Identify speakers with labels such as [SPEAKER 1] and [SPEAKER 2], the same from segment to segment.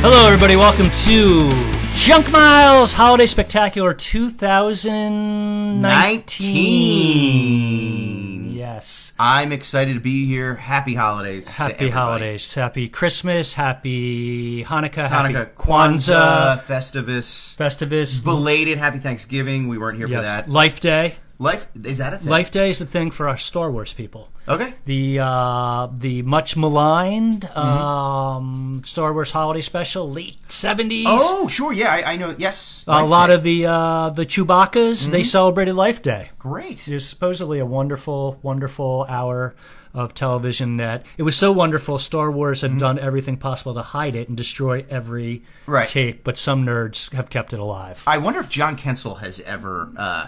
[SPEAKER 1] Hello, everybody. Welcome to Junk Miles Holiday Spectacular 2019.
[SPEAKER 2] 19.
[SPEAKER 1] Yes.
[SPEAKER 2] I'm excited to be here. Happy holidays. to
[SPEAKER 1] Happy
[SPEAKER 2] everybody.
[SPEAKER 1] holidays. Happy Christmas. Happy Hanukkah.
[SPEAKER 2] Hanukkah,
[SPEAKER 1] happy
[SPEAKER 2] Kwanzaa, Festivus,
[SPEAKER 1] Festivus.
[SPEAKER 2] belated Happy Thanksgiving. We weren't here for
[SPEAKER 1] yes.
[SPEAKER 2] that.
[SPEAKER 1] Life Day.
[SPEAKER 2] Life is that a thing?
[SPEAKER 1] Life Day is the thing for our Star Wars people.
[SPEAKER 2] Okay.
[SPEAKER 1] The uh, the much maligned
[SPEAKER 2] Mm-hmm.
[SPEAKER 1] um, Star Wars holiday special, late 70s.
[SPEAKER 2] Oh, sure. Yeah, I, I know. Yes.
[SPEAKER 1] a lot of the uh, the Chewbacca's they
[SPEAKER 2] Mm-hmm.
[SPEAKER 1] celebrated Life Day.
[SPEAKER 2] great.
[SPEAKER 1] There's supposedly a wonderful, wonderful hour of television that it was so wonderful. Star Wars
[SPEAKER 2] Mm-hmm.
[SPEAKER 1] had done everything possible to hide it and destroy every
[SPEAKER 2] Right.
[SPEAKER 1] tape, but some nerds have kept it alive.
[SPEAKER 2] I wonder if John Kensel has ever uh,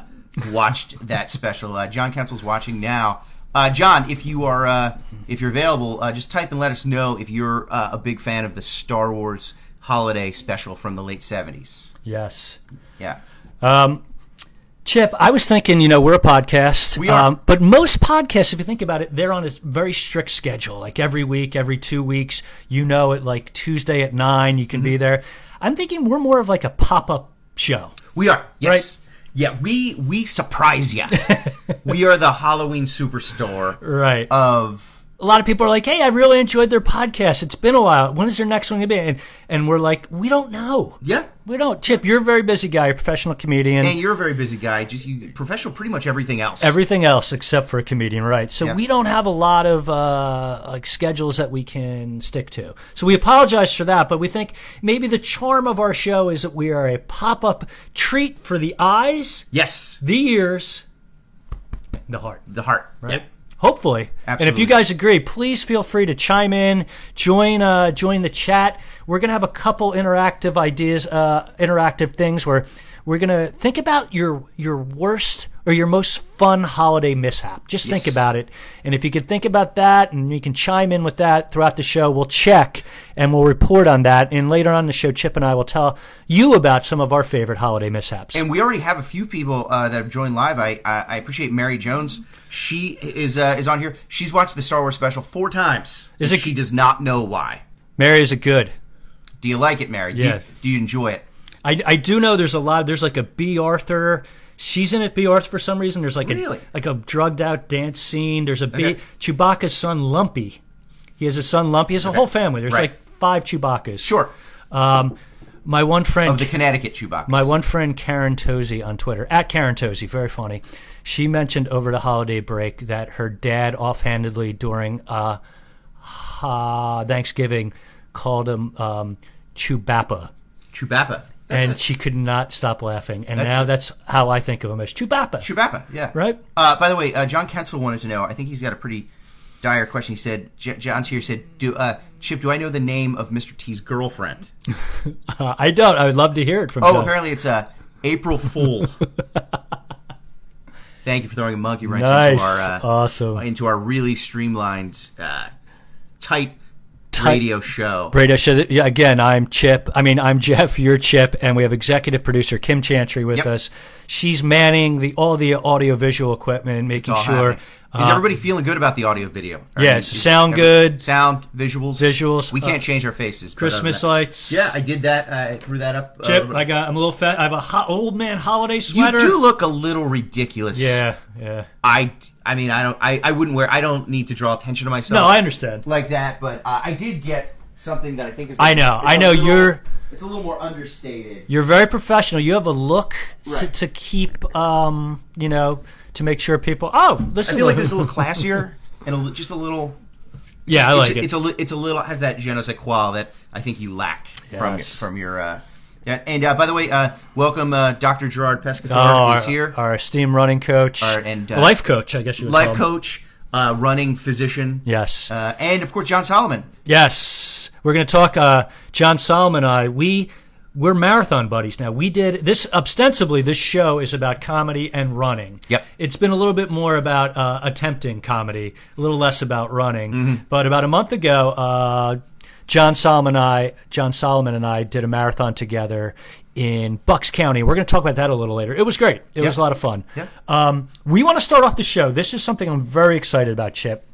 [SPEAKER 2] watched that special. Uh, John Kensel's watching now. Uh, John, if you are uh, if you're available, uh, just type and let us know if you're uh, a big fan of the Star Wars holiday special from the late '70s.
[SPEAKER 1] yes,
[SPEAKER 2] Yeah.
[SPEAKER 1] Chip. I was thinking, you know, we're a podcast, um,
[SPEAKER 2] We are.
[SPEAKER 1] but most podcasts, if you think about it, they're on a very strict schedule. Like every week, every two weeks, you know, at like Tuesday at nine, you can
[SPEAKER 2] Mm-hmm.
[SPEAKER 1] be there. I'm thinking we're more of like a pop up show.
[SPEAKER 2] We are. Yes. Yeah, we we surprise you. we are the Halloween superstore
[SPEAKER 1] Right.
[SPEAKER 2] of
[SPEAKER 1] a lot of people are like, "Hey, I really enjoyed their podcast. It's been a while. When is their next one gonna be?" And, and we're like, "We don't know.
[SPEAKER 2] yeah.
[SPEAKER 1] We don't." Chip, you're a very busy guy. You're a professional comedian.
[SPEAKER 2] And you're a very busy guy. Just you professional, pretty much everything else.
[SPEAKER 1] Everything else except for a comedian, right? So
[SPEAKER 2] Yeah.
[SPEAKER 1] we don't have a lot of uh, like schedules that we can stick to. So we apologize for that, but we think maybe the charm of our show is that we are a pop-up treat for the eyes,
[SPEAKER 2] yes,
[SPEAKER 1] the ears, the heart.
[SPEAKER 2] the heart.
[SPEAKER 1] right?
[SPEAKER 2] Yep.
[SPEAKER 1] Hopefully. And if
[SPEAKER 2] Absolutely.
[SPEAKER 1] you guys agree, please feel free to chime in, join uh, join the chat. We're gonna have a couple interactive ideas, uh, interactive things where we're gonna think about your your worst or your most fun holiday mishap. Just think
[SPEAKER 2] Yes.
[SPEAKER 1] about it, and if you could think about that, and you can chime in with that throughout the show, we'll check and we'll report on that. And later on in the show, Chip and I will tell you about some of our favorite holiday mishaps.
[SPEAKER 2] And we already have a few people uh, that have joined live. I, I I appreciate Mary Jones. She is uh, is on here. She's watched the Star Wars special four times.
[SPEAKER 1] Is it-
[SPEAKER 2] She does not know why.
[SPEAKER 1] Mary is a good.
[SPEAKER 2] Do you like it, Mary? Do you-
[SPEAKER 1] Yeah.
[SPEAKER 2] do you enjoy it?
[SPEAKER 1] I, I do know there's a lot. There's like a B. Arthur. She's in it, B. Arthur, for some reason. There's like
[SPEAKER 2] Really?
[SPEAKER 1] a like a drugged out dance scene. There's a B.
[SPEAKER 2] Okay.
[SPEAKER 1] Chewbacca's son Lumpy. He has a son Lumpy. He has a whole family. There's
[SPEAKER 2] Right.
[SPEAKER 1] like five Chewbaccas.
[SPEAKER 2] Sure.
[SPEAKER 1] Um, my one friend
[SPEAKER 2] Of the Connecticut Chewbacca.
[SPEAKER 1] my one friend Karen Tozzi on Twitter at Karen Tozzi, very funny. She mentioned over the holiday break that her dad offhandedly during uh, ha- Thanksgiving called him um, Chewbappa
[SPEAKER 2] Chewbappa. That's
[SPEAKER 1] and
[SPEAKER 2] it.
[SPEAKER 1] she could not stop laughing. And now that's how I think of him as Chewbacca.
[SPEAKER 2] Chewbacca, yeah.
[SPEAKER 1] Right?
[SPEAKER 2] Uh, by the way, uh, John Kensel wanted to know. I think he's got a pretty dire question. He said, J- "John's here." Said, "Do uh, Chip? Do I know the name of Mr. T's girlfriend?"
[SPEAKER 1] Uh, I don't. I would love to hear it from.
[SPEAKER 2] Oh,
[SPEAKER 1] John.
[SPEAKER 2] apparently it's uh, April Fool. Thank you for throwing a monkey wrench
[SPEAKER 1] nice,
[SPEAKER 2] into our uh,
[SPEAKER 1] awesome.
[SPEAKER 2] into our really streamlined, uh, tight,
[SPEAKER 1] Tight-
[SPEAKER 2] radio show.
[SPEAKER 1] Brady, I should- yeah, again, I'm Chip. I mean, I'm Jeff. You're Chip, and we have executive producer Kim Chantry with
[SPEAKER 2] Yep.
[SPEAKER 1] us. She's manning the all the audiovisual equipment, and making
[SPEAKER 2] All
[SPEAKER 1] sure uh,
[SPEAKER 2] happening. Is everybody feeling good about the audio video? Or
[SPEAKER 1] yeah,
[SPEAKER 2] is- is
[SPEAKER 1] sound
[SPEAKER 2] every-
[SPEAKER 1] good.
[SPEAKER 2] Sound visuals.
[SPEAKER 1] Visuals, uh,
[SPEAKER 2] We can't change our faces. but other than
[SPEAKER 1] Christmas
[SPEAKER 2] that-
[SPEAKER 1] lights.
[SPEAKER 2] Yeah, I did that. I threw that up. uh, a
[SPEAKER 1] Chip,
[SPEAKER 2] little bit.
[SPEAKER 1] I got. I'm a little fat. I have a hot old man holiday
[SPEAKER 2] You
[SPEAKER 1] sweater.
[SPEAKER 2] do look a little ridiculous.
[SPEAKER 1] yeah, yeah.
[SPEAKER 2] I, I mean, I don't. I, I wouldn't wear. I don't need to draw attention to myself.
[SPEAKER 1] No, I understand.
[SPEAKER 2] like that. But uh, I did get something that I think is.
[SPEAKER 1] I know,
[SPEAKER 2] it's
[SPEAKER 1] I
[SPEAKER 2] a
[SPEAKER 1] know,
[SPEAKER 2] little-
[SPEAKER 1] you're-
[SPEAKER 2] It's a little more understated.
[SPEAKER 1] You're very professional. You have a look to,
[SPEAKER 2] Right.
[SPEAKER 1] to keep, um, you know, to make sure people. Oh,
[SPEAKER 2] I
[SPEAKER 1] listen.
[SPEAKER 2] feel like this is a little classier and a, li- just a little.
[SPEAKER 1] yeah, I
[SPEAKER 2] it's,
[SPEAKER 1] like
[SPEAKER 2] a,
[SPEAKER 1] it.
[SPEAKER 2] It's a, li- it's a little has that je ne sais quoi that I think you lack from
[SPEAKER 1] Yes.
[SPEAKER 2] from your. Uh, yeah, and uh, by the way, uh, welcome uh, Dr. Gerard Pescator.
[SPEAKER 1] oh, our,
[SPEAKER 2] He's here,
[SPEAKER 1] our esteemed running coach,
[SPEAKER 2] Our- and, uh,
[SPEAKER 1] life coach, I guess you would
[SPEAKER 2] life
[SPEAKER 1] call him.
[SPEAKER 2] coach, uh, running physician.
[SPEAKER 1] Yes,
[SPEAKER 2] Uh, and of course, John Solomon.
[SPEAKER 1] yes. We're going to talk. Uh, John Solomon and I. We we're marathon buddies now. We did this ostensibly. This show is about comedy and running.
[SPEAKER 2] Yep.
[SPEAKER 1] It's been a little bit more about uh, attempting comedy, a little less about running. But about a month ago, uh, John Solomon and I, John Solomon and I, did a marathon together in Bucks County. We're going to talk about that a little later. It was great. It was a lot of fun.
[SPEAKER 2] Yeah.
[SPEAKER 1] Um, we want to start off the show. This is something I'm very excited about, Chip.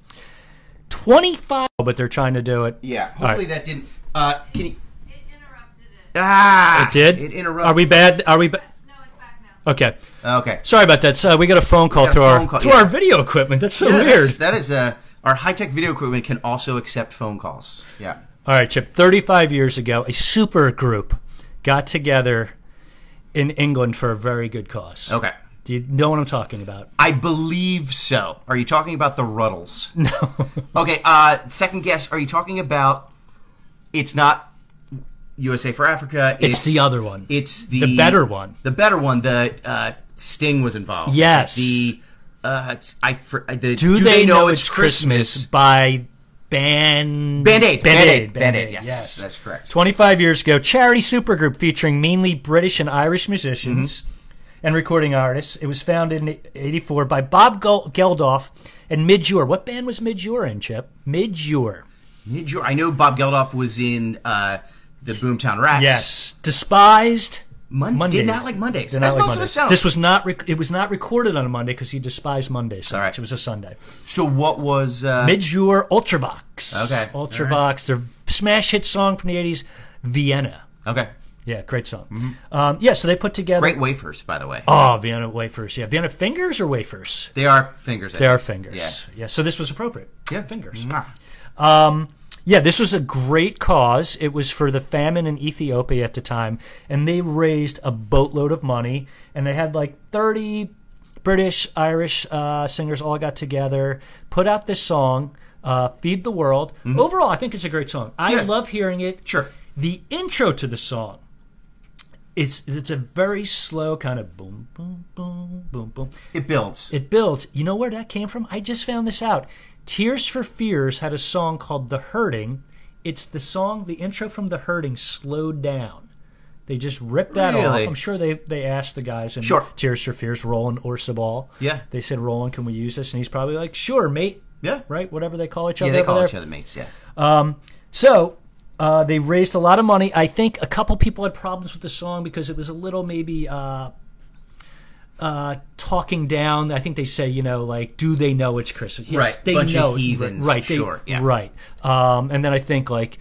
[SPEAKER 1] Twenty-five, but they're trying to do it.
[SPEAKER 2] Yeah,
[SPEAKER 1] All right.
[SPEAKER 2] hopefully that didn't. Uh, can you?
[SPEAKER 3] It interrupted.
[SPEAKER 2] Ah,
[SPEAKER 1] Did
[SPEAKER 2] it interrupted?
[SPEAKER 1] Are we bad? Are we? Ba-
[SPEAKER 3] No, it's back now.
[SPEAKER 1] okay.
[SPEAKER 2] okay?
[SPEAKER 1] Sorry about that. So we got a phone call
[SPEAKER 2] got a
[SPEAKER 1] through
[SPEAKER 2] phone
[SPEAKER 1] our
[SPEAKER 2] call,
[SPEAKER 1] through
[SPEAKER 2] yeah.
[SPEAKER 1] our video equipment. That's so
[SPEAKER 2] Yeah,
[SPEAKER 1] weird.
[SPEAKER 2] that's- That is uh, our high tech video equipment can also accept phone calls. Yeah.
[SPEAKER 1] All right, Chip. Thirty-five years ago, a super group got together in England for a very good cause.
[SPEAKER 2] Okay.
[SPEAKER 1] Do you know what I'm talking about?
[SPEAKER 2] I believe so. Are you talking about the Ruddles? No. okay. Uh, second guess. Are you talking about? It's not USA for Africa.
[SPEAKER 1] It's the other one.
[SPEAKER 2] It's the,
[SPEAKER 1] The better one.
[SPEAKER 2] The better one. The uh, Sting was involved.
[SPEAKER 1] Yes.
[SPEAKER 2] The uh, it's- I for, the, do,
[SPEAKER 1] Do, they, know, it's Christmas, by Band
[SPEAKER 2] Band-Aid, Band-Aid,
[SPEAKER 1] Band-Aid,
[SPEAKER 2] Band-Aid, yes, that's correct.
[SPEAKER 1] 25 years ago, charity supergroup featuring mainly British and Irish musicians
[SPEAKER 2] Mm-hmm.
[SPEAKER 1] and recording artists. It was founded in 84 by Bob Gel- Geldof and Midjour. What band was Midjour in, Chip? Midjour.
[SPEAKER 2] Did you- I know Bob Geldof was in uh, the Boomtown Rats.
[SPEAKER 1] Yes. Despised
[SPEAKER 2] Mon-
[SPEAKER 1] Mondays.
[SPEAKER 2] Did not like Mondays.
[SPEAKER 1] Did
[SPEAKER 2] As
[SPEAKER 1] not like
[SPEAKER 2] most of
[SPEAKER 1] Mondays.
[SPEAKER 2] us don't.
[SPEAKER 1] This was not rec- it was not recorded on a Monday because he despised Mondays so
[SPEAKER 2] All right.
[SPEAKER 1] much. It was a Sunday.
[SPEAKER 2] So what was uh,
[SPEAKER 1] Midjour Ultravox.
[SPEAKER 2] Okay.
[SPEAKER 1] Ultravox, their smash hit song from the 80s, Vienna.
[SPEAKER 2] okay?
[SPEAKER 1] Yeah, great song. Um, yeah, so they put together.
[SPEAKER 2] Mm-hmm. Great wafers, by the way.
[SPEAKER 1] Oh, Vienna wafers. Yeah, Vienna fingers or wafers?
[SPEAKER 2] They are fingers.
[SPEAKER 1] They are fingers.
[SPEAKER 2] Yeah.
[SPEAKER 1] so this was appropriate. fingers.
[SPEAKER 2] Mwah.
[SPEAKER 1] Yeah, this was a great cause. It was for the famine in Ethiopia at the time, and they raised a boatload of money, and they had like 30 British, Irish uh, singers all got together, put out this song, uh, Feed the World. Overall, I think it's a great song. I
[SPEAKER 2] Mm-hmm. Yeah.
[SPEAKER 1] love hearing it.
[SPEAKER 2] Sure.
[SPEAKER 1] The intro to the song. It's, it's a very slow kind of boom, boom, boom, boom, boom.
[SPEAKER 2] It builds.
[SPEAKER 1] It builds. You know where that came from? I just found this out. Tears for Fears had a song called The Hurting. It's the song, the intro from The Hurting slowed down. They just ripped that
[SPEAKER 2] Really?
[SPEAKER 1] off. I'm sure they, they asked the guys in
[SPEAKER 2] Sure.
[SPEAKER 1] Tears for Fears, Roland Orsabal.
[SPEAKER 2] Yeah.
[SPEAKER 1] They said, Roland, can we use this? And he's probably like, sure, mate.
[SPEAKER 2] yeah.
[SPEAKER 1] Right? Whatever they call each
[SPEAKER 2] Yeah,
[SPEAKER 1] other.
[SPEAKER 2] they
[SPEAKER 1] over
[SPEAKER 2] call
[SPEAKER 1] there.
[SPEAKER 2] each other mates. Yeah.
[SPEAKER 1] So uh, they raised a lot of money. I think a couple people had problems with the song because it was a little maybe uh, uh, talking down. I think they say, you know, like, do they know it's Christmas? Yes,
[SPEAKER 2] Right,
[SPEAKER 1] they
[SPEAKER 2] bunch of
[SPEAKER 1] know it.
[SPEAKER 2] heathens,
[SPEAKER 1] Right, they-
[SPEAKER 2] sure, yeah.
[SPEAKER 1] right. Um, and then I think like.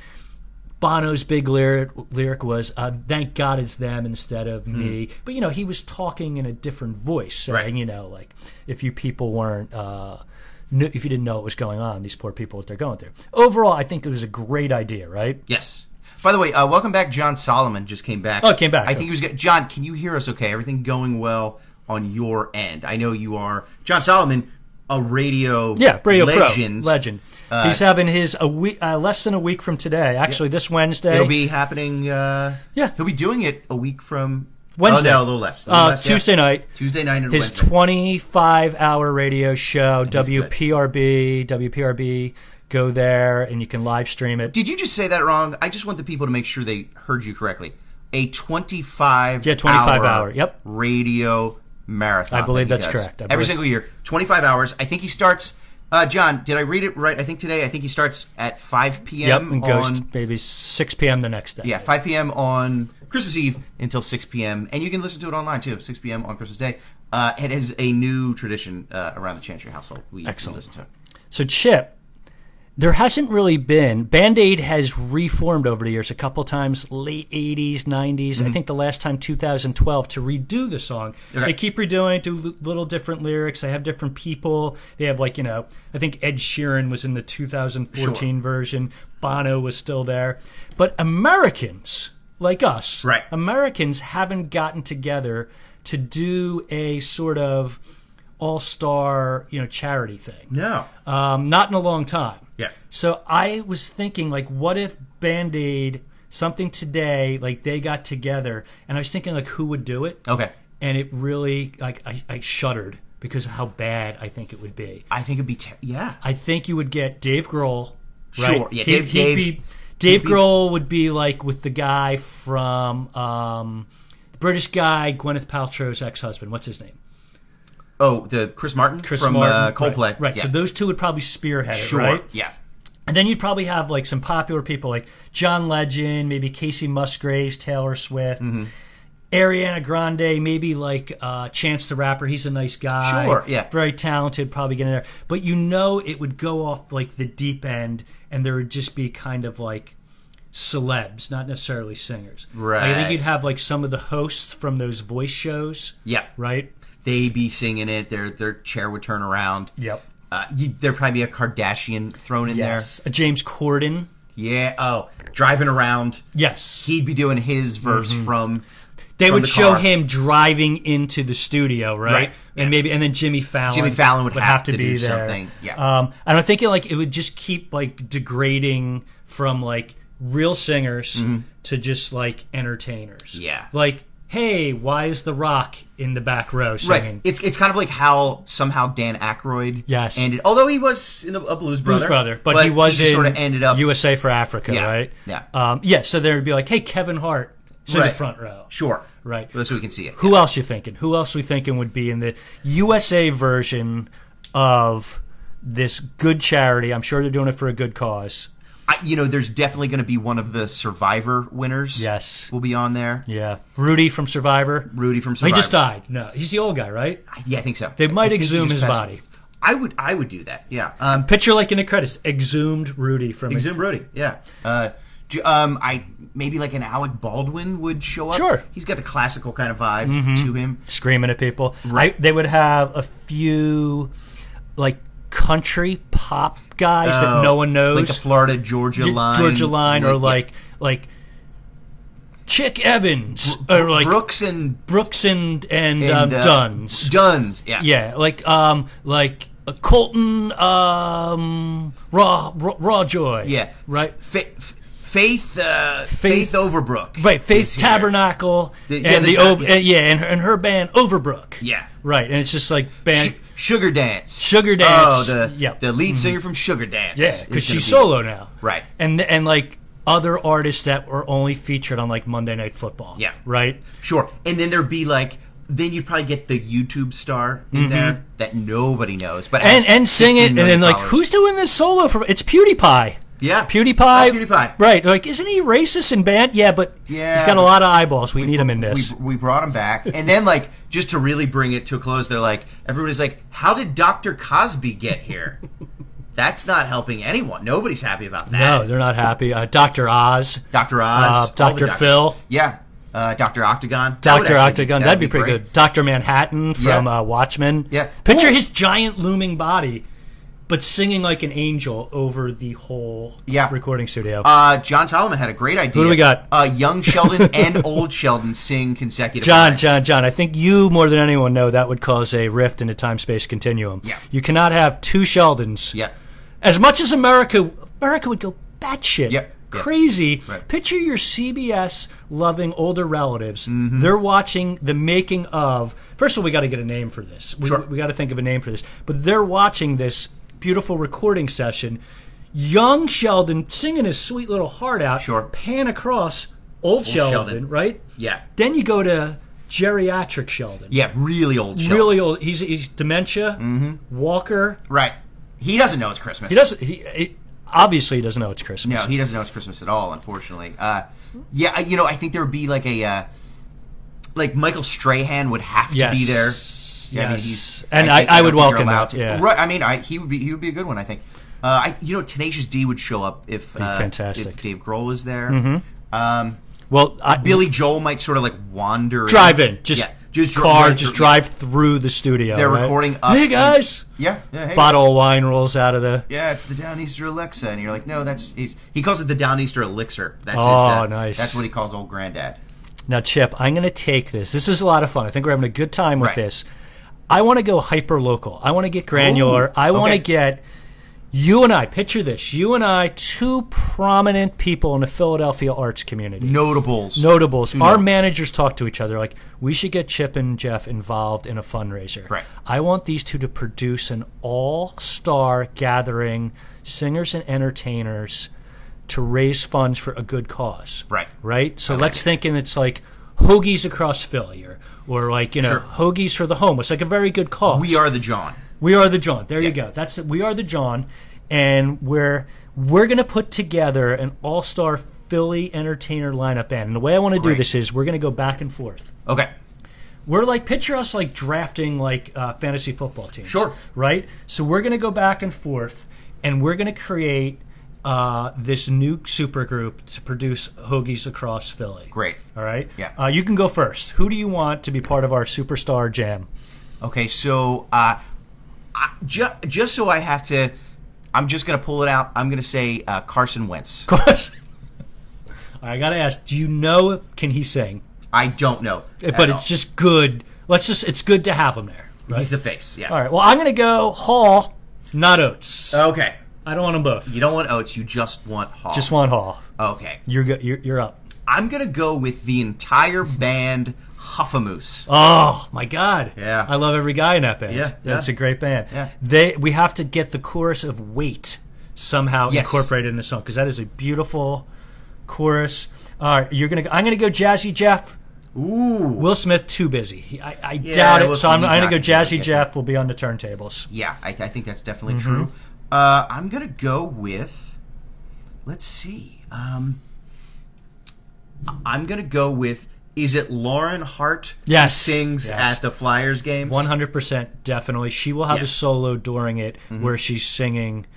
[SPEAKER 1] Bono's big lyric, lyric was uh, "Thank God it's them instead of me," but you know he was talking in a different voice, saying
[SPEAKER 2] Right.
[SPEAKER 1] you know like if you people weren't uh, kn- if you didn't know what was going on, these poor people what they're going through. Overall, I think it was a great idea, right?
[SPEAKER 2] Yes. By the way, uh, welcome back. John Solomon just came back.
[SPEAKER 1] Oh, came back.
[SPEAKER 2] I think he was. Good. John, can you hear us? Okay, everything going well on your end? I know you are. John Solomon, a radio.
[SPEAKER 1] Yeah, radio
[SPEAKER 2] legend.
[SPEAKER 1] pro legend.
[SPEAKER 2] Uh,
[SPEAKER 1] He's having his a week uh, less than a week from today, actually this Wednesday.
[SPEAKER 2] It'll be happening. Uh,
[SPEAKER 1] Yeah.
[SPEAKER 2] he'll be doing it a week from
[SPEAKER 1] Wednesday.
[SPEAKER 2] Oh, no, a little less. A little
[SPEAKER 1] uh,
[SPEAKER 2] less, yeah.
[SPEAKER 1] Tuesday night.
[SPEAKER 2] Tuesday night and
[SPEAKER 1] his
[SPEAKER 2] Wednesday.
[SPEAKER 1] 25 hour radio show
[SPEAKER 2] good.
[SPEAKER 1] WPRB WPRB go there and you can live stream it.
[SPEAKER 2] Did you just say that wrong? I just want the people to make sure they heard you correctly. A 25
[SPEAKER 1] Yeah, 25 hour, yep.
[SPEAKER 2] radio marathon.
[SPEAKER 1] I believe
[SPEAKER 2] that he
[SPEAKER 1] that's
[SPEAKER 2] does.
[SPEAKER 1] correct. I
[SPEAKER 2] Every
[SPEAKER 1] believe-
[SPEAKER 2] single year, 25 hours. I think he starts uh, John, did I read it right? I think today I think he starts at 5 p.m.
[SPEAKER 1] Yep, and goes
[SPEAKER 2] on
[SPEAKER 1] to maybe 6 p.m. the next day.
[SPEAKER 2] yeah, 5 p.m. on Christmas Eve until 6 p.m. And you can listen to it online too, 6 p.m. on Christmas Day. Uh, it is a new tradition uh, around the Chantry household. We, we
[SPEAKER 1] Excellent.
[SPEAKER 2] listen to it.
[SPEAKER 1] So Chip, there hasn't really been Band Aid has reformed over the years a couple times, late eighties, I think the last time two thousand twelve to redo the song.
[SPEAKER 2] Okay.
[SPEAKER 1] They keep redoing it, do li- little different lyrics. They have different people. They have like you know, I think Ed Sheeran was in the two thousand fourteen version. Bono was still there, but Americans like us,
[SPEAKER 2] Right.
[SPEAKER 1] Americans haven't gotten together to do a sort of all-star, you know, charity thing
[SPEAKER 2] No.
[SPEAKER 1] um, not in a long time.
[SPEAKER 2] Yeah.
[SPEAKER 1] So I was thinking, like, what if Band Aid something today, like they got together, and I was thinking, like, who would do it?
[SPEAKER 2] Okay.
[SPEAKER 1] And it really, like, I, I shuddered because of how bad I think it would be.
[SPEAKER 2] I think it'd be ter- yeah.
[SPEAKER 1] I think you would get Dave Grohl.
[SPEAKER 2] Sure,
[SPEAKER 1] right?
[SPEAKER 2] yeah,
[SPEAKER 1] He-
[SPEAKER 2] Dave-
[SPEAKER 1] he'd
[SPEAKER 2] Dave-
[SPEAKER 1] be- Dave Grohl would be like with the guy from um, the British guy, Gwyneth Paltrow's ex-husband. What's his name?
[SPEAKER 2] Oh, the Chris Martin
[SPEAKER 1] Chris
[SPEAKER 2] from
[SPEAKER 1] Martin.
[SPEAKER 2] Uh, Coldplay.
[SPEAKER 1] Right. right.
[SPEAKER 2] Yeah.
[SPEAKER 1] So those two would probably spearhead
[SPEAKER 2] Sure.
[SPEAKER 1] it, right?
[SPEAKER 2] Yeah.
[SPEAKER 1] And then you'd probably have like some popular people like John Legend, maybe Casey Musgraves, Taylor Swift,
[SPEAKER 2] Mm-hmm.
[SPEAKER 1] Ariana Grande, maybe like uh, Chance the Rapper. He's a nice guy.
[SPEAKER 2] Sure, yeah.
[SPEAKER 1] Very talented, probably getting there. But you know it would go off like the deep end and there would just be kind of like celebs, not necessarily singers. I
[SPEAKER 2] Right.
[SPEAKER 1] think you'd have like some of the hosts from those voice shows.
[SPEAKER 2] Yeah.
[SPEAKER 1] Right.
[SPEAKER 2] They be singing it. Their their chair would turn around.
[SPEAKER 1] Yep.
[SPEAKER 2] Uh, you, there'd probably be a Kardashian thrown in
[SPEAKER 1] Yes. A James Corden.
[SPEAKER 2] there. Yeah. Oh, driving around.
[SPEAKER 1] Yes.
[SPEAKER 2] He'd be doing his verse
[SPEAKER 1] Mm-hmm.
[SPEAKER 2] from.
[SPEAKER 1] they
[SPEAKER 2] from
[SPEAKER 1] would
[SPEAKER 2] the
[SPEAKER 1] show
[SPEAKER 2] car.
[SPEAKER 1] him driving into the studio, right?
[SPEAKER 2] Right,
[SPEAKER 1] And maybe and then Jimmy Fallon.
[SPEAKER 2] Jimmy Fallon would have to
[SPEAKER 1] be
[SPEAKER 2] do
[SPEAKER 1] there.
[SPEAKER 2] something, yeah.
[SPEAKER 1] Um, and I'm thinking like it would just keep like degrading from like real singers to just like entertainers.
[SPEAKER 2] Mm-hmm. Yeah.
[SPEAKER 1] Like, hey, why is The Rock in the back row
[SPEAKER 2] Right.
[SPEAKER 1] singing?
[SPEAKER 2] It's it's kind of like how somehow Dan Aykroyd.
[SPEAKER 1] Yes.
[SPEAKER 2] Ended, although he was in the a Blues Brother.
[SPEAKER 1] Blues Brother, but, he was in
[SPEAKER 2] sort of ended up.
[SPEAKER 1] USA for Africa,
[SPEAKER 2] Yeah,
[SPEAKER 1] right?
[SPEAKER 2] yeah.
[SPEAKER 1] Um, yeah. So there would be like, hey, Kevin Hart, sit in
[SPEAKER 2] Right.
[SPEAKER 1] the front row.
[SPEAKER 2] sure.
[SPEAKER 1] Right.
[SPEAKER 2] Well, so we can see it.
[SPEAKER 1] Who else you thinking? Who else we thinking would be in the USA version of this good charity? I'm sure they're doing it for a good cause.
[SPEAKER 2] I, you know, there's definitely going to be one of the Survivor winners.
[SPEAKER 1] Yes.
[SPEAKER 2] Will be on there.
[SPEAKER 1] Yeah, Rudy from Survivor. Oh,
[SPEAKER 2] Rudy from
[SPEAKER 1] He
[SPEAKER 2] Survivor.
[SPEAKER 1] just died. No, he's the old guy, right?
[SPEAKER 2] Yeah, I think so.
[SPEAKER 1] They
[SPEAKER 2] I-
[SPEAKER 1] might
[SPEAKER 2] I think he
[SPEAKER 1] exhume
[SPEAKER 2] just
[SPEAKER 1] his
[SPEAKER 2] passed-
[SPEAKER 1] body.
[SPEAKER 2] I would. I would do that. Yeah. Um,
[SPEAKER 1] Picture like in the credits, exhumed Rudy from
[SPEAKER 2] exhume Brody. Yeah. Uh, do, um, I maybe like an Alec Baldwin would show up.
[SPEAKER 1] Sure. Mm-hmm.
[SPEAKER 2] He's got the classical kind of vibe to him.
[SPEAKER 1] screaming at people. I, they would have a few like country pop guys
[SPEAKER 2] Oh,
[SPEAKER 1] that no one knows,
[SPEAKER 2] Like the Florida Georgia line.
[SPEAKER 1] Georgia Line, or
[SPEAKER 2] Yeah.
[SPEAKER 1] like like Chick Evans, or like
[SPEAKER 2] Brooks and
[SPEAKER 1] Brooks and and, um,
[SPEAKER 2] and, uh,
[SPEAKER 1] Duns.
[SPEAKER 2] Duns. Yeah.
[SPEAKER 1] yeah, like um like uh, Colton um Raw Raw, Raw Joy.
[SPEAKER 2] Yeah.
[SPEAKER 1] right.
[SPEAKER 2] Fa- f- Faith, uh, Faith.
[SPEAKER 1] Faith-
[SPEAKER 2] Overbrook.
[SPEAKER 1] Right,
[SPEAKER 2] is
[SPEAKER 1] Faith
[SPEAKER 2] here.
[SPEAKER 1] Tabernacle
[SPEAKER 2] The- yeah,
[SPEAKER 1] and
[SPEAKER 2] the-
[SPEAKER 1] the, over,
[SPEAKER 2] yeah.
[SPEAKER 1] yeah, and, her, and her band Overbrook.
[SPEAKER 2] Yeah.
[SPEAKER 1] right, and it's just like band.
[SPEAKER 2] Su- Sugar Dance.
[SPEAKER 1] Sugar Dance,
[SPEAKER 2] Oh, the,
[SPEAKER 1] yep.
[SPEAKER 2] the lead singer from Sugar Dance.
[SPEAKER 1] Yeah,
[SPEAKER 2] is
[SPEAKER 1] because
[SPEAKER 2] gonna
[SPEAKER 1] she's
[SPEAKER 2] be-
[SPEAKER 1] solo now.
[SPEAKER 2] Right.
[SPEAKER 1] And and like other artists that were only featured on like Monday Night Football.
[SPEAKER 2] Yeah.
[SPEAKER 1] Right.
[SPEAKER 2] Sure. And then there'd be like, then you'd probably get the YouTube star in there that nobody knows, but
[SPEAKER 1] Mm-hmm. And
[SPEAKER 2] has
[SPEAKER 1] and sing
[SPEAKER 2] 15
[SPEAKER 1] it, and
[SPEAKER 2] million
[SPEAKER 1] then like
[SPEAKER 2] followers.
[SPEAKER 1] who's doing this solo for? It's PewDiePie.
[SPEAKER 2] yeah
[SPEAKER 1] PewDiePie.
[SPEAKER 2] Uh, PewDiePie.
[SPEAKER 1] Right. Like, isn't he racist and bad? Yeah, but
[SPEAKER 2] Yeah,
[SPEAKER 1] he's got a
[SPEAKER 2] but-
[SPEAKER 1] lot of eyeballs. We need him in this.
[SPEAKER 2] We, we brought him back, and then like just to really bring it to a close, they're like everybody's like, "How did Doctor Cosby get here?" That's not helping anyone. Nobody's happy about
[SPEAKER 1] no,
[SPEAKER 2] that.
[SPEAKER 1] they're not happy. Uh, Doctor Oz.
[SPEAKER 2] Doctor Oz,
[SPEAKER 1] Uh,
[SPEAKER 2] all the
[SPEAKER 1] Dr.
[SPEAKER 2] doctors.
[SPEAKER 1] Phil.
[SPEAKER 2] yeah, uh, Doctor Octagon, That would
[SPEAKER 1] Doctor
[SPEAKER 2] actually-
[SPEAKER 1] Octagon,
[SPEAKER 2] that
[SPEAKER 1] that'd be
[SPEAKER 2] would
[SPEAKER 1] pretty
[SPEAKER 2] great.
[SPEAKER 1] good. Doctor Manhattan from
[SPEAKER 2] Yeah.
[SPEAKER 1] uh, Watchmen.
[SPEAKER 2] Yeah.
[SPEAKER 1] Picture
[SPEAKER 2] Ooh.
[SPEAKER 1] his giant looming body, but singing like an angel over the whole
[SPEAKER 2] Yeah.
[SPEAKER 1] recording studio.
[SPEAKER 2] Uh, John Solomon had a great idea. Who
[SPEAKER 1] do we got?
[SPEAKER 2] Uh, young Sheldon and old Sheldon sing consecutive.
[SPEAKER 1] John,
[SPEAKER 2] lines.
[SPEAKER 1] John, John, I think you more than anyone know that would cause a rift in the time space continuum.
[SPEAKER 2] Yeah.
[SPEAKER 1] You cannot have two Sheldons.
[SPEAKER 2] Yeah.
[SPEAKER 1] As much as America, America would go batshit.
[SPEAKER 2] Yep. Yep.
[SPEAKER 1] Crazy.
[SPEAKER 2] Right.
[SPEAKER 1] Picture your CBS loving older relatives.
[SPEAKER 2] Mm-hmm.
[SPEAKER 1] They're watching the making of. First of all, we got to get a name for this. We,
[SPEAKER 2] Sure.
[SPEAKER 1] we got to think of a name for this. But they're watching this beautiful recording session. Young Sheldon singing his sweet little heart out.
[SPEAKER 2] Sure.
[SPEAKER 1] Pan across old, Sheldon,
[SPEAKER 2] Sheldon.
[SPEAKER 1] right?
[SPEAKER 2] Yeah.
[SPEAKER 1] Then you go to geriatric Sheldon.
[SPEAKER 2] Yeah, really old Sheldon.
[SPEAKER 1] Really old. He's, he's dementia, Walker.
[SPEAKER 2] Right. He doesn't know it's Christmas.
[SPEAKER 1] He doesn't. He, he obviously he doesn't know it's Christmas.
[SPEAKER 2] No, he doesn't know it's Christmas at all. Unfortunately, uh, yeah, I- you know, I think there would be like a uh, like Michael Strahan would have to
[SPEAKER 1] Yes.
[SPEAKER 2] be there. Yeah, I mean,
[SPEAKER 1] Yes.
[SPEAKER 2] he's,
[SPEAKER 1] And I-
[SPEAKER 2] think-
[SPEAKER 1] I
[SPEAKER 2] don't
[SPEAKER 1] would
[SPEAKER 2] think you're
[SPEAKER 1] welcome
[SPEAKER 2] allowed
[SPEAKER 1] that, yeah.
[SPEAKER 2] Right, I mean, I, he would be he would be a good one. I think. Uh, I, you know, Tenacious D would show up if uh,
[SPEAKER 1] fantastic. Mm-hmm.
[SPEAKER 2] if Dave Grohl is there.
[SPEAKER 1] Well, I,
[SPEAKER 2] Billy Joel might sort of like wander
[SPEAKER 1] drive in. Just,
[SPEAKER 2] Yeah, just dri-
[SPEAKER 1] car.
[SPEAKER 2] yeah,
[SPEAKER 1] just
[SPEAKER 2] dri-
[SPEAKER 1] drive through the studio.
[SPEAKER 2] They're
[SPEAKER 1] right?
[SPEAKER 2] recording up
[SPEAKER 1] Hey
[SPEAKER 2] in-
[SPEAKER 1] guys,
[SPEAKER 2] Yeah, yeah hey,
[SPEAKER 1] bottle of wine rolls out of the.
[SPEAKER 2] yeah, it's the Downeaster Alexa, and you're like, no, that's he's, he calls it the Downeaster Elixir. That's his,
[SPEAKER 1] Oh,
[SPEAKER 2] uh,
[SPEAKER 1] nice.
[SPEAKER 2] That's what he calls old granddad.
[SPEAKER 1] Now, Chip, I'm going to take this. This is a lot of fun. I think we're having a good time with
[SPEAKER 2] Right.
[SPEAKER 1] this. I want to go hyper local. I want to get granular.
[SPEAKER 2] Ooh,
[SPEAKER 1] I want to
[SPEAKER 2] okay.
[SPEAKER 1] get you and I. Picture this: you and I, two prominent people in the Philadelphia arts community.
[SPEAKER 2] Notables.
[SPEAKER 1] notables. Our managers talk to each other like we should get Chip and Jeff involved in a fundraiser.
[SPEAKER 2] Right.
[SPEAKER 1] I want these two to produce an all-star gathering, singers and entertainers, to raise funds for a good cause.
[SPEAKER 2] Right.
[SPEAKER 1] Right. So let's think, and it's like hoagies across Philly, or or like you know
[SPEAKER 2] Sure.
[SPEAKER 1] hoagies for the homeless, like a very good cause.
[SPEAKER 2] We are the John.
[SPEAKER 1] We are the John. There you go. That's we are the John, and we're we're gonna put together an all-star Philly entertainer lineup band. And the way I want to do
[SPEAKER 2] Great.
[SPEAKER 1] this is we're gonna go back and forth.
[SPEAKER 2] Okay.
[SPEAKER 1] We're like picture us like drafting like uh, fantasy football teams.
[SPEAKER 2] Sure.
[SPEAKER 1] Right. So we're gonna go back and forth, and we're gonna create uh, this new supergroup to produce hoagies across Philly.
[SPEAKER 2] Great.
[SPEAKER 1] All right.
[SPEAKER 2] Yeah.
[SPEAKER 1] Uh, you can go first. Who do you want to be part of our superstar jam?
[SPEAKER 2] Okay, so uh, I, ju- just so I have to, I'm just gonna pull it out. I'm gonna say uh, Carson Wentz.
[SPEAKER 1] Question. I gotta ask. Do you know? if- Can he sing?
[SPEAKER 2] I don't know, at
[SPEAKER 1] Eh, But
[SPEAKER 2] all.
[SPEAKER 1] it's just good. Let's just. It's good to have him there.
[SPEAKER 2] he's the face. Yeah.
[SPEAKER 1] All right. Well, I'm gonna go Hall, not Oates.
[SPEAKER 2] Okay.
[SPEAKER 1] I don't want them both.
[SPEAKER 2] Uh, You don't want Oates. You just want Hall.
[SPEAKER 1] Just want Hall.
[SPEAKER 2] Okay.
[SPEAKER 1] You're go- you're, you're up.
[SPEAKER 2] I'm gonna go with the entire band Huffamoose.
[SPEAKER 1] Oh my God!
[SPEAKER 2] Yeah.
[SPEAKER 1] I love every guy in that band.
[SPEAKER 2] Yeah,
[SPEAKER 1] that's
[SPEAKER 2] yeah.
[SPEAKER 1] a great band.
[SPEAKER 2] Yeah.
[SPEAKER 1] they we have to get the chorus of "Wait" somehow
[SPEAKER 2] Yes.
[SPEAKER 1] incorporated in the song because that is a beautiful chorus. All right, you're gonna. I'm gonna go Jazzy Jeff.
[SPEAKER 2] Ooh.
[SPEAKER 1] Will Smith too busy. He- I, I doubt it.
[SPEAKER 2] Will
[SPEAKER 1] so I'm,
[SPEAKER 2] Smith,
[SPEAKER 1] I'm
[SPEAKER 2] he's
[SPEAKER 1] gonna go
[SPEAKER 2] not gonna
[SPEAKER 1] Jazzy
[SPEAKER 2] get
[SPEAKER 1] Jeff. Will be on the turntables.
[SPEAKER 2] Yeah, I, I think that's definitely
[SPEAKER 1] Mm-hmm.
[SPEAKER 2] true. Uh, I'm gonna go with. Let's see. Um, I- I'm gonna go with. Is it Lauren Hart? who
[SPEAKER 1] Yes.
[SPEAKER 2] sings
[SPEAKER 1] Yes.
[SPEAKER 2] at the Flyers games.
[SPEAKER 1] One hundred percent, definitely. She will have
[SPEAKER 2] Yeah.
[SPEAKER 1] a solo during it
[SPEAKER 2] Mm-hmm.
[SPEAKER 1] where she's singing.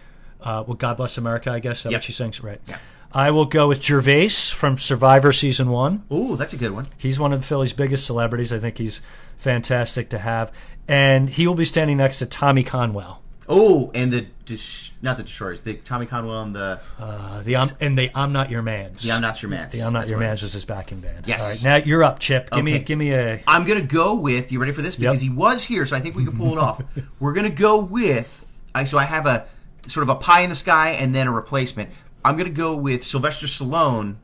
[SPEAKER 1] Uh, well, God bless America, I guess. That's
[SPEAKER 2] Yeah.
[SPEAKER 1] what she sings, right?
[SPEAKER 2] Yeah.
[SPEAKER 1] I will go with Gervais from Survivor season one.
[SPEAKER 2] Ooh, that's a good one.
[SPEAKER 1] He's one of Philly's biggest celebrities. I think he's fantastic to have, and he will be standing next to Tommy Conwell,
[SPEAKER 2] Oh, and the Dis- not the Destroyers, the Tommy Conwell and the
[SPEAKER 1] uh, the I'm, and the I'm Not Your Man's.
[SPEAKER 2] the I'm Not Your Man's.
[SPEAKER 1] The I'm Not
[SPEAKER 2] That's
[SPEAKER 1] Your
[SPEAKER 2] what it
[SPEAKER 1] Man's
[SPEAKER 2] is.
[SPEAKER 1] was his backing band.
[SPEAKER 2] Yes.
[SPEAKER 1] All right, now you're up, Chip. Give me
[SPEAKER 2] Okay.
[SPEAKER 1] give me a
[SPEAKER 2] I'm gonna go with you. Ready for this? Because he was here, so I think we can pull it off. We're gonna go with. I so I have a sort of a pie in the sky and then a replacement. I'm gonna go with Sylvester Stallone,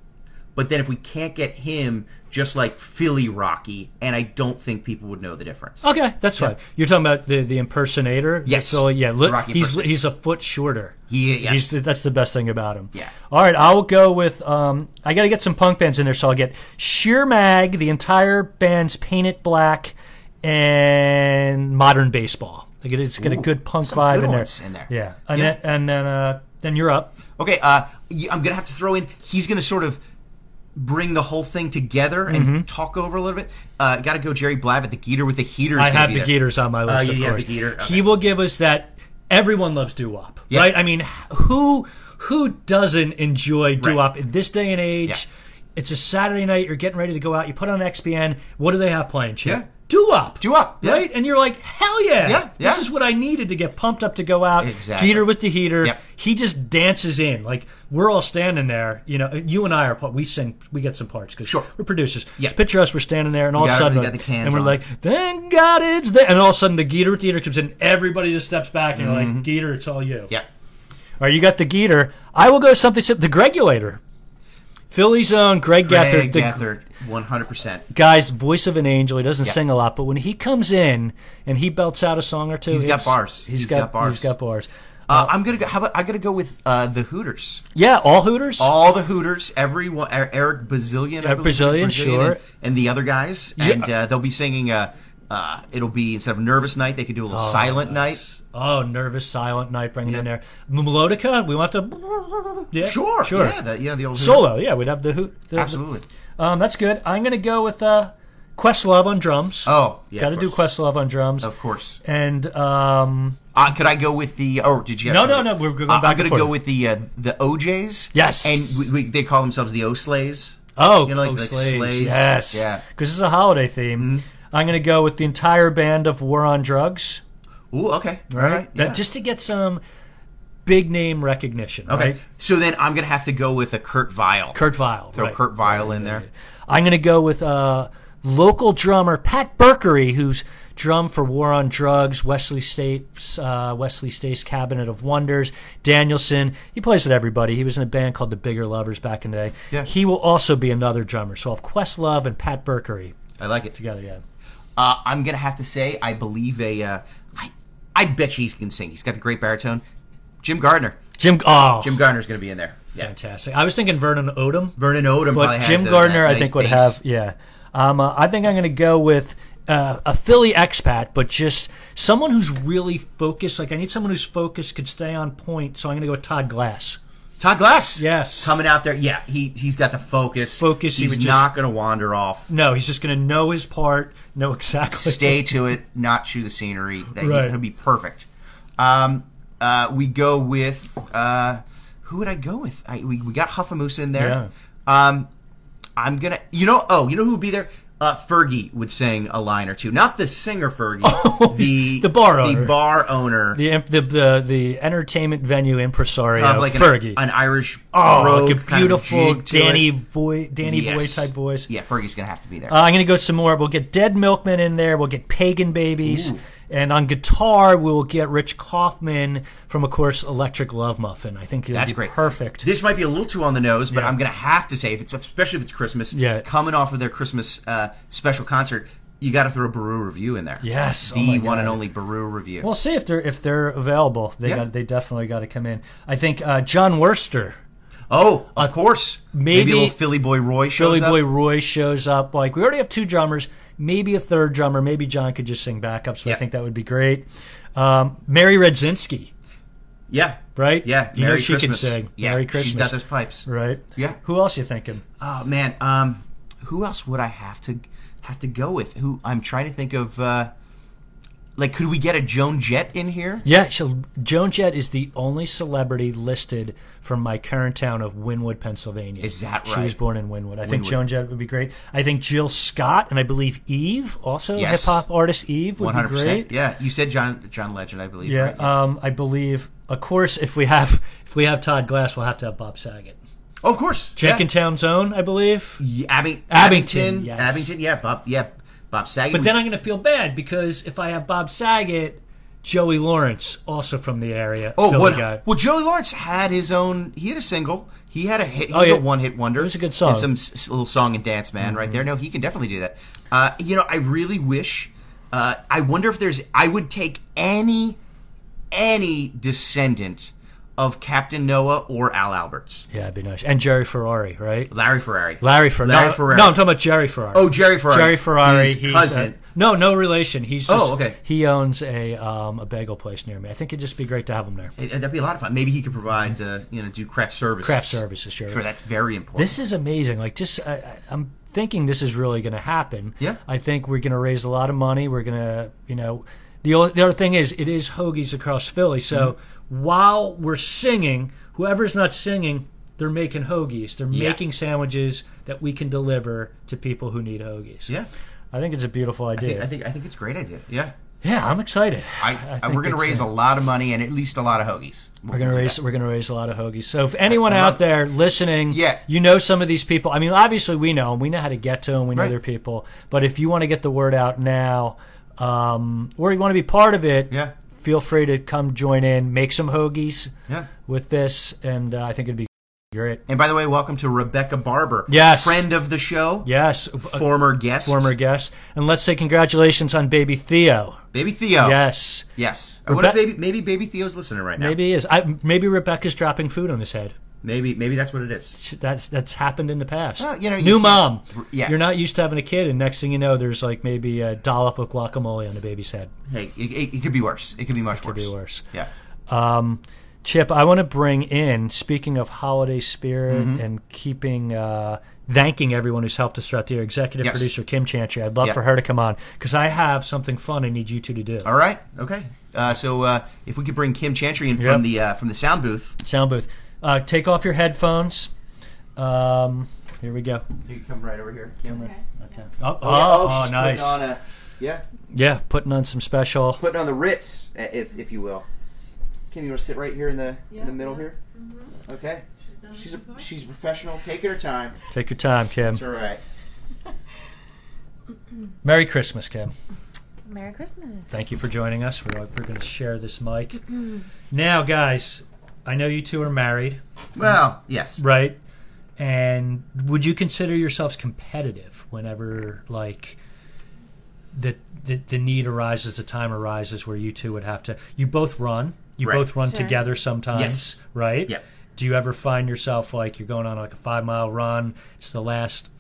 [SPEAKER 2] but then if we can't get him, just like Philly Rocky, and I don't think people would know the difference.
[SPEAKER 1] okay. That's fine. You're talking about the the impersonator.
[SPEAKER 2] Yes.
[SPEAKER 1] So yeah, look,
[SPEAKER 2] Rocky
[SPEAKER 1] he's
[SPEAKER 2] impersonator.
[SPEAKER 1] he's a foot shorter.
[SPEAKER 2] He- yes.
[SPEAKER 1] He's- that's the best thing about him.
[SPEAKER 2] Yeah.
[SPEAKER 1] All right, I will go with. Um, I got to get some punk bands in there, so I'll get Sheer Mag, the entire band's Paint It Black, and Modern Baseball. Like it- it's got a
[SPEAKER 2] Ooh,
[SPEAKER 1] good punk
[SPEAKER 2] some
[SPEAKER 1] vibe
[SPEAKER 2] good
[SPEAKER 1] in, there.
[SPEAKER 2] ones in there.
[SPEAKER 1] Yeah, and
[SPEAKER 2] Yeah.
[SPEAKER 1] then and then uh, then you're up.
[SPEAKER 2] Okay, uh, y- I'm gonna have to throw in. He's gonna sort of bring the whole thing together and
[SPEAKER 1] Mm-hmm.
[SPEAKER 2] talk over a little bit. Uh, Got to go, Jerry Blav at the Geeter with the heaters.
[SPEAKER 1] I
[SPEAKER 2] gonna
[SPEAKER 1] have
[SPEAKER 2] be
[SPEAKER 1] the
[SPEAKER 2] there.
[SPEAKER 1] Geeters on my list.
[SPEAKER 2] Oh,
[SPEAKER 1] of
[SPEAKER 2] you have
[SPEAKER 1] course,
[SPEAKER 2] the Geeter? Okay.
[SPEAKER 1] he will give us that. Everyone loves doo wop, right? I mean, who who doesn't enjoy doo wop in this day and age? It's a Saturday night. You're getting ready to go out. You put on XBN. What do they have playing? Chip?
[SPEAKER 2] Yeah.
[SPEAKER 1] doo wop,
[SPEAKER 2] Doo-wop, yeah.
[SPEAKER 1] right? And you're like, hell yeah,
[SPEAKER 2] Yeah,
[SPEAKER 1] This
[SPEAKER 2] yeah.
[SPEAKER 1] is what I needed to get pumped up to go out.
[SPEAKER 2] Exactly.
[SPEAKER 1] Geeter with the heater.
[SPEAKER 2] Yep.
[SPEAKER 1] He just dances in. Like we're all standing there. You know, you and I are. part- We sing. We get some parts because
[SPEAKER 2] Sure.
[SPEAKER 1] we're producers.
[SPEAKER 2] Yeah.
[SPEAKER 1] Just picture us. We're standing there, and all of a
[SPEAKER 2] got-
[SPEAKER 1] sudden,
[SPEAKER 2] they got the cans
[SPEAKER 1] and we're
[SPEAKER 2] on.
[SPEAKER 1] like, thank God it's there. And all of a sudden, the Geeter theater comes in. Everybody just steps back and you're like, Geeter, it's all you.
[SPEAKER 2] Mm-hmm. Yeah.
[SPEAKER 1] All right, you got the Geeter. I will go something sim- the Gregulator. Philly's own Greg,
[SPEAKER 2] Greg
[SPEAKER 1] Gethard, the
[SPEAKER 2] Gethard, 100%.
[SPEAKER 1] guy's voice of an angel. He doesn't sing a lot, but when he comes in and he belts out a song or two,
[SPEAKER 2] He's got
[SPEAKER 1] it's-
[SPEAKER 2] bars. He's got bars.
[SPEAKER 1] He's got bars.
[SPEAKER 2] Uh, I'm gonna go. How about I gotta go with uh, the Hooters?
[SPEAKER 1] Yeah, all Hooters.
[SPEAKER 2] All the Hooters, everyone. Er- Eric Bazillion, I believe,
[SPEAKER 1] Bazillion, sure.
[SPEAKER 2] and, and the other guys, and uh, they'll be singing. Uh, uh, it'll be instead of nervous night, they could do a little silent
[SPEAKER 1] Oh, nervous, silent night, bringing in there melodica. We want to. Yeah,
[SPEAKER 2] night. Sure,
[SPEAKER 1] sure.
[SPEAKER 2] Yeah, the, yeah, the old Hooters.
[SPEAKER 1] Solo, yeah, we'd have the hoot. the-
[SPEAKER 2] Absolutely.
[SPEAKER 1] Um, that's good. I'm going to go with uh, Questlove on drums.
[SPEAKER 2] Oh, yeah,
[SPEAKER 1] got to
[SPEAKER 2] of
[SPEAKER 1] do
[SPEAKER 2] course.
[SPEAKER 1] Questlove on drums.
[SPEAKER 2] Of course.
[SPEAKER 1] And um,
[SPEAKER 2] Uh, could I go with the? Oh, did you? Have
[SPEAKER 1] No,
[SPEAKER 2] somebody-
[SPEAKER 1] no, no, we're going
[SPEAKER 2] Uh,
[SPEAKER 1] back
[SPEAKER 2] I'm
[SPEAKER 1] and
[SPEAKER 2] gonna
[SPEAKER 1] forth.
[SPEAKER 2] go with the uh, the OJ's.
[SPEAKER 1] Yes.
[SPEAKER 2] and we, we, they call themselves the O'Slays.
[SPEAKER 1] oh,
[SPEAKER 2] You know, like-
[SPEAKER 1] oh,
[SPEAKER 2] like
[SPEAKER 1] Slays,
[SPEAKER 2] Slays.
[SPEAKER 1] yes,
[SPEAKER 2] Yeah. Mm-hmm.
[SPEAKER 1] because it's a holiday theme. I'm going to go with the entire band of War on Drugs.
[SPEAKER 2] Ooh, okay,
[SPEAKER 1] Right, that,
[SPEAKER 2] yeah.
[SPEAKER 1] just to get some big name recognition.
[SPEAKER 2] okay.
[SPEAKER 1] right?
[SPEAKER 2] So then I'm gonna have to go with a Kurt Vile.
[SPEAKER 1] Kurt Vile.
[SPEAKER 2] Throw
[SPEAKER 1] right.
[SPEAKER 2] Kurt Vile in there.
[SPEAKER 1] I'm going to go with uh, local drummer Pat Berkery, who's drummed for War on Drugs, Wesley States, uh, Wesley States Cabinet of Wonders, Danielson. He plays with everybody. He was in a band called the Bigger Lovers back in the day.
[SPEAKER 2] Yeah.
[SPEAKER 1] He will also be another drummer. So I'll have Questlove and Pat Berkery
[SPEAKER 2] I like it.
[SPEAKER 1] together. Yeah.
[SPEAKER 2] Uh, I'm gonna have to say I believe a. Uh, I, I bet you he can sing. He's got the great baritone. Jim Gardner.
[SPEAKER 1] Jim. Oh,
[SPEAKER 2] Jim Gardner's gonna be in there. Yeah.
[SPEAKER 1] fantastic. I was thinking Vernon Odom.
[SPEAKER 2] Vernon Odom. probably
[SPEAKER 1] But
[SPEAKER 2] has
[SPEAKER 1] Jim
[SPEAKER 2] that-
[SPEAKER 1] Gardner,
[SPEAKER 2] that
[SPEAKER 1] I
[SPEAKER 2] nice
[SPEAKER 1] think, would
[SPEAKER 2] bass.
[SPEAKER 1] have. Yeah, um, uh, I think I'm going to go with uh, a Philly expat, but just someone who's really focused. Like I need someone who's focused, could stay on point. So I'm going to go with Todd Glass.
[SPEAKER 2] Todd Glass.
[SPEAKER 1] Yes.
[SPEAKER 2] Coming out there. Yeah. He he's got the focus.
[SPEAKER 1] Focus, he
[SPEAKER 2] He's
[SPEAKER 1] would just-
[SPEAKER 2] not gonna wander off.
[SPEAKER 1] No, he's just going to know his part, know exactly.
[SPEAKER 2] Stay to it. Not chew the scenery. That
[SPEAKER 1] Right.
[SPEAKER 2] He'll be perfect. Um. Uh. We go with. Uh. who would I go with? I, we, we got Huffamoose in
[SPEAKER 1] Yeah.
[SPEAKER 2] there. Um, I'm gonna, you know, oh, you know who would be there? Uh, Fergie would sing a line or two. Not the singer Fergie, the
[SPEAKER 1] Oh, the bar owner.
[SPEAKER 2] the bar owner
[SPEAKER 1] The, imp- the the the entertainment venue impresario
[SPEAKER 2] of like an,
[SPEAKER 1] Fergie.
[SPEAKER 2] an Irish
[SPEAKER 1] oh,
[SPEAKER 2] brogue
[SPEAKER 1] like a
[SPEAKER 2] kind of
[SPEAKER 1] beautiful
[SPEAKER 2] jig to
[SPEAKER 1] Danny
[SPEAKER 2] it.
[SPEAKER 1] boy Danny
[SPEAKER 2] Yes.
[SPEAKER 1] boy type voice.
[SPEAKER 2] Yeah, Fergie's gonna have to be there.
[SPEAKER 1] Uh, I'm gonna go some more. We'll get Dead Milkman in there. We'll get Pagan Babies,
[SPEAKER 2] Ooh.
[SPEAKER 1] and on guitar we'll get Rich Kaufman from, of course, Electric Love Muffin. I think it'll
[SPEAKER 2] That's
[SPEAKER 1] be
[SPEAKER 2] great.
[SPEAKER 1] perfect.
[SPEAKER 2] This might be a little too on the nose, but I'm gonna have to say, if it's especially if it's Christmas,
[SPEAKER 1] Yeah.
[SPEAKER 2] coming off of their Christmas uh, special concert, you got to throw Baru review in there.
[SPEAKER 1] Yes.
[SPEAKER 2] the
[SPEAKER 1] Oh my
[SPEAKER 2] one
[SPEAKER 1] God.
[SPEAKER 2] and only Baru review.
[SPEAKER 1] We'll see if they're if they're available. They
[SPEAKER 2] Yeah.
[SPEAKER 1] got they definitely got to come in. I think uh, John Worster,
[SPEAKER 2] oh, of course, maybe,
[SPEAKER 1] maybe
[SPEAKER 2] a little Philly Boy Roy shows
[SPEAKER 1] Billy
[SPEAKER 2] up.
[SPEAKER 1] Boy Roy shows up. Like we already have two drummers, maybe a third drummer. Maybe John could just sing backup. So I
[SPEAKER 2] Yeah.
[SPEAKER 1] think that would be great. Um, Mary Redzinski,
[SPEAKER 2] Yeah,
[SPEAKER 1] right?
[SPEAKER 2] yeah.
[SPEAKER 1] you know
[SPEAKER 2] Merry
[SPEAKER 1] she
[SPEAKER 2] Christmas.
[SPEAKER 1] can sing.
[SPEAKER 2] Yeah,
[SPEAKER 1] Merry
[SPEAKER 2] She's
[SPEAKER 1] Christmas,
[SPEAKER 2] got those pipes.
[SPEAKER 1] right?
[SPEAKER 2] Yeah.
[SPEAKER 1] Who else you thinking?
[SPEAKER 2] Oh man, um, who else would I have to have to go with? Who I'm trying to think of. Uh, like, could we get a Joan Jett in here?
[SPEAKER 1] Yeah, so Joan Jett is the only celebrity listed from my current town of Wynwood, Pennsylvania.
[SPEAKER 2] Is that
[SPEAKER 1] She was
[SPEAKER 2] right?
[SPEAKER 1] born in Wynwood. I think
[SPEAKER 2] Wynwood.
[SPEAKER 1] Joan Jett would be great. I think Jill Scott and I believe Eve, also hip
[SPEAKER 2] Yes.
[SPEAKER 1] hop artist Eve, would
[SPEAKER 2] One hundred
[SPEAKER 1] be great.
[SPEAKER 2] percent. Yeah, you said John John Legend, I believe.
[SPEAKER 1] Yeah,
[SPEAKER 2] right?
[SPEAKER 1] um, I believe. Of course, if we have if we have Todd Glass, we'll have to have Bob Saget.
[SPEAKER 2] Oh, of course.
[SPEAKER 1] Jenkintown's own, I believe.
[SPEAKER 2] Yeah. Abby-
[SPEAKER 1] Abington,
[SPEAKER 2] Abington. Abington.
[SPEAKER 1] yes.
[SPEAKER 2] Yeah. Bob. Yeah. Bob Saget.
[SPEAKER 1] But then I'm going to feel bad because if I have Bob Saget, Joey Lawrence, also from the area,
[SPEAKER 2] oh,
[SPEAKER 1] Philly
[SPEAKER 2] what?
[SPEAKER 1] guy.
[SPEAKER 2] Well, Joey Lawrence had his own. He had a single. He had a hit. He was
[SPEAKER 1] Oh, yeah.
[SPEAKER 2] a one-hit wonder. It
[SPEAKER 1] was a good song. Mm-hmm.
[SPEAKER 2] And some s- s- little song and dance man right there. No, he can definitely do that. Uh, you know, I really wish. Uh, I wonder if there's. I would take any, any descendant of Captain Noah or Al Alberts,
[SPEAKER 1] Yeah, it'd be nice. And Jerry Ferrari, right?
[SPEAKER 2] Larry Ferrari,
[SPEAKER 1] Larry Ferrari.
[SPEAKER 2] Larry
[SPEAKER 1] no,
[SPEAKER 2] Ferrari.
[SPEAKER 1] No, I'm talking about Jerry Ferrari.
[SPEAKER 2] Oh, Jerry Ferrari.
[SPEAKER 1] Jerry Ferrari.
[SPEAKER 2] His
[SPEAKER 1] he's
[SPEAKER 2] cousin.
[SPEAKER 1] A, no, no relation. He's
[SPEAKER 2] Oh,
[SPEAKER 1] just,
[SPEAKER 2] okay.
[SPEAKER 1] He owns a um, a bagel place near me. I think it'd just be great to have him there.
[SPEAKER 2] Hey, Eh, That'd be a lot of fun. Maybe he could provide, uh, you know, do craft services.
[SPEAKER 1] Craft services, sure.
[SPEAKER 2] Sure, that's very important.
[SPEAKER 1] This is amazing. Like, just I, I- I'm thinking this is really going to happen.
[SPEAKER 2] Yeah.
[SPEAKER 1] I think we're going to raise a lot of money. We're going to, you know, the o- the other thing is it is hoagies across Philly. So
[SPEAKER 2] Mm-hmm.
[SPEAKER 1] while we're singing, whoever's not singing, they're making hoagies. They're
[SPEAKER 2] Yeah.
[SPEAKER 1] making sandwiches that we can deliver to people who need hoagies.
[SPEAKER 2] yeah,
[SPEAKER 1] I think it's a beautiful
[SPEAKER 2] I
[SPEAKER 1] idea.
[SPEAKER 2] think, I think I think it's a great idea. Yeah,
[SPEAKER 1] yeah, I'm excited.
[SPEAKER 2] I, I-
[SPEAKER 1] think
[SPEAKER 2] we're going to
[SPEAKER 1] it's,
[SPEAKER 2] raise
[SPEAKER 1] uh,
[SPEAKER 2] a lot of money and at least a lot of hoagies.
[SPEAKER 1] We're gonna raise we're gonna raise a lot of hoagies. So if anyone out there listening,
[SPEAKER 2] Yeah.
[SPEAKER 1] you know some of these people. I mean, obviously we know them. We know how to get to them. We know
[SPEAKER 2] Right.
[SPEAKER 1] their people. But if you want to get the word out now, um, or you want to be part of it,
[SPEAKER 2] Yeah.
[SPEAKER 1] feel free to come join in, make some hoagies
[SPEAKER 2] Yeah.
[SPEAKER 1] with this, and uh, I think it'd be great.
[SPEAKER 2] And by the way, welcome to Rebecca Barber.
[SPEAKER 1] Yes.
[SPEAKER 2] friend of the show.
[SPEAKER 1] Yes, a
[SPEAKER 2] former guest.
[SPEAKER 1] former guest, and let's say congratulations on baby Theo.
[SPEAKER 2] baby Theo.
[SPEAKER 1] Yes,
[SPEAKER 2] Yes. I wonder if
[SPEAKER 1] Rebe-
[SPEAKER 2] baby, maybe baby Theo's listening right now.
[SPEAKER 1] maybe he is I, maybe Rebecca's dropping food on his head.
[SPEAKER 2] Maybe maybe that's what it is.
[SPEAKER 1] that's that's happened in the past.
[SPEAKER 2] Well, you know, you
[SPEAKER 1] new
[SPEAKER 2] can't-
[SPEAKER 1] mom.
[SPEAKER 2] yeah.
[SPEAKER 1] you're not used to having a kid, and next thing you know, there's like maybe a dollop of guacamole on the baby's head.
[SPEAKER 2] Hey, it, it, it could be worse. It could be much
[SPEAKER 1] Could
[SPEAKER 2] worse.
[SPEAKER 1] be worse.
[SPEAKER 2] Yeah.
[SPEAKER 1] Um, Chip, I want to bring in. Speaking of holiday spirit
[SPEAKER 2] Mm-hmm.
[SPEAKER 1] and keeping. Uh, Thanking everyone who's helped us throughout the year, executive
[SPEAKER 2] Yes.
[SPEAKER 1] producer Kim Chantry. I'd love
[SPEAKER 2] Yeah.
[SPEAKER 1] for her to come on because I have something fun I need you two to do.
[SPEAKER 2] All right. Okay. Uh, so uh, if we could bring Kim Chantry in
[SPEAKER 1] Yep.
[SPEAKER 2] from the uh, from the sound booth.
[SPEAKER 1] Sound booth. Uh, take off your headphones. Um, here we go.
[SPEAKER 2] You can come right over here. Kim.
[SPEAKER 1] Okay. Oh, oh, oh, nice.
[SPEAKER 2] yeah.
[SPEAKER 1] yeah, putting on some special.
[SPEAKER 2] putting on the Ritz, uh, if if you will. Kim, you want to sit right here in the in
[SPEAKER 3] Yeah,
[SPEAKER 2] the middle
[SPEAKER 3] yeah. Mm-hmm.
[SPEAKER 2] here? Okay.
[SPEAKER 3] done
[SPEAKER 2] She's
[SPEAKER 3] this
[SPEAKER 2] a
[SPEAKER 3] before?
[SPEAKER 2] she's a professional, taking her time.
[SPEAKER 1] Take your time, Kim.
[SPEAKER 2] It's all right.
[SPEAKER 1] Merry Christmas, Kim.
[SPEAKER 3] Merry Christmas.
[SPEAKER 1] Thank you for joining us. We're, we're going to share this mic. now, guys, I know you two are married,
[SPEAKER 2] Well, yes.
[SPEAKER 1] right? And would you consider yourselves competitive whenever, like, the, the, the need arises, the time arises where you two would have to. You both run. You
[SPEAKER 2] Right.
[SPEAKER 1] both run
[SPEAKER 3] Sure.
[SPEAKER 1] together sometimes,
[SPEAKER 2] Yes.
[SPEAKER 1] right?
[SPEAKER 2] Yep.
[SPEAKER 1] Do you ever find yourself like you're going on like a five mile run? It's the last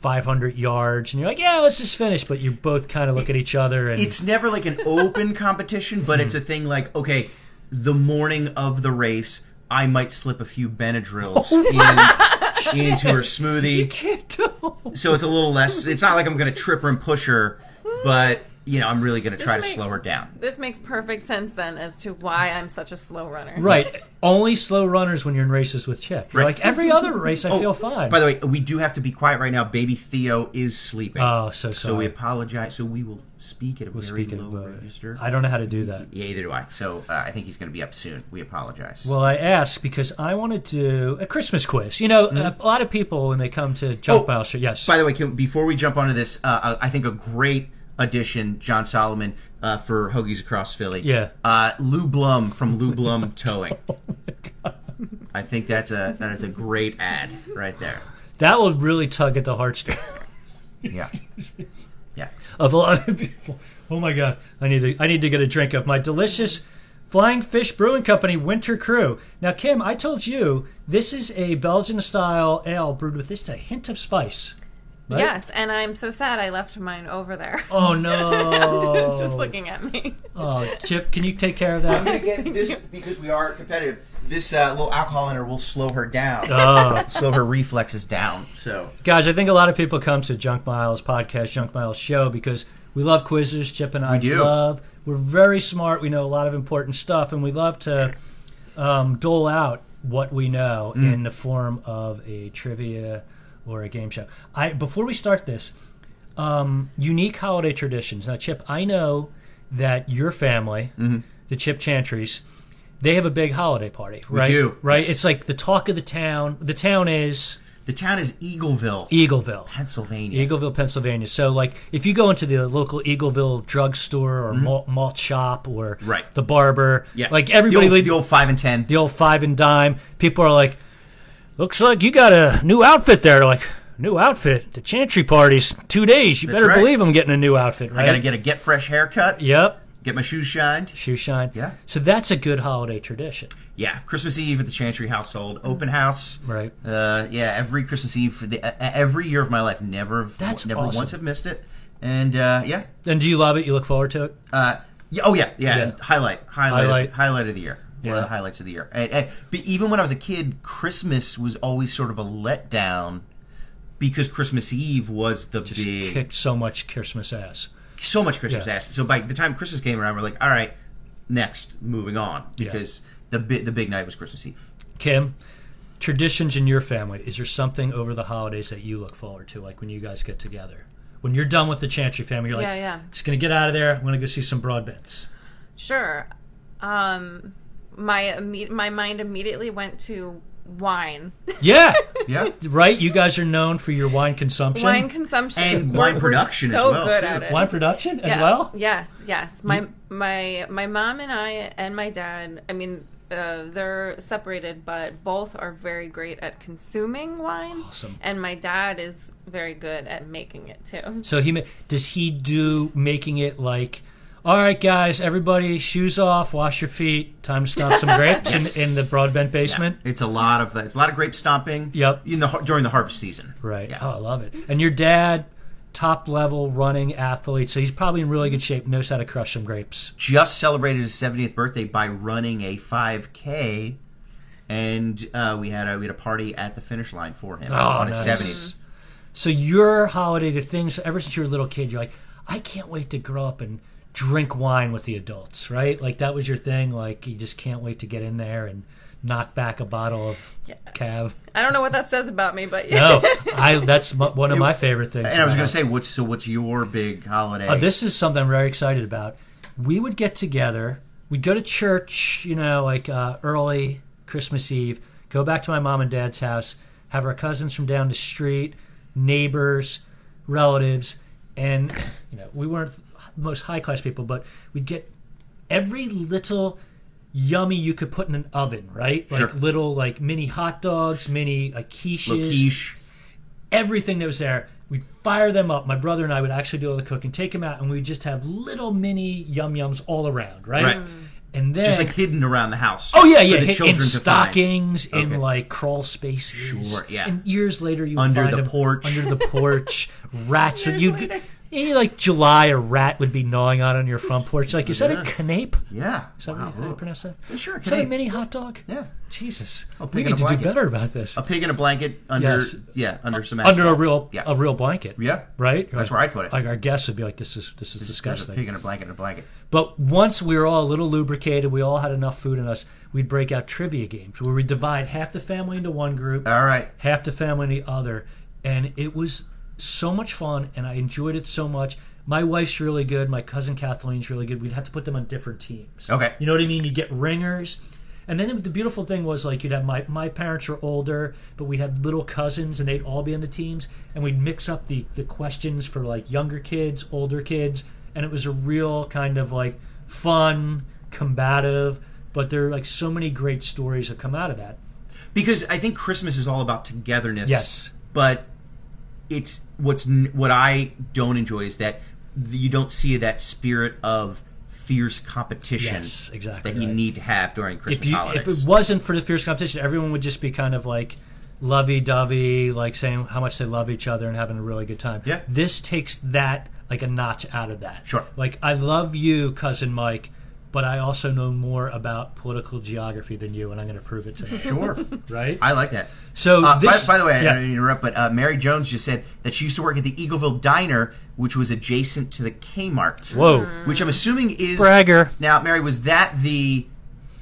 [SPEAKER 1] 500 yards, and you're like, yeah, let's just finish. But you both kind of look at each other and
[SPEAKER 2] It's never like an open competition, but it's a thing like okay, the morning of the race, I might slip a few Benadryls
[SPEAKER 1] Oh,
[SPEAKER 2] in, into her smoothie,
[SPEAKER 1] can't do.
[SPEAKER 2] so it's a little less. It's not like I'm going to trip her and push her, but you know, I'm really going to try to
[SPEAKER 3] makes-
[SPEAKER 2] slow her down.
[SPEAKER 3] This makes perfect sense then as to why I'm such a slow runner.
[SPEAKER 1] Right. Only slow runners when you're in races with Chick. You're
[SPEAKER 2] Right.
[SPEAKER 1] Like every other race, I feel
[SPEAKER 2] Oh,
[SPEAKER 1] fine.
[SPEAKER 2] By the way, we do have to be quiet right now. Baby Theo is sleeping.
[SPEAKER 1] oh, so sorry.
[SPEAKER 2] so we apologize. So we will speak at a very
[SPEAKER 1] Speaking
[SPEAKER 2] low
[SPEAKER 1] of, uh,
[SPEAKER 2] register.
[SPEAKER 1] I don't know how to do that.
[SPEAKER 2] yeah, either do I. So uh, I think he's going to be up soon. We apologize.
[SPEAKER 1] Well, I asked because I want to do a Christmas quiz. You know, a lot of people when they come to Jump
[SPEAKER 2] Hmm? Oh,
[SPEAKER 1] Mile Show, yes.
[SPEAKER 2] By the way, can, before we jump onto this, uh, I I think a great addition, John Solomon uh, for Hoagies Across Philly.
[SPEAKER 1] Yeah.
[SPEAKER 2] Uh, Lou Blum from Lou Blum Towing. I think that's a that is a great ad right there.
[SPEAKER 1] that will really tug at the heartstrings
[SPEAKER 2] Yeah. Yeah.
[SPEAKER 1] of a lot of people. Oh my God, I need to I need to get a drink of my delicious Flying Fish Brewing Company Winter Crew. Now, Kim, I told you this is a Belgian style ale brewed with just a hint of spice. right?
[SPEAKER 3] Yes, and I'm so sad I left mine over there.
[SPEAKER 1] Oh no!
[SPEAKER 3] It's just looking at me.
[SPEAKER 1] Oh, Chip, can you take care of that?
[SPEAKER 2] Again, this because we are competitive. This uh, little alcohol in her will slow her down,
[SPEAKER 1] Oh.
[SPEAKER 2] slow her reflexes down. So
[SPEAKER 1] Guys, I think a lot of people come to Junk Miles podcast, Junk Miles show because we love quizzes. Chip and I
[SPEAKER 2] do.
[SPEAKER 1] love. We're very smart. We know a lot of important stuff, and we love to um, dole out what we know
[SPEAKER 2] Mm.
[SPEAKER 1] in the form of a trivia or a game show. I before we start this, um, unique holiday traditions. Now, Chip, I know that your family,
[SPEAKER 2] Mm-hmm.
[SPEAKER 1] the Chip Chantries, they have a big holiday party, right?
[SPEAKER 2] do,
[SPEAKER 1] Right?
[SPEAKER 2] yes.
[SPEAKER 1] It's like the talk of the town. The town is
[SPEAKER 2] the town is
[SPEAKER 1] E-
[SPEAKER 2] Eagleville,
[SPEAKER 1] Eagleville.
[SPEAKER 2] Pennsylvania.
[SPEAKER 1] Eagleville, Pennsylvania. So, like, if you go into the local Eagleville drugstore or malt, malt shop or
[SPEAKER 2] Mm-hmm. Right.
[SPEAKER 1] the barber,
[SPEAKER 2] yeah.
[SPEAKER 1] like everybody,
[SPEAKER 2] the old,
[SPEAKER 1] the
[SPEAKER 2] the old five and ten.
[SPEAKER 1] the old five and dime, people are like, "Looks like you got a new outfit there." They're like, "New outfit? The Chantry parties, two days. You better
[SPEAKER 2] right.
[SPEAKER 1] believe I'm getting a new outfit, right?"
[SPEAKER 2] I got to get a get fresh haircut.
[SPEAKER 1] Yep,
[SPEAKER 2] Get my shoes shined.
[SPEAKER 1] shoe shine.
[SPEAKER 2] Yeah.
[SPEAKER 1] So that's a good holiday tradition.
[SPEAKER 2] Yeah, Christmas Eve at the Chantry household, open house.
[SPEAKER 1] Right.
[SPEAKER 2] Uh, yeah, every Christmas Eve for the uh, every year of my life, never have-
[SPEAKER 1] That's
[SPEAKER 2] never
[SPEAKER 1] awesome.
[SPEAKER 2] once have missed it. And uh, yeah,
[SPEAKER 1] And do you love it? You look forward to it?
[SPEAKER 2] uh, yeah, oh yeah, yeah,
[SPEAKER 1] Yeah.
[SPEAKER 2] and highlight, highlight,
[SPEAKER 1] Highlight.
[SPEAKER 2] highlight, highlight of the year. One
[SPEAKER 1] Yeah.
[SPEAKER 2] of the highlights of the year. And, and- but even when I was a kid, Christmas was always sort of a letdown because Christmas Eve was the
[SPEAKER 1] Just
[SPEAKER 2] big,
[SPEAKER 1] kicked so much Christmas ass.
[SPEAKER 2] so much Christmas
[SPEAKER 1] Yeah.
[SPEAKER 2] ass. So by the time Christmas came around, we're like, all right, next, moving on
[SPEAKER 1] Yeah.
[SPEAKER 2] because the bi- the big night was Christmas Eve.
[SPEAKER 1] Kim, traditions in your family. Is there something over the holidays that you look forward to, like when you guys get together? When you're done with the Chantry family, you're like,
[SPEAKER 3] Yeah, yeah.
[SPEAKER 1] just gonna get out of there. I'm gonna go see some Broadbents.
[SPEAKER 3] Sure. Um, my imme- my mind immediately went to wine,
[SPEAKER 1] Yeah,
[SPEAKER 2] Yeah.
[SPEAKER 1] right. You guys are known for your wine consumption,
[SPEAKER 3] wine consumption,
[SPEAKER 2] And
[SPEAKER 3] We're-
[SPEAKER 2] wine
[SPEAKER 3] we're
[SPEAKER 2] production as
[SPEAKER 3] so
[SPEAKER 2] well,
[SPEAKER 3] Good
[SPEAKER 2] too.
[SPEAKER 3] at it.
[SPEAKER 1] wine production as
[SPEAKER 3] Yeah.
[SPEAKER 1] well. Mm-hmm.
[SPEAKER 3] Yes, yes. My my my mom and I and my dad. I mean, uh, they're separated, but both are very great at consuming wine.
[SPEAKER 1] Awesome.
[SPEAKER 3] And my dad is very good at making it too.
[SPEAKER 1] So he ma- does he do making it like, all right, guys, everybody, shoes off, wash your feet. Time to stomp some grapes
[SPEAKER 2] Yes.
[SPEAKER 1] in, in the Broadbent basement.
[SPEAKER 2] It's a lot of it's a lot of grape stomping.
[SPEAKER 1] Yep.
[SPEAKER 2] In the har- during the harvest season.
[SPEAKER 1] Right.
[SPEAKER 2] Yeah.
[SPEAKER 1] Oh, I love it. And your dad, top level running athlete, so he's probably in really good
[SPEAKER 2] Mm-hmm.
[SPEAKER 1] shape. Knows how to crush some grapes.
[SPEAKER 2] Just celebrated his 70th birthday by running a 5K, and uh, we had a we had a party at the finish line for him on his
[SPEAKER 1] Oh, nice.
[SPEAKER 2] 70th.
[SPEAKER 3] Mm-hmm.
[SPEAKER 1] So your holiday to things ever since you were a little kid, you're like, I can't wait to grow up and drink wine with the adults, right? Like that was your thing. Like you just can't wait to get in there and knock back a bottle of Cav.
[SPEAKER 3] I don't know what that says about me, but yeah.
[SPEAKER 1] No, I that's m- one of my favorite things.
[SPEAKER 2] And I was
[SPEAKER 1] about-
[SPEAKER 2] going to say, what's so what's your big holiday?
[SPEAKER 1] Uh, this is something I'm very excited about. We would get together. We'd go to church, you know, like uh, early Christmas Eve. Go back to my mom and dad's house. Have our cousins from down the street, neighbors, relatives, and you know, we weren't the most high class people, but we'd get every little yummy you could put in an oven, right? Like
[SPEAKER 2] Sure.
[SPEAKER 1] little like mini hot dogs, mini like quiches
[SPEAKER 2] Little quiche.
[SPEAKER 1] everything that was there. We'd fire them up. My brother and I would actually do all the cooking, take them out, and we'd just have little mini yum yums all around, right? Mm-hmm.
[SPEAKER 2] Right.
[SPEAKER 1] And then,
[SPEAKER 2] Just like hidden around the house.
[SPEAKER 1] oh yeah,
[SPEAKER 2] for
[SPEAKER 1] yeah,
[SPEAKER 2] the
[SPEAKER 1] hi-
[SPEAKER 2] children
[SPEAKER 1] in
[SPEAKER 2] to find.
[SPEAKER 1] stockings,
[SPEAKER 2] Okay.
[SPEAKER 1] in like crawl spaces.
[SPEAKER 2] Sure, yeah.
[SPEAKER 1] And years later, you would
[SPEAKER 2] Under
[SPEAKER 1] find
[SPEAKER 2] the
[SPEAKER 1] them
[SPEAKER 2] porch.
[SPEAKER 1] under the porch, rats.
[SPEAKER 3] Years
[SPEAKER 1] you
[SPEAKER 3] later.
[SPEAKER 1] eh, like July, a rat would be gnawing on on your front porch. Like, is that a canape?
[SPEAKER 2] Yeah.
[SPEAKER 1] Is that
[SPEAKER 2] Wow,
[SPEAKER 1] how you
[SPEAKER 2] look.
[SPEAKER 1] pronounce that?
[SPEAKER 2] Sure,
[SPEAKER 1] Is that a
[SPEAKER 2] canape.
[SPEAKER 1] mini hot dog?
[SPEAKER 2] Yeah.
[SPEAKER 1] Jesus,
[SPEAKER 2] pig
[SPEAKER 1] we
[SPEAKER 2] in a
[SPEAKER 1] need to do
[SPEAKER 2] blanket.
[SPEAKER 1] better about this.
[SPEAKER 2] A pig in a blanket under
[SPEAKER 1] Yes.
[SPEAKER 2] yeah under some
[SPEAKER 1] Under a
[SPEAKER 2] asphalt.
[SPEAKER 1] real
[SPEAKER 2] yeah
[SPEAKER 1] a real blanket.
[SPEAKER 2] yeah
[SPEAKER 1] Right.
[SPEAKER 2] That's where I put it.
[SPEAKER 1] Like our guests would be like, this is this is
[SPEAKER 2] There's a
[SPEAKER 1] disgusting.
[SPEAKER 2] pig in a blanket in a blanket.
[SPEAKER 1] But once we were all a little lubricated, we all had enough food in us, we'd break out trivia games where we divide half the family into one group,
[SPEAKER 2] All right.
[SPEAKER 1] half the family into the other. And it was so much fun, and I enjoyed it so much. My wife's really good. My cousin Kathleen's really good. We'd have to put them on different teams.
[SPEAKER 2] Okay.
[SPEAKER 1] You know what I mean? You get ringers. And then the beautiful thing was like you'd have my my parents were older, but we'd have little cousins and they'd all be on the teams and we'd mix up the, the questions for like younger kids, older kids, and it was a real kind of like fun, combative, but there are like so many great stories have come out of that.
[SPEAKER 2] Because I think Christmas is all about togetherness.
[SPEAKER 1] Yes.
[SPEAKER 2] But it's what's n- what I don't enjoy is that th- you don't see that spirit of fierce competition
[SPEAKER 1] Yes, exactly
[SPEAKER 2] that you
[SPEAKER 1] right.
[SPEAKER 2] need to have during Christmas
[SPEAKER 1] if you
[SPEAKER 2] holidays.
[SPEAKER 1] if it wasn't for the fierce competition, everyone would just be kind of like lovey dovey, like saying how much they love each other and having a really good time.
[SPEAKER 2] Yeah.
[SPEAKER 1] This takes that like a notch out of that.
[SPEAKER 2] Sure.
[SPEAKER 1] Like I love you, cousin Mike, but I also know more about political geography than you, and I'm going to prove it to you.
[SPEAKER 2] sure.
[SPEAKER 1] right.
[SPEAKER 2] I like that.
[SPEAKER 1] so
[SPEAKER 2] Uh,
[SPEAKER 1] this,
[SPEAKER 2] by, by the way, I
[SPEAKER 1] yeah.
[SPEAKER 2] don't mean to interrupt, but uh, Mary Jones just said that she used to work at the Eagleville Diner, which was adjacent to the Kmart.
[SPEAKER 1] Whoa.
[SPEAKER 2] Which I'm assuming is
[SPEAKER 1] Bragger.
[SPEAKER 2] Now, Mary, was that the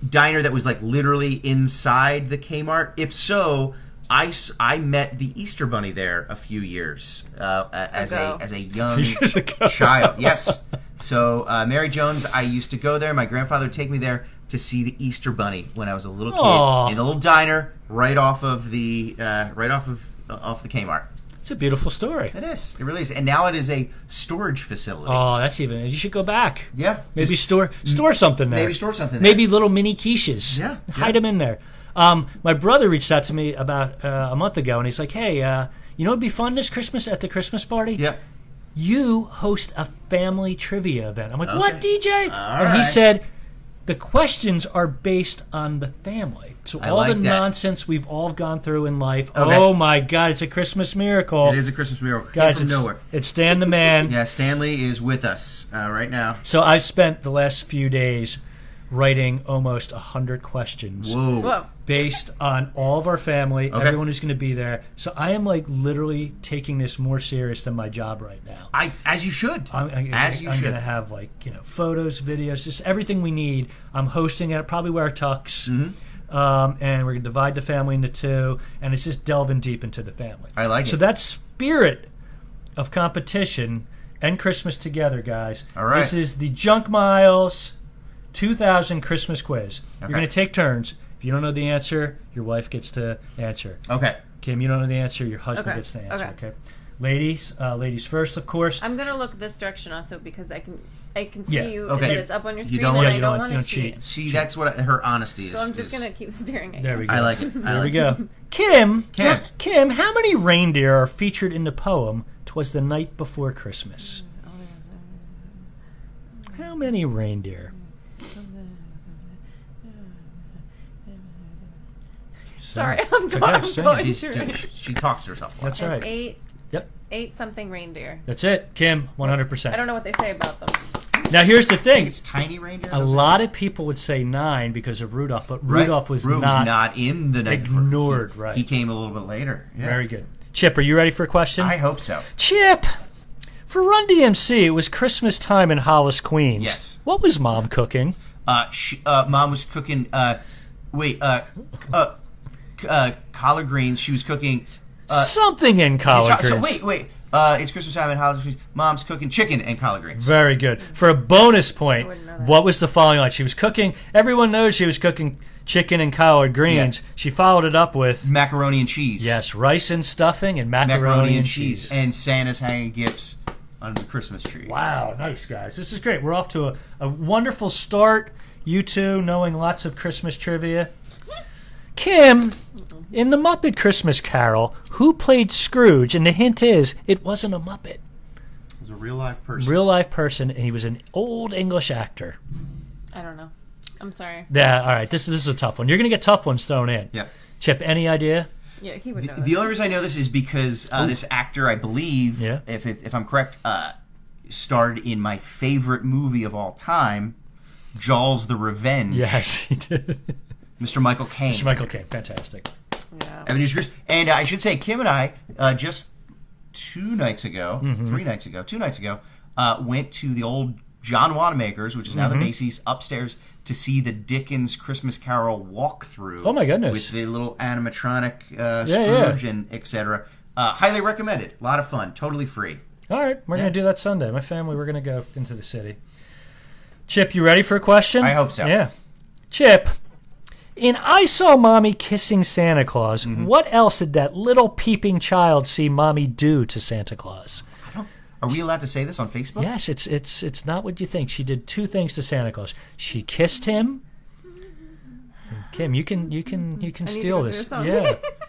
[SPEAKER 2] diner that was like literally inside the Kmart? If so, I, s- I met the Easter Bunny there a few years uh, a- as
[SPEAKER 3] Ago.
[SPEAKER 2] a as a young
[SPEAKER 1] years ago.
[SPEAKER 2] child. Yes. So uh, Mary Jones, I used to go there. My grandfather would take me there to see the Easter Bunny when I was a little kid
[SPEAKER 1] Aw.
[SPEAKER 2] in the little diner right off of the uh, right off of off the Kmart.
[SPEAKER 1] it's a beautiful story.
[SPEAKER 2] It is. It really is. And now it is a storage facility.
[SPEAKER 1] Oh, that's even. You should go back.
[SPEAKER 2] yeah.
[SPEAKER 1] Maybe
[SPEAKER 2] Just-
[SPEAKER 1] store store something there.
[SPEAKER 2] maybe store something. There.
[SPEAKER 1] Maybe little mini quiches.
[SPEAKER 2] Yeah,
[SPEAKER 1] Hide them in there. Um, my brother reached out to me about uh, a month ago, and he's like, "Hey, uh, you know, it'd be fun this Christmas at the Christmas party.
[SPEAKER 2] Yeah.
[SPEAKER 1] You host a family trivia event." I'm like, "What,
[SPEAKER 2] Okay.
[SPEAKER 1] DJ?" and he
[SPEAKER 2] right.
[SPEAKER 1] said, "The questions are based on the family. So all
[SPEAKER 2] like
[SPEAKER 1] the
[SPEAKER 2] that.
[SPEAKER 1] nonsense we've all gone through in life.
[SPEAKER 2] Okay.
[SPEAKER 1] Oh my God, it's a Christmas miracle,
[SPEAKER 2] It is a Christmas miracle. Came
[SPEAKER 1] guys!
[SPEAKER 2] from
[SPEAKER 1] It's,
[SPEAKER 2] nowhere.
[SPEAKER 1] it's Dan the man.
[SPEAKER 2] Yeah, Stanley is with us uh, right now.
[SPEAKER 1] So I've spent the last few days writing almost hundred questions."
[SPEAKER 2] Whoa.
[SPEAKER 3] Whoa.
[SPEAKER 1] based on all of our family,
[SPEAKER 2] Okay.
[SPEAKER 1] everyone who's going to be there. So I am like literally taking this more serious than my job right now.
[SPEAKER 2] I as you should.
[SPEAKER 1] I'm, I'm,
[SPEAKER 2] as you
[SPEAKER 1] I'm
[SPEAKER 2] should.
[SPEAKER 1] going to have like you know photos, videos, just everything we need. I'm hosting it. Probably wear tux.
[SPEAKER 2] Mm-hmm.
[SPEAKER 1] Um, and we're going to divide the family into two, and it's just delving deep into the family.
[SPEAKER 2] I like
[SPEAKER 1] so
[SPEAKER 2] it.
[SPEAKER 1] that spirit of competition and Christmas together, guys.
[SPEAKER 2] All right.
[SPEAKER 1] This is the Junk Miles 2000 Christmas quiz. You're
[SPEAKER 2] Okay.
[SPEAKER 1] going to take turns. If you don't know the answer, your wife gets to answer.
[SPEAKER 2] okay.
[SPEAKER 1] Kim, you don't know the answer, your husband
[SPEAKER 3] Okay.
[SPEAKER 1] gets to answer. Okay.
[SPEAKER 3] Okay.
[SPEAKER 1] Ladies, uh, ladies first, of course.
[SPEAKER 3] I'm gonna look this direction also because I can I can see
[SPEAKER 1] Yeah,
[SPEAKER 3] you
[SPEAKER 2] okay.
[SPEAKER 3] that it's up on your
[SPEAKER 2] You
[SPEAKER 3] screen
[SPEAKER 2] don't
[SPEAKER 3] and
[SPEAKER 2] want-
[SPEAKER 3] I
[SPEAKER 1] you
[SPEAKER 3] don't,
[SPEAKER 1] don't want-
[SPEAKER 3] want
[SPEAKER 1] you
[SPEAKER 3] to
[SPEAKER 1] don't
[SPEAKER 3] cheat.
[SPEAKER 1] cheat.
[SPEAKER 2] See, that's what I, her honesty is.
[SPEAKER 3] So I'm
[SPEAKER 2] is-
[SPEAKER 3] just gonna keep staring at
[SPEAKER 1] there
[SPEAKER 3] you.
[SPEAKER 1] we go.
[SPEAKER 2] I like it. I
[SPEAKER 1] There
[SPEAKER 2] like
[SPEAKER 1] we
[SPEAKER 2] it.
[SPEAKER 1] go. Kim,
[SPEAKER 2] Kim.
[SPEAKER 1] Kim, how many reindeer are featured in the poem "Twas the Night Before Christmas"? How many reindeer?
[SPEAKER 3] Sorry, I'm,
[SPEAKER 1] It's
[SPEAKER 3] go-
[SPEAKER 1] okay,
[SPEAKER 3] I'm
[SPEAKER 1] sing.
[SPEAKER 3] going
[SPEAKER 2] She's,
[SPEAKER 3] through.
[SPEAKER 2] she,
[SPEAKER 3] it.
[SPEAKER 2] she talks to herself. A lot.
[SPEAKER 1] That's right.
[SPEAKER 3] Eight,
[SPEAKER 1] Yep.
[SPEAKER 3] eight something reindeer.
[SPEAKER 1] That's it, Kim. One hundred percent.
[SPEAKER 3] I don't know what they say about them.
[SPEAKER 1] Now here's the thing:
[SPEAKER 2] It's tiny reindeer.
[SPEAKER 1] a lot of people would say nine because of Rudolph, but Rudolph was
[SPEAKER 2] Rudolph's
[SPEAKER 1] not,
[SPEAKER 2] in the night. Before.
[SPEAKER 1] ignored. Right.
[SPEAKER 2] He came a little bit later. Yeah.
[SPEAKER 1] Very good. Chip, are you ready for a question?
[SPEAKER 2] I hope so.
[SPEAKER 1] Chip, for Run DMC, it was Christmas time in Hollis, Queens.
[SPEAKER 2] Yes.
[SPEAKER 1] What was mom cooking?
[SPEAKER 2] Uh, she, uh, mom was cooking. Uh, wait. Uh, c- uh, c- uh, collard greens. She was cooking. Uh,
[SPEAKER 1] Something in
[SPEAKER 2] so,
[SPEAKER 1] collard
[SPEAKER 2] so
[SPEAKER 1] greens.
[SPEAKER 2] wait, wait. Uh, it's Christmas time and holidays. Mom's cooking chicken and collard greens.
[SPEAKER 1] Very good. For a bonus point,
[SPEAKER 3] wouldn't know that.
[SPEAKER 1] what was the following line? She was cooking. Everyone knows she was cooking chicken and collard greens. She followed it up with
[SPEAKER 2] macaroni and cheese.
[SPEAKER 1] yes, rice and stuffing and macaroni,
[SPEAKER 2] macaroni and cheese. And Santa's hanging gifts under the Christmas trees.
[SPEAKER 1] Wow, nice guys. This is great. We're off to a, a wonderful start. You two knowing lots of Christmas trivia. Kim, in the Muppet Christmas Carol, who played Scrooge? And the hint is it wasn't a Muppet.
[SPEAKER 2] It was a real life person.
[SPEAKER 1] Real life person, and he was an old English actor.
[SPEAKER 3] I don't know. I'm sorry.
[SPEAKER 1] Yeah, all right. This, this is a tough one. You're going to get tough ones thrown in.
[SPEAKER 2] Yeah.
[SPEAKER 1] Chip, any idea?
[SPEAKER 3] Yeah, he would
[SPEAKER 2] The,
[SPEAKER 3] know.
[SPEAKER 2] the only reason I know this is because uh, this actor, I believe,
[SPEAKER 1] Oh. Yeah.
[SPEAKER 2] if it, if I'm correct, uh, starred in my favorite movie of all time, Jaws: The Revenge.
[SPEAKER 1] Yes, he did.
[SPEAKER 2] Mr. Michael Caine.
[SPEAKER 1] Mr. Michael Caine, fantastic.
[SPEAKER 3] Yeah.
[SPEAKER 2] Avenues Grease. And uh, I should say, Kim and I uh, just two nights ago,
[SPEAKER 1] Mm-hmm.
[SPEAKER 2] three nights ago, two nights ago, uh, went to the old John Wanamaker's, which is now
[SPEAKER 1] Mm-hmm.
[SPEAKER 2] the Macy's upstairs, to see the Dickens Christmas Carol walkthrough.
[SPEAKER 1] Oh, my goodness.
[SPEAKER 2] With the little animatronic uh,
[SPEAKER 1] Yeah, yeah.
[SPEAKER 2] Scrooge and etc. Uh, highly recommended. A lot of fun. Totally free.
[SPEAKER 1] All right, we're gonna do that Sunday. My family, we're gonna go into the city. Chip, you ready for a question?
[SPEAKER 2] I hope so.
[SPEAKER 1] Yeah. Chip, in I Saw Mommy Kissing Santa Claus,
[SPEAKER 2] Mm-hmm.
[SPEAKER 1] what else did that little peeping child see Mommy do to Santa Claus?
[SPEAKER 2] I don't, are we allowed to say this on Facebook?
[SPEAKER 1] Yes, it's it's it's not what you think. She did two things to Santa Claus. She kissed him. Kim, you can you can you can
[SPEAKER 3] need to
[SPEAKER 1] steal
[SPEAKER 3] go through
[SPEAKER 1] this.
[SPEAKER 3] the song.
[SPEAKER 1] Yeah.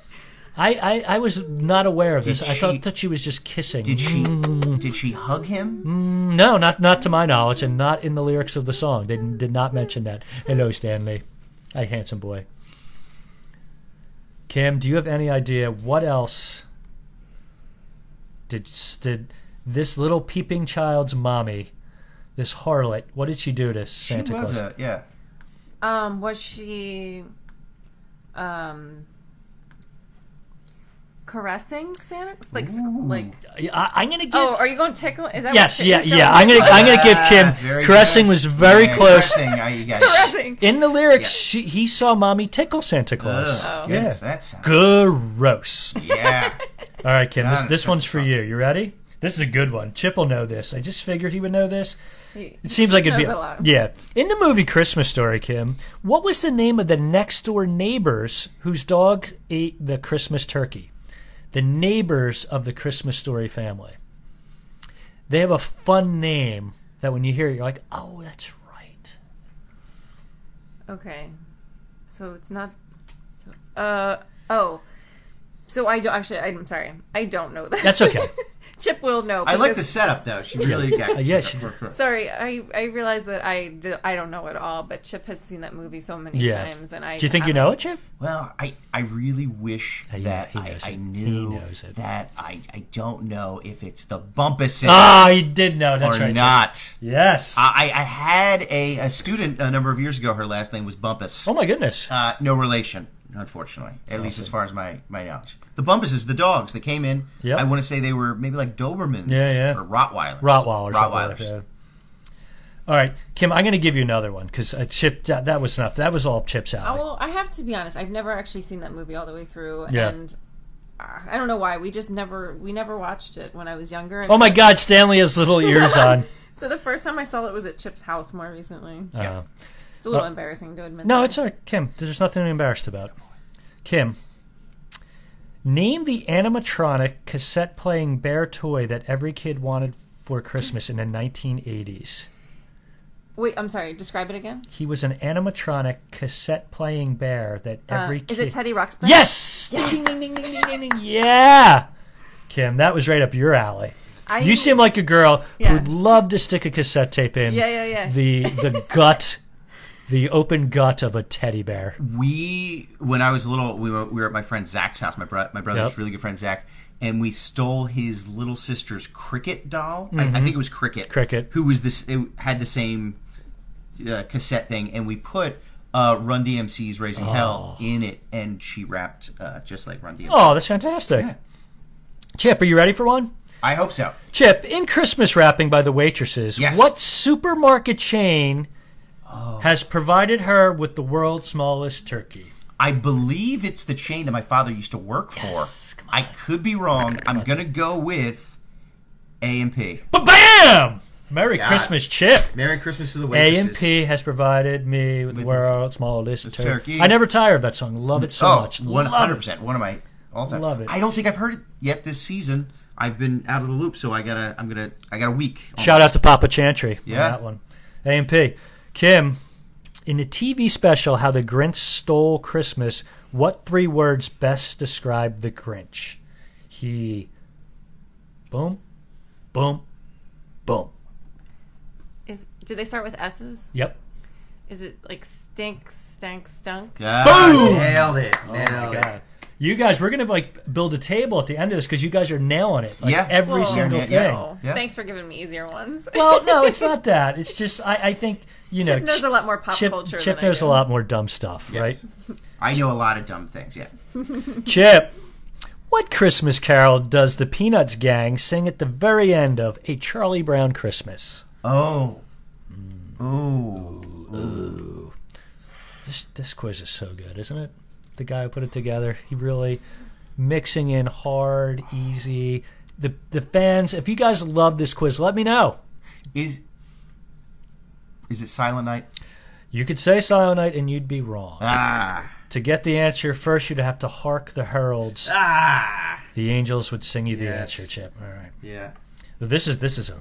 [SPEAKER 1] I, I, I was not aware of this. I
[SPEAKER 2] she-
[SPEAKER 1] thought that she was just kissing. Mm.
[SPEAKER 2] Did she? did she hug him?
[SPEAKER 1] No, not not to my knowledge, and not in the lyrics of the song. They did not mention that. Hello, Stanley, a handsome boy. Kim, do you have any idea what else did did this little peeping child's mommy, this harlot, what did she do to Santa
[SPEAKER 2] she was
[SPEAKER 1] Claus?
[SPEAKER 2] a yeah.
[SPEAKER 3] Um, was she um caressing Santa? Like s- like
[SPEAKER 1] I, I'm gonna give.
[SPEAKER 3] Oh, are you going to tickle? Is that
[SPEAKER 1] yes,
[SPEAKER 3] what
[SPEAKER 1] yeah,
[SPEAKER 3] is that
[SPEAKER 1] yeah.
[SPEAKER 3] what-
[SPEAKER 1] I'm gonna I'm gonna give
[SPEAKER 2] Ah,
[SPEAKER 1] Kim.
[SPEAKER 2] very
[SPEAKER 1] Caressing
[SPEAKER 2] good.
[SPEAKER 1] was very
[SPEAKER 2] Yeah,
[SPEAKER 1] close.
[SPEAKER 2] Caressing, I, you guys.
[SPEAKER 3] caressing.
[SPEAKER 1] In the lyrics, she, he saw mommy tickle Santa
[SPEAKER 2] Ugh,
[SPEAKER 1] Claus.
[SPEAKER 3] Oh.
[SPEAKER 2] goodness,
[SPEAKER 1] Yeah.
[SPEAKER 2] that sounds-
[SPEAKER 1] Gross.
[SPEAKER 2] Yeah.
[SPEAKER 1] All right, Kim. This,
[SPEAKER 2] Got it.
[SPEAKER 1] this one's for you. You ready? This is a good one. Chip will know this. I just figured he would know this.
[SPEAKER 3] He-
[SPEAKER 1] It seems like it'd be
[SPEAKER 3] knows a lot.
[SPEAKER 1] yeah. In the movie Christmas Story, Kim, what was the name of the next door neighbors whose dog ate the Christmas turkey? The neighbors of the Christmas Story family. They have a fun name that when you hear it, you're like, oh, that's right.
[SPEAKER 3] Okay. So it's not. So, uh oh. So I don't actually. I'm sorry. I don't know that.
[SPEAKER 1] That's okay.
[SPEAKER 3] Chip will know.
[SPEAKER 2] I like the
[SPEAKER 3] because-
[SPEAKER 2] setup though. She really got.
[SPEAKER 1] Uh, yeah, she-
[SPEAKER 3] Sorry, I I realize that I did, I don't know it all, but Chip has seen that movie so many
[SPEAKER 1] yeah.
[SPEAKER 3] times, and I.
[SPEAKER 1] Do you think you know it, Chip?
[SPEAKER 2] Well, I, I really wish
[SPEAKER 1] he-
[SPEAKER 2] that
[SPEAKER 1] Uh, he
[SPEAKER 2] I,
[SPEAKER 1] knows
[SPEAKER 2] I
[SPEAKER 1] it. He
[SPEAKER 2] knew
[SPEAKER 1] knows it.
[SPEAKER 2] that I, I don't know if it's the Bumpus
[SPEAKER 1] Ah, you did know. That's
[SPEAKER 2] or
[SPEAKER 1] right. Chip.
[SPEAKER 2] not.
[SPEAKER 1] Yes.
[SPEAKER 2] I, I had a, a student a number of years ago. Her last name was Bumpus.
[SPEAKER 1] oh my goodness.
[SPEAKER 2] Uh, no relation, unfortunately, at least as far as my, my knowledge. The Bumpuses, the dogs that came in.
[SPEAKER 1] Yep.
[SPEAKER 2] I want to say they were maybe like Dobermans
[SPEAKER 1] Yeah, yeah.
[SPEAKER 2] or Rottweilers.
[SPEAKER 1] Rottweilers.
[SPEAKER 2] Rottweilers.
[SPEAKER 1] All right, Kim. I'm going to give you another one because uh, Chip. That, that was not. That was all Chip's
[SPEAKER 3] Oh,
[SPEAKER 1] alley.
[SPEAKER 3] well, I have to be honest. I've never actually seen that movie all the way through,
[SPEAKER 1] Yeah.
[SPEAKER 3] and uh, I don't know why. We just never we never watched it when I was younger. and
[SPEAKER 1] Oh my
[SPEAKER 3] so-
[SPEAKER 1] God, Stanley has little ears on.
[SPEAKER 3] So the first time I saw it was at Chip's house more recently.
[SPEAKER 1] Uh,
[SPEAKER 3] It's a little
[SPEAKER 1] Well-
[SPEAKER 3] embarrassing to admit.
[SPEAKER 1] no,
[SPEAKER 3] that.
[SPEAKER 1] it's all right, Kim. There's nothing to be embarrassed about. Kim, name the animatronic cassette playing bear toy that every kid wanted for Christmas in the 1980s.
[SPEAKER 3] Wait, I'm sorry. Describe it again.
[SPEAKER 1] He was an animatronic cassette playing bear that
[SPEAKER 3] Uh,
[SPEAKER 1] every kid.
[SPEAKER 3] is it Teddy Ruxpin?
[SPEAKER 1] Yes! Ding, ding, ding, ding, ding, ding, ding. Yeah! Kim, that was right up your alley.
[SPEAKER 3] I,
[SPEAKER 1] You seem like a girl
[SPEAKER 3] Yeah.
[SPEAKER 1] who'd love to stick a cassette tape in
[SPEAKER 3] Yeah, yeah, yeah.
[SPEAKER 1] the the gut, the open gut of a teddy bear.
[SPEAKER 2] we when I was little, we were, we were at my friend Zach's house. My bro, my brother's
[SPEAKER 1] Yep.
[SPEAKER 2] really good friend Zach, and we stole his little sister's cricket doll. I, I think it was cricket.
[SPEAKER 1] Mm-hmm. Cricket.
[SPEAKER 2] who was this? It had the same uh, cassette thing, and we put uh, Run DMC's "Raising Hell" in it, and she rapped uh, just like Run DMC.
[SPEAKER 1] Oh, that's fantastic. Chip, are you ready for one?
[SPEAKER 2] I hope so.
[SPEAKER 1] Chip, in Christmas wrapping by the waitresses,
[SPEAKER 2] Yes. Oh.
[SPEAKER 1] what supermarket chain has provided her with the world's smallest turkey?
[SPEAKER 2] I believe it's the chain that my father used to work for. I could be wrong. I'm gonna go with A and P.
[SPEAKER 1] Ba bam! Merry Christmas, Chip!
[SPEAKER 2] Merry Christmas to the
[SPEAKER 1] A
[SPEAKER 2] waitresses.
[SPEAKER 1] and P has provided me with the
[SPEAKER 2] With-
[SPEAKER 1] world's smallest turkey.
[SPEAKER 2] turkey.
[SPEAKER 1] I never tire of that song. Love it so much.
[SPEAKER 2] Oh, One
[SPEAKER 1] Love
[SPEAKER 2] hundred
[SPEAKER 1] it.
[SPEAKER 2] percent. One of my all time.
[SPEAKER 1] Love it.
[SPEAKER 2] I don't think I've heard it yet this season. I've been out of the loop, so I gotta. I'm gonna. I got a week.
[SPEAKER 1] Shout out to Papa Chantry.
[SPEAKER 2] Yeah.
[SPEAKER 1] on that one. A and P. Kim, in the TV special "How the Grinch Stole Christmas," what three words best describe the Grinch? He, boom, boom, boom.
[SPEAKER 3] Is do they start with S's?
[SPEAKER 1] Yep.
[SPEAKER 3] Is it like stink, stank, stunk?
[SPEAKER 2] Ah,
[SPEAKER 1] Boom! Oh
[SPEAKER 2] Nailed it. Nailed it.
[SPEAKER 1] God. you guys, we're gonna like build a table at the end of this because you guys are nailing it. Like,
[SPEAKER 2] Yeah.
[SPEAKER 1] every
[SPEAKER 3] Whoa.
[SPEAKER 1] single
[SPEAKER 2] Yeah,
[SPEAKER 1] thing.
[SPEAKER 2] yeah.
[SPEAKER 3] Oh,
[SPEAKER 2] Yeah.
[SPEAKER 3] Thanks for giving me easier ones.
[SPEAKER 1] Well, no, it's not that. It's just I, I think you know
[SPEAKER 3] Chip knows
[SPEAKER 1] Ch-
[SPEAKER 3] a lot more pop
[SPEAKER 1] Chip,
[SPEAKER 3] culture
[SPEAKER 1] Chip
[SPEAKER 3] than I
[SPEAKER 1] knows
[SPEAKER 3] do.
[SPEAKER 1] a lot more dumb stuff, right?
[SPEAKER 2] I know a lot of dumb things. Yeah.
[SPEAKER 1] Chip, what Christmas carol does the Peanuts gang sing at the very end of A Charlie Brown Christmas?
[SPEAKER 2] Oh. Ooh.
[SPEAKER 1] This, this quiz is so good, isn't it? The guy who put it together, he really mixing in hard, easy. The the fans, if you guys love this quiz, let me know.
[SPEAKER 2] Is is it Silent Night?
[SPEAKER 1] You could say Silent Night and you'd be wrong.
[SPEAKER 2] Ah.
[SPEAKER 1] To get the answer, first you'd have to hark the heralds.
[SPEAKER 2] Ah.
[SPEAKER 1] The angels would sing you the
[SPEAKER 2] Yes.
[SPEAKER 1] answer, Chip. All right.
[SPEAKER 2] Yeah.
[SPEAKER 1] This is this is a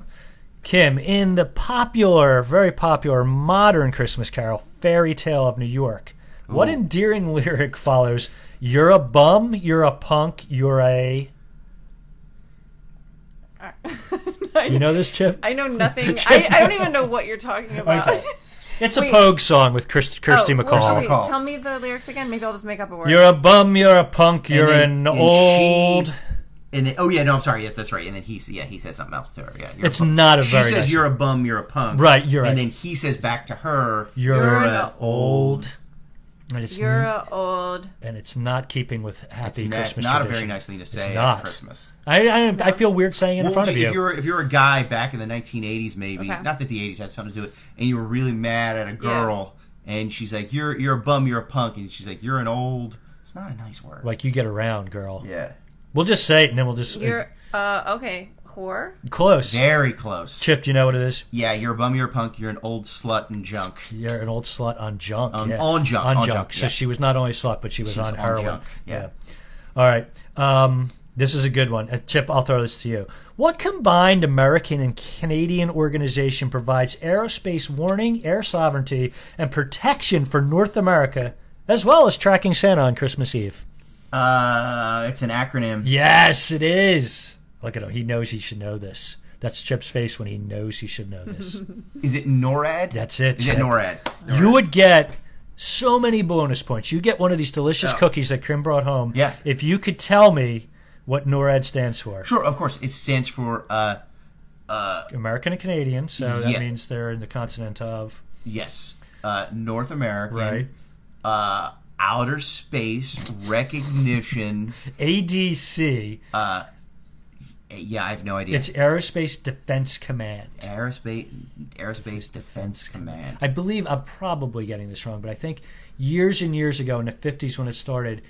[SPEAKER 1] Kim in the popular, very popular modern Christmas carol, Fairy Tale of New York. What endearing lyric follows? You're a bum, you're a punk, you're a. Do you know this, Chip?
[SPEAKER 3] I know nothing. I, I don't even know what you're talking about.
[SPEAKER 1] Okay. It's a
[SPEAKER 3] Wait.
[SPEAKER 1] Pogue song with Kirst- Kirsty
[SPEAKER 3] Oh, well,
[SPEAKER 1] McCall.
[SPEAKER 3] wait,
[SPEAKER 2] McCall.
[SPEAKER 3] Tell me the lyrics again. Maybe I'll just make up a word.
[SPEAKER 1] You're a bum, you're a punk, you're an
[SPEAKER 2] then- and she-
[SPEAKER 1] old.
[SPEAKER 2] And then, oh yeah, no, I'm sorry. Yes, that's right. And then he, yeah, he says something else to her. Yeah, you're
[SPEAKER 1] It's
[SPEAKER 2] a bum.
[SPEAKER 1] not a
[SPEAKER 2] She
[SPEAKER 1] very
[SPEAKER 2] says
[SPEAKER 1] nice
[SPEAKER 2] you're a bum, you're a punk.
[SPEAKER 1] Right, you're right.
[SPEAKER 2] And then he says back to her,
[SPEAKER 1] You're,
[SPEAKER 2] a
[SPEAKER 1] a old. And it's,
[SPEAKER 3] You're a old.
[SPEAKER 1] and it's not keeping with happy
[SPEAKER 2] It's
[SPEAKER 1] Christmas
[SPEAKER 2] not a
[SPEAKER 1] tradition.
[SPEAKER 2] very nice thing to say
[SPEAKER 1] not.
[SPEAKER 2] at Christmas.
[SPEAKER 1] I, I, I feel weird saying it in
[SPEAKER 2] What would
[SPEAKER 1] front of
[SPEAKER 2] you-
[SPEAKER 1] you.
[SPEAKER 2] If you're if you're a guy back in the 1980s, maybe
[SPEAKER 3] Okay.
[SPEAKER 2] not that the 80s had something to do with, it, and you were really mad at a girl, and she's like, "You're you're a bum, you're a punk," and she's like, "You're an old." It's not a nice word.
[SPEAKER 1] like you get around, girl.
[SPEAKER 2] yeah,
[SPEAKER 1] We'll just say it, and then we'll just
[SPEAKER 3] You're uh okay. Whore.
[SPEAKER 1] close.
[SPEAKER 2] very close.
[SPEAKER 1] Chip, do you know what it is?
[SPEAKER 2] Yeah, you're a bum, you're a punk, you're an old slut and junk.
[SPEAKER 1] You're an old slut on junk.
[SPEAKER 2] On-
[SPEAKER 1] yeah.
[SPEAKER 2] on junk,
[SPEAKER 1] On,
[SPEAKER 2] on
[SPEAKER 1] junk.
[SPEAKER 2] junk,
[SPEAKER 1] So
[SPEAKER 2] yeah.
[SPEAKER 1] she was not only slut, but she was
[SPEAKER 2] She was
[SPEAKER 1] on
[SPEAKER 2] on
[SPEAKER 1] heroin.
[SPEAKER 2] junk, yeah.
[SPEAKER 1] All right. Um, this is a good one. Uh, Chip, I'll throw this to you. What combined American and Canadian organization provides aerospace warning, air sovereignty, and protection for North America, as well as tracking Santa on Christmas Eve?
[SPEAKER 2] Uh, it's an acronym.
[SPEAKER 1] Yes, it is. Look at him. He knows he should know this. That's Chip's face when he knows he should know this.
[SPEAKER 2] Is it NORAD?
[SPEAKER 1] That's it,
[SPEAKER 2] Is
[SPEAKER 1] Chip.
[SPEAKER 2] it NORAD?
[SPEAKER 1] you would get so many bonus points. You get one of these delicious
[SPEAKER 2] Yeah.
[SPEAKER 1] cookies that Krim brought home.
[SPEAKER 2] Yeah.
[SPEAKER 1] If you could tell me what NORAD stands for.
[SPEAKER 2] Sure, of course. It stands for uh,
[SPEAKER 1] American and Canadian, so that
[SPEAKER 2] Yeah.
[SPEAKER 1] means they're in the continent of,
[SPEAKER 2] yes, uh, North American,
[SPEAKER 1] right?
[SPEAKER 2] uh, outer space recognition.
[SPEAKER 1] ADC,
[SPEAKER 2] yeah, I have no idea.
[SPEAKER 1] it's Aerospace Defense Command.
[SPEAKER 2] Aerospace Aerospace Defense Command.
[SPEAKER 1] I believe I'm probably getting this wrong, but I think years and years ago in the 50s when it started,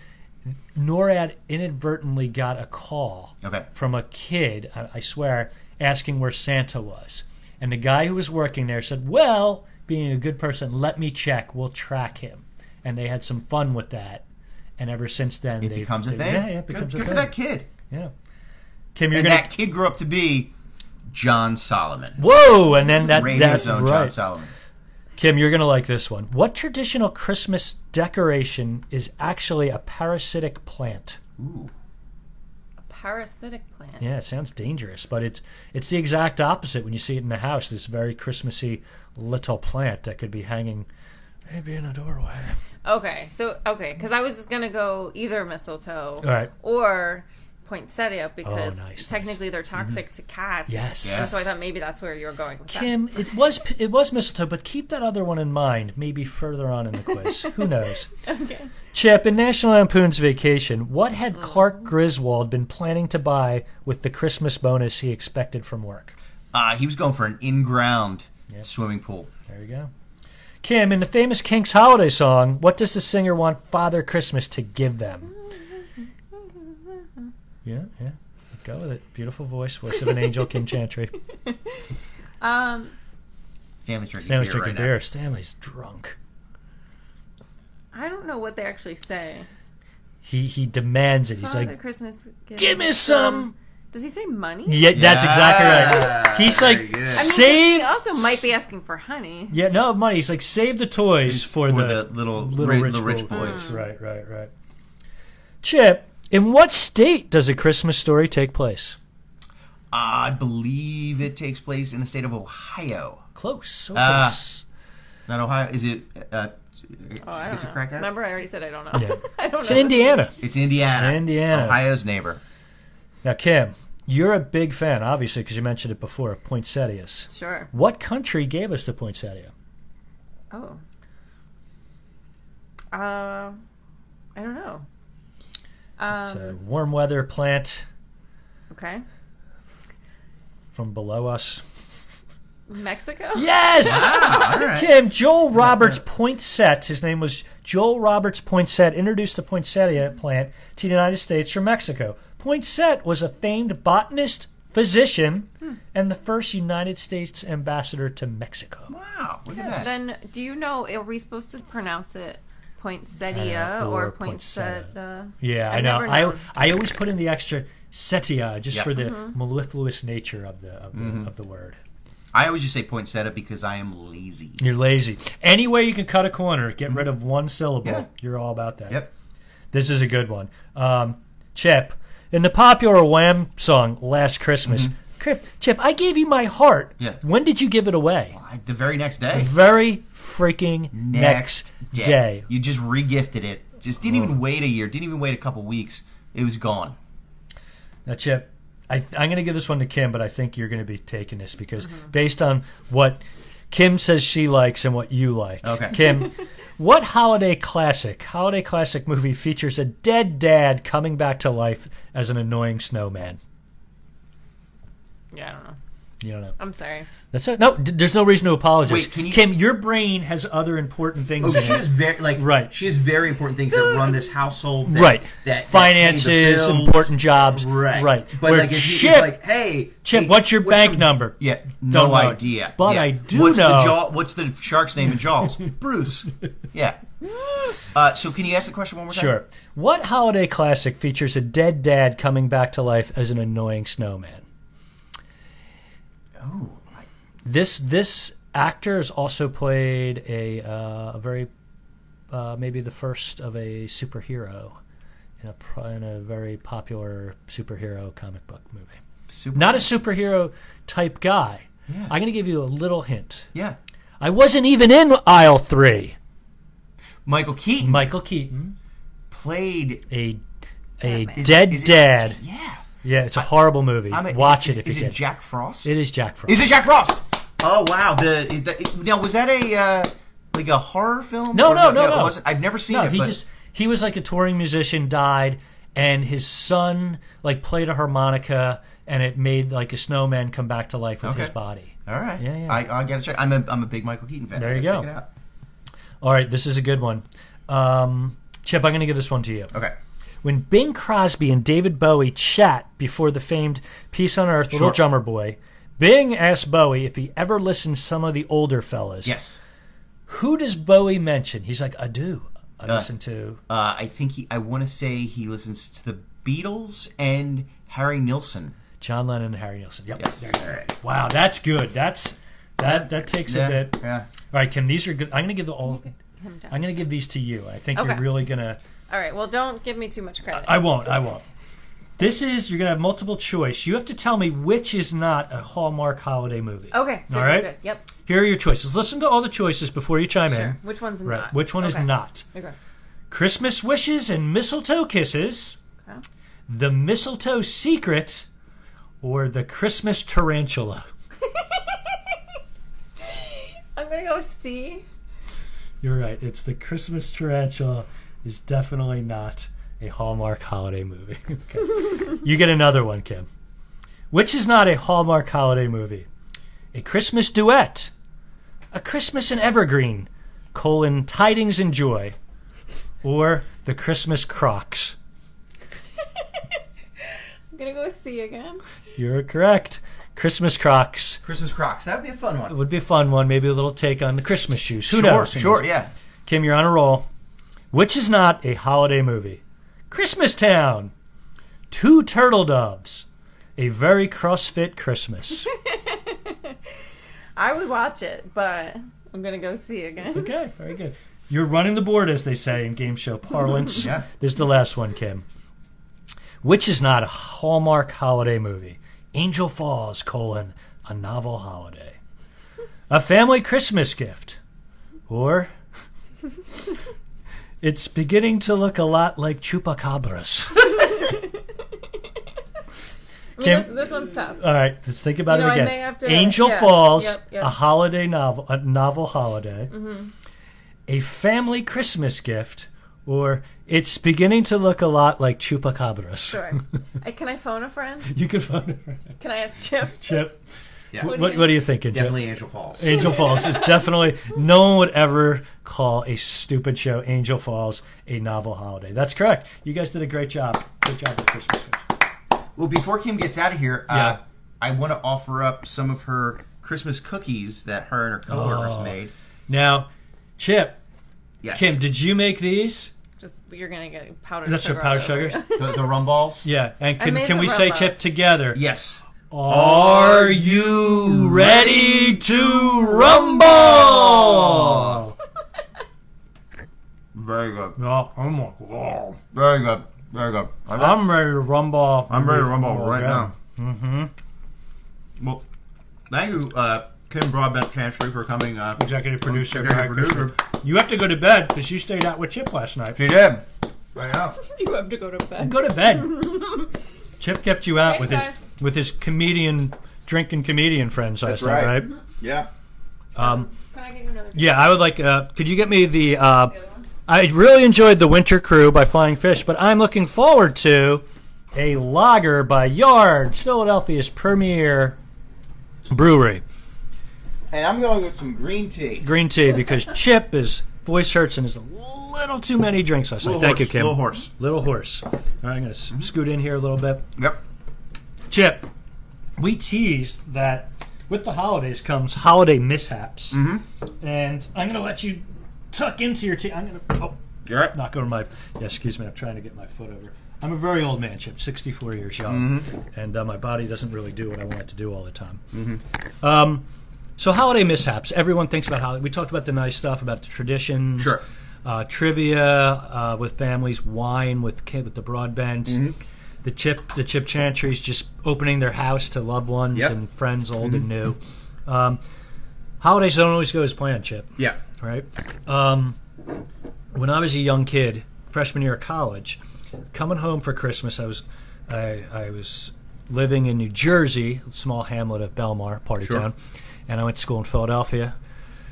[SPEAKER 1] NORAD inadvertently got a call
[SPEAKER 2] Okay.
[SPEAKER 1] from a kid, I, I swear, asking where Santa was. And the guy who was working there said, Well, being a good person, let me check. We'll track him. And they had some fun with that. And ever since then,
[SPEAKER 2] It
[SPEAKER 1] they've-
[SPEAKER 2] becomes a
[SPEAKER 1] they've-
[SPEAKER 2] thing.
[SPEAKER 1] Yeah, yeah, it becomes
[SPEAKER 2] good,
[SPEAKER 1] a
[SPEAKER 2] good for
[SPEAKER 1] thing.
[SPEAKER 2] that kid.
[SPEAKER 1] Yeah. Kim, you're
[SPEAKER 2] and
[SPEAKER 1] going
[SPEAKER 2] that kid grew up to be John Solomon.
[SPEAKER 1] Whoa! And then that.
[SPEAKER 2] Radio
[SPEAKER 1] that
[SPEAKER 2] Zone John
[SPEAKER 1] right.
[SPEAKER 2] Solomon.
[SPEAKER 1] Kim, you're going to like this one. What traditional Christmas decoration is actually a parasitic plant?
[SPEAKER 3] A parasitic plant.
[SPEAKER 1] Yeah, it sounds dangerous, but it's it's the exact opposite when you see it in the house. This very Christmassy little plant that could be hanging maybe in a doorway.
[SPEAKER 3] Okay. So okay, because I was just gonna go either mistletoe
[SPEAKER 1] All right.
[SPEAKER 3] or poinsettia because
[SPEAKER 1] Oh, nice,
[SPEAKER 3] technically they're toxic to cats.
[SPEAKER 1] Yes.
[SPEAKER 2] Yes.
[SPEAKER 3] So I thought maybe that's where you were going with that.
[SPEAKER 1] Kim, it was it was mistletoe, but keep that other one in mind. Maybe further on in the quiz, who knows?
[SPEAKER 3] Okay.
[SPEAKER 1] Chip in National Lampoon's Vacation. What had Clark Griswold been planning to buy with the Christmas bonus he expected from work?
[SPEAKER 2] Uh, he was going for an in-ground swimming pool.
[SPEAKER 1] There you go. Kim, in the famous Kinks holiday song, what does the singer want Father Christmas to give them? Yeah, yeah. Go with it. Beautiful voice, voice of an angel, Kim Chantry.
[SPEAKER 3] Um,
[SPEAKER 2] Stanley's drinking
[SPEAKER 1] Stanley's
[SPEAKER 2] beer
[SPEAKER 1] drinking
[SPEAKER 2] right
[SPEAKER 1] beer. Stanley's drunk.
[SPEAKER 3] I don't know what they actually say.
[SPEAKER 1] He he demands it. He's
[SPEAKER 3] Father
[SPEAKER 1] like,
[SPEAKER 3] Christmas. Gives
[SPEAKER 1] "Give me some."
[SPEAKER 3] Does he say money?
[SPEAKER 1] Yeah, that's exactly right.
[SPEAKER 2] Yeah,
[SPEAKER 1] He's
[SPEAKER 2] very
[SPEAKER 1] like,
[SPEAKER 2] good. I mean,
[SPEAKER 1] save.
[SPEAKER 3] He also might be asking for honey.
[SPEAKER 1] Yeah, no money. He's like, save the toys
[SPEAKER 2] Just
[SPEAKER 1] for,
[SPEAKER 2] for
[SPEAKER 1] the,
[SPEAKER 2] the little
[SPEAKER 1] little
[SPEAKER 2] ri-
[SPEAKER 1] rich,
[SPEAKER 2] little rich
[SPEAKER 1] boys. Mm.
[SPEAKER 2] boys.
[SPEAKER 1] Right, right, right. Chip, in what state does a Christmas story take place?
[SPEAKER 2] now. I believe it takes place in the state of Ohio.
[SPEAKER 1] Close, so
[SPEAKER 2] Ah.
[SPEAKER 1] close.
[SPEAKER 2] Not Ohio. Is it? Uh,
[SPEAKER 3] Oh, I
[SPEAKER 2] is
[SPEAKER 3] don't
[SPEAKER 2] it
[SPEAKER 3] know.
[SPEAKER 2] crack out?
[SPEAKER 3] Remember, I already said I don't know.
[SPEAKER 1] Yeah.
[SPEAKER 3] I don't
[SPEAKER 1] It's
[SPEAKER 3] know.
[SPEAKER 1] in Indiana.
[SPEAKER 2] It's Indiana.
[SPEAKER 1] Indiana.
[SPEAKER 2] Ohio's neighbor.
[SPEAKER 1] Now, Kim, you're a big fan, obviously, because you mentioned it before, of poinsettias.
[SPEAKER 3] Sure.
[SPEAKER 1] What country gave us the poinsettia?
[SPEAKER 3] Oh. Uh, I don't know.
[SPEAKER 1] It's
[SPEAKER 3] Um,
[SPEAKER 1] a warm weather plant
[SPEAKER 3] okay.
[SPEAKER 1] from below us.
[SPEAKER 3] Mexico?
[SPEAKER 1] Yes!
[SPEAKER 2] Ah, all right.
[SPEAKER 1] Kim, Joel Roberts Poinsett, his name was Joel Roberts Poinsett, introduced the poinsettia plant to the United States from Mexico. Poinsett was a famed botanist, physician, and the first United States ambassador to Mexico.
[SPEAKER 2] Wow. Look at that.
[SPEAKER 3] Then do you know, are we supposed to pronounce it
[SPEAKER 1] Yeah,
[SPEAKER 3] poinsettia or
[SPEAKER 1] or poinsettia.
[SPEAKER 3] poinsettia?
[SPEAKER 1] Yeah, i
[SPEAKER 3] I've
[SPEAKER 1] know.
[SPEAKER 3] never
[SPEAKER 1] I,
[SPEAKER 3] known.
[SPEAKER 1] I always put in the extra setia just
[SPEAKER 2] Yeah.
[SPEAKER 1] for the mellifluous nature of the of the, of the word.
[SPEAKER 2] I always just say poinsettia because I am lazy.
[SPEAKER 1] You're lazy. Any way you can cut a corner, get rid of one syllable,
[SPEAKER 2] Yeah.
[SPEAKER 1] you're all about that.
[SPEAKER 2] Yep.
[SPEAKER 1] This is a good one. Um, Chip, in the popular Wham song "Last Christmas," Chip, Chip, I gave you my heart.
[SPEAKER 2] Yeah.
[SPEAKER 1] When did you give it away?
[SPEAKER 2] I, the very next day.
[SPEAKER 1] Very freaking next, day.
[SPEAKER 2] You just regifted it. Just didn't even wait a year. Didn't even wait a couple weeks. It was gone.
[SPEAKER 1] Now, Chip, I, I'm going to give this one to Kim, but I think you're going to be taking this because based on what Kim says she likes and what you like.
[SPEAKER 2] Okay.
[SPEAKER 1] Kim, what holiday classic, holiday classic movie features a dead dad coming back to life as an annoying snowman?
[SPEAKER 3] Yeah, I don't know.
[SPEAKER 1] You don't know.
[SPEAKER 3] I'm sorry.
[SPEAKER 1] That's it. No, d- there's no reason to apologize.
[SPEAKER 2] Wait, can you-
[SPEAKER 1] Kim, your brain has other important
[SPEAKER 2] Oh,
[SPEAKER 1] things
[SPEAKER 2] she
[SPEAKER 1] in it.
[SPEAKER 2] has very like
[SPEAKER 1] Right.
[SPEAKER 2] She has very important things that run this household. That,
[SPEAKER 1] Right.
[SPEAKER 2] That
[SPEAKER 1] Finances,
[SPEAKER 2] that pays the bills.
[SPEAKER 1] important jobs.
[SPEAKER 2] Right.
[SPEAKER 1] Right.
[SPEAKER 2] But
[SPEAKER 1] Where
[SPEAKER 2] like, if you-
[SPEAKER 1] Chip,
[SPEAKER 2] if like, hey,
[SPEAKER 1] Chip,
[SPEAKER 2] hey,
[SPEAKER 1] what's your bank
[SPEAKER 2] the-
[SPEAKER 1] number?
[SPEAKER 2] Yeah. No
[SPEAKER 1] Don't know.
[SPEAKER 2] idea.
[SPEAKER 1] But
[SPEAKER 2] Yeah.
[SPEAKER 1] I do
[SPEAKER 2] what's
[SPEAKER 1] know.
[SPEAKER 2] The jaw, what's the shark's name in Jaws? Bruce. Yeah. Uh, so can you ask the question one more time?
[SPEAKER 1] Sure. What holiday classic features a dead dad coming back to life as an annoying snowman?
[SPEAKER 2] Ooh.
[SPEAKER 1] This this actor has also played a, uh, a very uh, maybe the first of a superhero in a pro- in a very popular superhero comic book movie.
[SPEAKER 2] Super.
[SPEAKER 1] Not a superhero type guy.
[SPEAKER 2] Yeah.
[SPEAKER 1] I'm going to give you a little hint.
[SPEAKER 2] Yeah.
[SPEAKER 1] I wasn't even in aisle three.
[SPEAKER 2] Michael Keaton
[SPEAKER 1] Michael Keaton,
[SPEAKER 2] played
[SPEAKER 1] a a
[SPEAKER 3] Batman.
[SPEAKER 2] is-
[SPEAKER 1] dead
[SPEAKER 2] is it-
[SPEAKER 1] dad.
[SPEAKER 2] yeah.
[SPEAKER 1] yeah, it's a horrible movie.
[SPEAKER 2] I'm a-
[SPEAKER 1] Watch
[SPEAKER 2] is,
[SPEAKER 1] it if
[SPEAKER 2] is,
[SPEAKER 1] you
[SPEAKER 2] is
[SPEAKER 1] can.
[SPEAKER 2] it Jack Frost?
[SPEAKER 1] It is Jack Frost.
[SPEAKER 2] Is it Jack Frost? Oh wow! The, is that- now was that a uh, like a horror film?
[SPEAKER 1] No,
[SPEAKER 2] Or
[SPEAKER 1] no, no, no.
[SPEAKER 2] It wasn't. I've never seen
[SPEAKER 1] no,
[SPEAKER 2] it.
[SPEAKER 1] he
[SPEAKER 2] but
[SPEAKER 1] just he was like a touring musician, died, and his son like played a harmonica, and it made like a snowman come back to life with
[SPEAKER 2] Okay.
[SPEAKER 1] his body.
[SPEAKER 2] all right.
[SPEAKER 1] Yeah, yeah.
[SPEAKER 2] I, I gotta check. I'm a I'm a big Michael Keaton fan.
[SPEAKER 1] There you
[SPEAKER 2] Gotta
[SPEAKER 1] go.
[SPEAKER 2] Check it out.
[SPEAKER 1] All right, this is a good one. Um, Chip, I'm going to give this one to you.
[SPEAKER 2] Okay.
[SPEAKER 1] When Bing Crosby and David Bowie chat before the famed "Peace on Earth," Little
[SPEAKER 2] Sure.
[SPEAKER 1] Drummer Boy, Bing asks Bowie if he ever listened to some of the older fellas.
[SPEAKER 2] Yes.
[SPEAKER 1] Who does Bowie mention? He's like, I do. I listen to.
[SPEAKER 2] Uh, I think he. I want to say he listens to the Beatles and Harry Nilsson.
[SPEAKER 1] John Lennon and Harry Nilsson. Yep.
[SPEAKER 2] Yes.
[SPEAKER 1] There you go.
[SPEAKER 2] All right.
[SPEAKER 1] Wow, that's good. That's that that takes
[SPEAKER 2] yeah,
[SPEAKER 1] a bit. All
[SPEAKER 2] Yeah.
[SPEAKER 1] right, Kim, these are good. I'm gonna give the all.
[SPEAKER 3] Him down.
[SPEAKER 1] I'm gonna give these to you. I think you're
[SPEAKER 3] Okay.
[SPEAKER 1] really gonna.
[SPEAKER 3] All right. Well, don't give me too much credit.
[SPEAKER 1] I won't. I won't. This is you're gonna have multiple choice. You have to tell me which is not a Hallmark holiday movie.
[SPEAKER 3] okay. Good,
[SPEAKER 1] All right.
[SPEAKER 3] Good, good. Yep.
[SPEAKER 1] Here are your choices. Listen to all the choices before you chime
[SPEAKER 3] Sure.
[SPEAKER 1] in.
[SPEAKER 3] Which one's
[SPEAKER 1] Right.
[SPEAKER 3] not?
[SPEAKER 1] Which one
[SPEAKER 3] Okay.
[SPEAKER 1] is not?
[SPEAKER 3] Okay.
[SPEAKER 1] Christmas wishes and mistletoe kisses.
[SPEAKER 3] Okay.
[SPEAKER 1] The mistletoe secret, or the Christmas tarantula.
[SPEAKER 3] I'm gonna go C.
[SPEAKER 1] You're right. It's the Christmas tarantula is definitely not a Hallmark holiday movie. Okay. you get another one, Kim. Which is not a Hallmark holiday movie? A Christmas duet, a Christmas and Evergreen, colon tidings and joy, or the Christmas Crocs.
[SPEAKER 3] I'm gonna go C again.
[SPEAKER 1] You're correct. Christmas Crocs
[SPEAKER 2] Christmas Crocs. That would be a fun one.
[SPEAKER 1] would be a fun one. Maybe a little take on the Christmas shoes. Who
[SPEAKER 2] sure.
[SPEAKER 1] knows?
[SPEAKER 2] Sure. Yeah.
[SPEAKER 1] Kim, you're on a roll. Which is not a holiday movie? Christmas Town. Two turtle doves. A very CrossFit Christmas.
[SPEAKER 3] I would watch it, but I'm gonna go C again.
[SPEAKER 1] okay, very good. You're running the board, as they say in game show parlance.
[SPEAKER 2] Yeah.
[SPEAKER 1] This is the last one, Kim. Which is not a Hallmark holiday movie? Angel Falls, colon, a novel holiday. A family Christmas gift. Or it's beginning to look a lot like chupacabras.
[SPEAKER 3] I mean,
[SPEAKER 1] Kim-
[SPEAKER 3] this, this one's tough.
[SPEAKER 1] All right, let's think about
[SPEAKER 3] You
[SPEAKER 1] it
[SPEAKER 3] know, I
[SPEAKER 1] again.
[SPEAKER 3] may have to-
[SPEAKER 1] Angel
[SPEAKER 3] yeah,
[SPEAKER 1] Falls,
[SPEAKER 3] yep, yep. Mm-hmm.
[SPEAKER 1] a holiday novel, a novel holiday, a family Christmas gift, or it's beginning to look a lot like chupacabras.
[SPEAKER 3] Sure. I, can I phone a friend?
[SPEAKER 1] You can find it,
[SPEAKER 3] Can I ask Jim?
[SPEAKER 1] Chip.
[SPEAKER 2] Yeah.
[SPEAKER 1] What, what, what are you thinking, Chip?
[SPEAKER 2] Definitely Angel Falls.
[SPEAKER 1] Angel Falls is definitely no one would ever call a stupid show Angel Falls a novel holiday. That's correct. You guys did a great job. Great job with Christmas.
[SPEAKER 2] Well, before Kim gets out of here,
[SPEAKER 1] Yeah.
[SPEAKER 2] uh, I want to offer up some of her Christmas cookies that her and her coworkers made.
[SPEAKER 1] Now, Chip,
[SPEAKER 2] Yes.
[SPEAKER 1] Oh. Kim, did you make these?
[SPEAKER 3] Just you're gonna get powdered.
[SPEAKER 1] That's
[SPEAKER 3] sugar
[SPEAKER 1] your
[SPEAKER 3] all
[SPEAKER 1] powdered
[SPEAKER 3] over
[SPEAKER 1] sugars.
[SPEAKER 3] you.
[SPEAKER 2] the, the rum balls?
[SPEAKER 1] Yeah, and can
[SPEAKER 3] made
[SPEAKER 1] can
[SPEAKER 3] the
[SPEAKER 1] we say
[SPEAKER 3] robots.
[SPEAKER 1] Chip together?
[SPEAKER 2] Yes.
[SPEAKER 1] Are you ready to rumble?
[SPEAKER 2] Very good.
[SPEAKER 1] No, I'm not. Oh,
[SPEAKER 2] Very good. Very good. I'm,
[SPEAKER 1] I'm ready to rumble.
[SPEAKER 2] ready to rumble right
[SPEAKER 1] Yeah.
[SPEAKER 2] now. Mm-hmm. Well, thank you, uh, Kim Broadbent Chancery, for coming. Uh,
[SPEAKER 1] Executive producer.
[SPEAKER 2] Executive
[SPEAKER 1] Mike
[SPEAKER 2] producer.
[SPEAKER 1] Christopher. You have to go to bed because you stayed out with Chip last night.
[SPEAKER 2] She did. Right now.
[SPEAKER 3] you have to go to bed.
[SPEAKER 1] Go to bed. Chip kept you out
[SPEAKER 3] Thanks,
[SPEAKER 1] with his with his comedian drinking comedian friends last
[SPEAKER 2] That's
[SPEAKER 1] night,
[SPEAKER 2] right.
[SPEAKER 1] right?
[SPEAKER 2] Yeah.
[SPEAKER 3] Can I get you another?
[SPEAKER 1] Yeah, I would like. Uh, could you get me the? Uh,
[SPEAKER 3] other one?
[SPEAKER 1] I really enjoyed the Winter Crew by Flying Fish, but I'm looking forward to a lager by Yards, Philadelphia's premier brewery.
[SPEAKER 2] And I'm going with some green tea.
[SPEAKER 1] Green tea because Chip is voice hurts and is a little too many drinks last night.
[SPEAKER 2] Little
[SPEAKER 1] Thank
[SPEAKER 2] horse,
[SPEAKER 1] you, Kim.
[SPEAKER 2] Little horse.
[SPEAKER 1] Little horse. All right, I'm gonna s- scoot in here a little bit.
[SPEAKER 2] Yep.
[SPEAKER 1] Chip, we teased that with the holidays comes holiday mishaps,
[SPEAKER 2] Mm-hmm.
[SPEAKER 1] and I'm gonna let you tuck into your tea. I'm gonna. Oh,
[SPEAKER 2] You're right.
[SPEAKER 1] knock over my. Yeah, excuse me. I'm trying to get my foot over. I'm a very old man, Chip, 64 years young,
[SPEAKER 2] Mm-hmm.
[SPEAKER 1] and uh, my body doesn't really do what I want it to do all the time.
[SPEAKER 2] Mm-hmm.
[SPEAKER 1] Um, so holiday mishaps. Everyone thinks about holiday. We talked about the nice stuff, about the traditions,
[SPEAKER 2] Sure.
[SPEAKER 1] uh, trivia uh, with families, wine with kid with the broadbent.
[SPEAKER 2] Mm-hmm.
[SPEAKER 1] The chip, the chip chantries, just opening their house to loved ones
[SPEAKER 2] Yep. Mm-hmm.
[SPEAKER 1] and friends, old and new. Um, holidays don't always go as planned, Chip
[SPEAKER 2] Yeah.
[SPEAKER 1] right? Um, when I was a young kid, freshman year of college, coming home for Christmas, I was, I, I was living in New Jersey, a small hamlet of Belmar, party
[SPEAKER 2] Sure.
[SPEAKER 1] town, and I went to school in Philadelphia,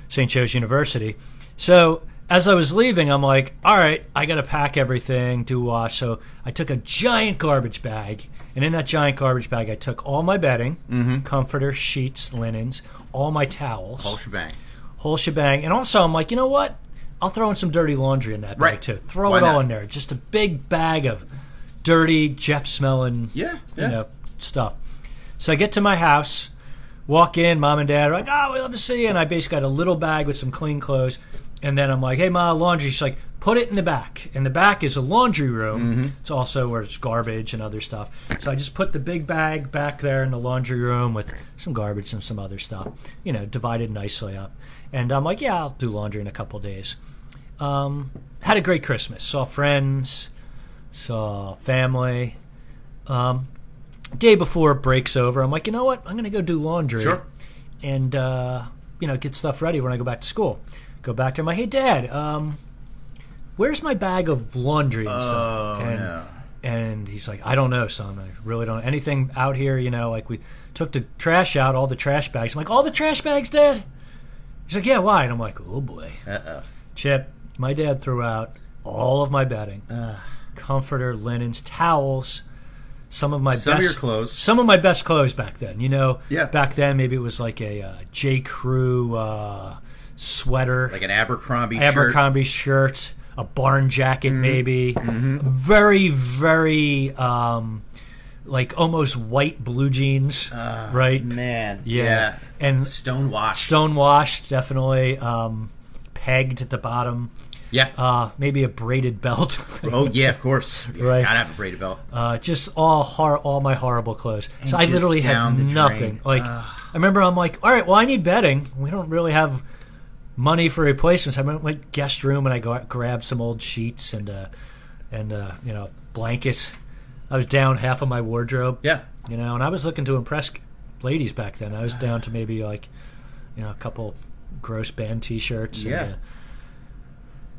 [SPEAKER 1] St. Joe's University. So as I was leaving, I'm like, all right, I got to pack everything, do wash. So I took a giant garbage bag, and in that giant garbage bag, I took all my bedding, comforter, sheets, linens, all my towels
[SPEAKER 2] Whole shebang.
[SPEAKER 1] whole shebang. And also, I'm like, you know what? I'll throw in some dirty laundry in that bag
[SPEAKER 2] Right.
[SPEAKER 1] too. Throw
[SPEAKER 2] Why
[SPEAKER 1] it all
[SPEAKER 2] not?
[SPEAKER 1] in there. Just a big bag of dirty Jeff smelling,
[SPEAKER 2] Yeah.
[SPEAKER 1] you know, stuff. So I get to my house, walk in, mom and dad are like, "Oh, we love to see you." And I basically got a little bag with some clean clothes, and then I'm like, "Hey, ma, laundry." She's like, "Put it in the back." And the back is a laundry room. It's also where it's garbage and other stuff. So I just put the big bag back there in the laundry room with some garbage and some other stuff. You know, divided nicely up. And I'm like, "Yeah, I'll do laundry in a couple days." Um, had a great Christmas. Saw friends, saw family. Um, day before it breaks over, I'm like, you know what? I'm going to go do laundry
[SPEAKER 2] Sure.
[SPEAKER 1] and uh, you know get stuff ready when I go back to school. Go back and I'm like, hey, Dad, um, where's my bag of laundry and stuff? And,
[SPEAKER 2] Oh, no.
[SPEAKER 1] and he's like, I don't know, son. I really don't. Anything out here, you know, like we took the trash out, all the trash bags. I'm like, all the trash bags, Dad. He's like, yeah, why? And I'm like, oh boy.
[SPEAKER 2] Uh oh.
[SPEAKER 1] Chip, my dad threw out all of my bedding, comforter, linens, towels, some of my
[SPEAKER 2] Some of
[SPEAKER 1] best
[SPEAKER 2] your clothes.
[SPEAKER 1] some of my best clothes back then. You know,
[SPEAKER 2] Yeah.
[SPEAKER 1] Back then, maybe it was like a uh, J. Crew uh, sweater,
[SPEAKER 2] Like an Abercrombie shirt.
[SPEAKER 1] Abercrombie shirt. a barn jacket,
[SPEAKER 2] Mm-hmm.
[SPEAKER 1] maybe. Very, very um, like almost white blue jeans, right?
[SPEAKER 2] Man.
[SPEAKER 1] yeah.
[SPEAKER 2] Ah, Yeah.
[SPEAKER 1] and
[SPEAKER 2] Stone wash.
[SPEAKER 1] stone washed, definitely um, pegged at the bottom.
[SPEAKER 2] yeah.
[SPEAKER 1] Uh, maybe a braided belt.
[SPEAKER 2] oh yeah, of course. Yeah,
[SPEAKER 1] Right.
[SPEAKER 2] Gotta have a braided belt.
[SPEAKER 1] uh, just all hor- all my horrible clothes. so I
[SPEAKER 2] just
[SPEAKER 1] literally had
[SPEAKER 2] down the
[SPEAKER 1] nothing.
[SPEAKER 2] drain.
[SPEAKER 1] Like I remember, I'm like, all right, well, I need bedding. We don't really have money for replacements. I went to my guest room and I go out, grabbed some old sheets and uh, and uh, you know blankets. I was down half of my wardrobe.
[SPEAKER 2] yeah.
[SPEAKER 1] You know, and I was looking to impress ladies back then. I was down to maybe like, you know, a couple gross band T-shirts. and,
[SPEAKER 2] Yeah. Uh,
[SPEAKER 1] uh,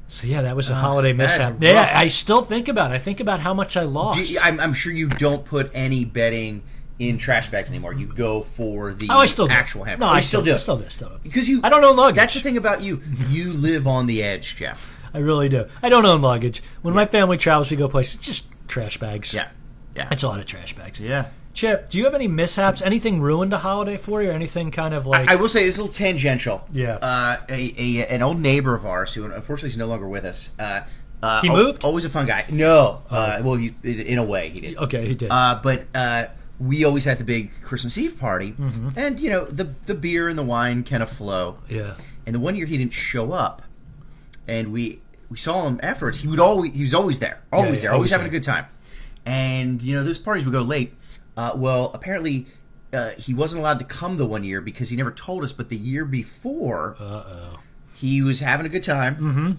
[SPEAKER 1] so yeah, that was a holiday
[SPEAKER 2] that is
[SPEAKER 1] mishap.
[SPEAKER 2] rough.
[SPEAKER 1] Yeah, I still think about. it. I think about how much I
[SPEAKER 2] Do
[SPEAKER 1] lost.
[SPEAKER 2] you- I'm, I'm sure you don't put any betting in trash bags anymore. You go for the
[SPEAKER 1] oh, I still do.
[SPEAKER 2] actual hammer.
[SPEAKER 1] No,
[SPEAKER 2] Oh,
[SPEAKER 1] I
[SPEAKER 2] you
[SPEAKER 1] still,
[SPEAKER 2] do.
[SPEAKER 1] Still do. Still do.
[SPEAKER 2] because you.
[SPEAKER 1] I don't own luggage.
[SPEAKER 2] That's the thing about you. You live on the edge, Jeff.
[SPEAKER 1] I really do. I don't own luggage. When my family travels, we go places. Just trash bags.
[SPEAKER 2] Yeah, yeah,
[SPEAKER 1] It's a lot of trash bags.
[SPEAKER 2] yeah.
[SPEAKER 1] Chip, do you have any mishaps? Anything ruined a holiday for you, or anything kind of like?
[SPEAKER 2] I will say this is a little tangential.
[SPEAKER 1] Yeah.
[SPEAKER 2] Uh, a, a an old neighbor of ours who unfortunately is no longer with us. Uh, uh,
[SPEAKER 1] He
[SPEAKER 2] al-
[SPEAKER 1] moved? Oh.
[SPEAKER 2] Always a fun guy. No. Uh, well, he, in a way, he did.
[SPEAKER 1] okay, he did.
[SPEAKER 2] Uh, but uh, we always had the big Christmas Eve party, and you know the the beer and the wine kind of flow.
[SPEAKER 1] Mm-hmm. yeah.
[SPEAKER 2] And the one year he didn't show up, and we we saw him afterwards. He would always he was always there, always
[SPEAKER 1] yeah,
[SPEAKER 2] there,
[SPEAKER 1] always
[SPEAKER 2] always, having
[SPEAKER 1] there.
[SPEAKER 2] a good time. And you know those parties would go late. Uh, well, apparently uh, he wasn't allowed to come the one year because he never told us. But the year before, he was having a good time. Mm-hmm.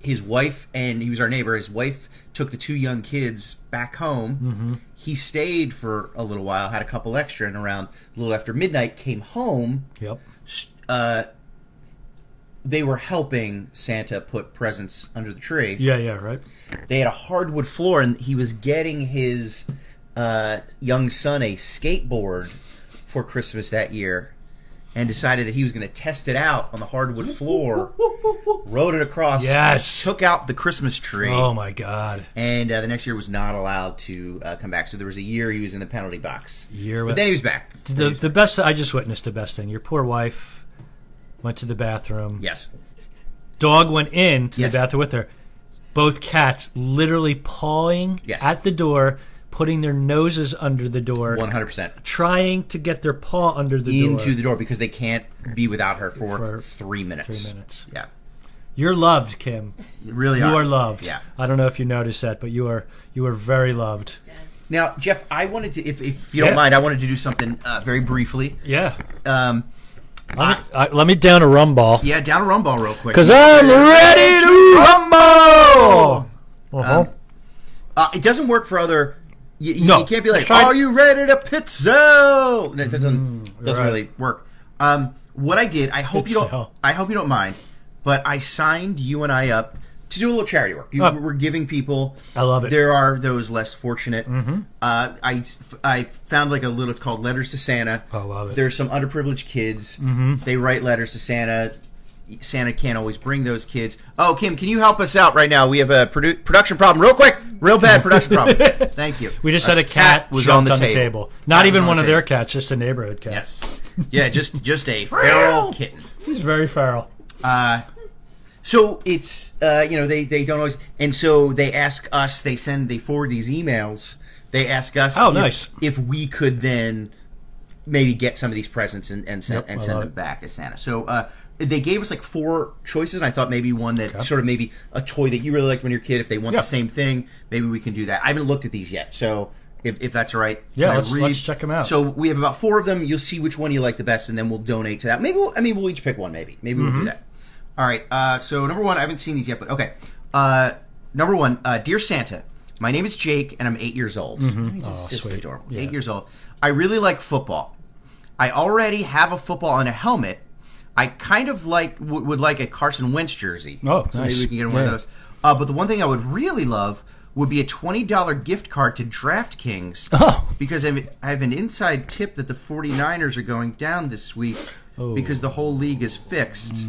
[SPEAKER 2] His wife and he was our neighbor. His wife took the two young kids back home. Mm-hmm. He stayed for a little while, had a couple extra, and around a little after midnight came home
[SPEAKER 1] Yep.
[SPEAKER 2] uh, they were helping Santa put presents under the tree.
[SPEAKER 1] Yeah. Yeah. Right.
[SPEAKER 2] They had a hardwood floor, and he was getting his uh, young son a skateboard for Christmas that year, and decided that he was going to test it out on the hardwood floor. Rode it across.
[SPEAKER 1] Yes.
[SPEAKER 2] Took out the Christmas tree.
[SPEAKER 1] Oh my God.
[SPEAKER 2] And uh, the next year was not allowed to uh, come back. So there was a year he was in the penalty box.
[SPEAKER 1] Year
[SPEAKER 2] but
[SPEAKER 1] with-
[SPEAKER 2] then he was back. Then
[SPEAKER 1] The
[SPEAKER 2] he was-
[SPEAKER 1] the best. I just witnessed the best thing. Your poor wife went to the bathroom.
[SPEAKER 2] yes.
[SPEAKER 1] Dog went in to
[SPEAKER 2] Yes.
[SPEAKER 1] the bathroom with her. Both cats literally pawing
[SPEAKER 2] Yes.
[SPEAKER 1] at the door, putting their noses under the door,
[SPEAKER 2] 100%.
[SPEAKER 1] trying to get their paw under the door.
[SPEAKER 2] into the door because they can't be without her for,
[SPEAKER 1] For
[SPEAKER 2] three minutes.
[SPEAKER 1] three minutes.
[SPEAKER 2] Yeah,
[SPEAKER 1] You're loved, Kim.
[SPEAKER 2] You really.
[SPEAKER 1] You are loved.
[SPEAKER 2] Yeah.
[SPEAKER 1] I don't know if you noticed that, but you are you are very loved.
[SPEAKER 2] Now, Jeff, I wanted to, if, if you
[SPEAKER 1] Yeah.
[SPEAKER 2] don't mind, I wanted to do something uh, very briefly.
[SPEAKER 1] Yeah.
[SPEAKER 2] Um,
[SPEAKER 1] Let me, I, let me down a rum ball.
[SPEAKER 2] yeah, down a rum ball real quick.
[SPEAKER 1] Cause I'm ready to rumble.
[SPEAKER 2] Um,
[SPEAKER 1] Uh-huh.
[SPEAKER 2] uh, it doesn't work for other. You, you,
[SPEAKER 1] No.
[SPEAKER 2] you can't be like,
[SPEAKER 1] Let's try- Mm,
[SPEAKER 2] "Are you ready to pizza?" No, That doesn't doesn't
[SPEAKER 1] right.
[SPEAKER 2] really work. Um, what I did, I hope you don't.
[SPEAKER 1] Pizza.
[SPEAKER 2] I hope you don't mind, but I signed you and I up to do a little charity work. You,
[SPEAKER 1] Oh.
[SPEAKER 2] We're giving people.
[SPEAKER 1] I love it. Mm-hmm.
[SPEAKER 2] There are those less fortunate. Uh, I I found like a little. It's called Letters to Santa.
[SPEAKER 1] Oh, I love it. Mm-hmm.
[SPEAKER 2] There's some underprivileged kids. They write letters to Santa. Santa can't always bring those kids. Oh, Kim, can you help us out right now? We have a produ- production problem, real quick, real bad production problem. Thank you.
[SPEAKER 1] we just had a cat,
[SPEAKER 2] was
[SPEAKER 1] jumped
[SPEAKER 2] on the table.
[SPEAKER 1] Not
[SPEAKER 2] Cat
[SPEAKER 1] even
[SPEAKER 2] was on
[SPEAKER 1] one
[SPEAKER 2] the
[SPEAKER 1] of their
[SPEAKER 2] table.
[SPEAKER 1] cats, just a neighborhood cat.
[SPEAKER 2] Yes. Yeah, just just a feral kitten.
[SPEAKER 1] He's very feral.
[SPEAKER 2] So it's uh, you know they they don't always and so they ask us they send they forward these emails they ask us
[SPEAKER 1] Oh,
[SPEAKER 2] if,
[SPEAKER 1] nice.
[SPEAKER 2] if we could then maybe get some of these presents and and send,
[SPEAKER 1] Yep,
[SPEAKER 2] and
[SPEAKER 1] I
[SPEAKER 2] send
[SPEAKER 1] love
[SPEAKER 2] them
[SPEAKER 1] it.
[SPEAKER 2] back as Santa. So uh, they gave us like four choices and I thought maybe one that sort of maybe a toy that you really liked when you're a kid if they want
[SPEAKER 1] Yeah.
[SPEAKER 2] the same thing maybe we can do that. I haven't looked at these yet so. If, if that's all right,
[SPEAKER 1] Yeah,
[SPEAKER 2] can I
[SPEAKER 1] let's-
[SPEAKER 2] read?
[SPEAKER 1] let's check 'em out.
[SPEAKER 2] So we have about four of them. You'll see which one you like the best, and then we'll donate to that. Maybe we'll, I mean we'll each pick one. Maybe maybe
[SPEAKER 1] Mm-hmm.
[SPEAKER 2] we'll do that. All right. Uh, so number one, I haven't seen these yet, but okay. Uh, number one, uh, dear Santa, my name is Jake, and I'm eight years old. Just, just
[SPEAKER 1] Mm-hmm. Oh, sweet.
[SPEAKER 2] adorable. Eight years old. I really like football. I already have a football and a helmet. I kind of like w- would like a Carson Wentz jersey.
[SPEAKER 1] Oh,
[SPEAKER 2] so
[SPEAKER 1] nice.
[SPEAKER 2] Maybe we can get him one of
[SPEAKER 1] Yeah.
[SPEAKER 2] those. Uh, but the one thing I would really love would be a twenty dollar gift card to DraftKings
[SPEAKER 1] Oh.
[SPEAKER 2] because I'm, I have an inside tip that the 49ers are going down this week
[SPEAKER 1] Oh.
[SPEAKER 2] because the whole league is fixed.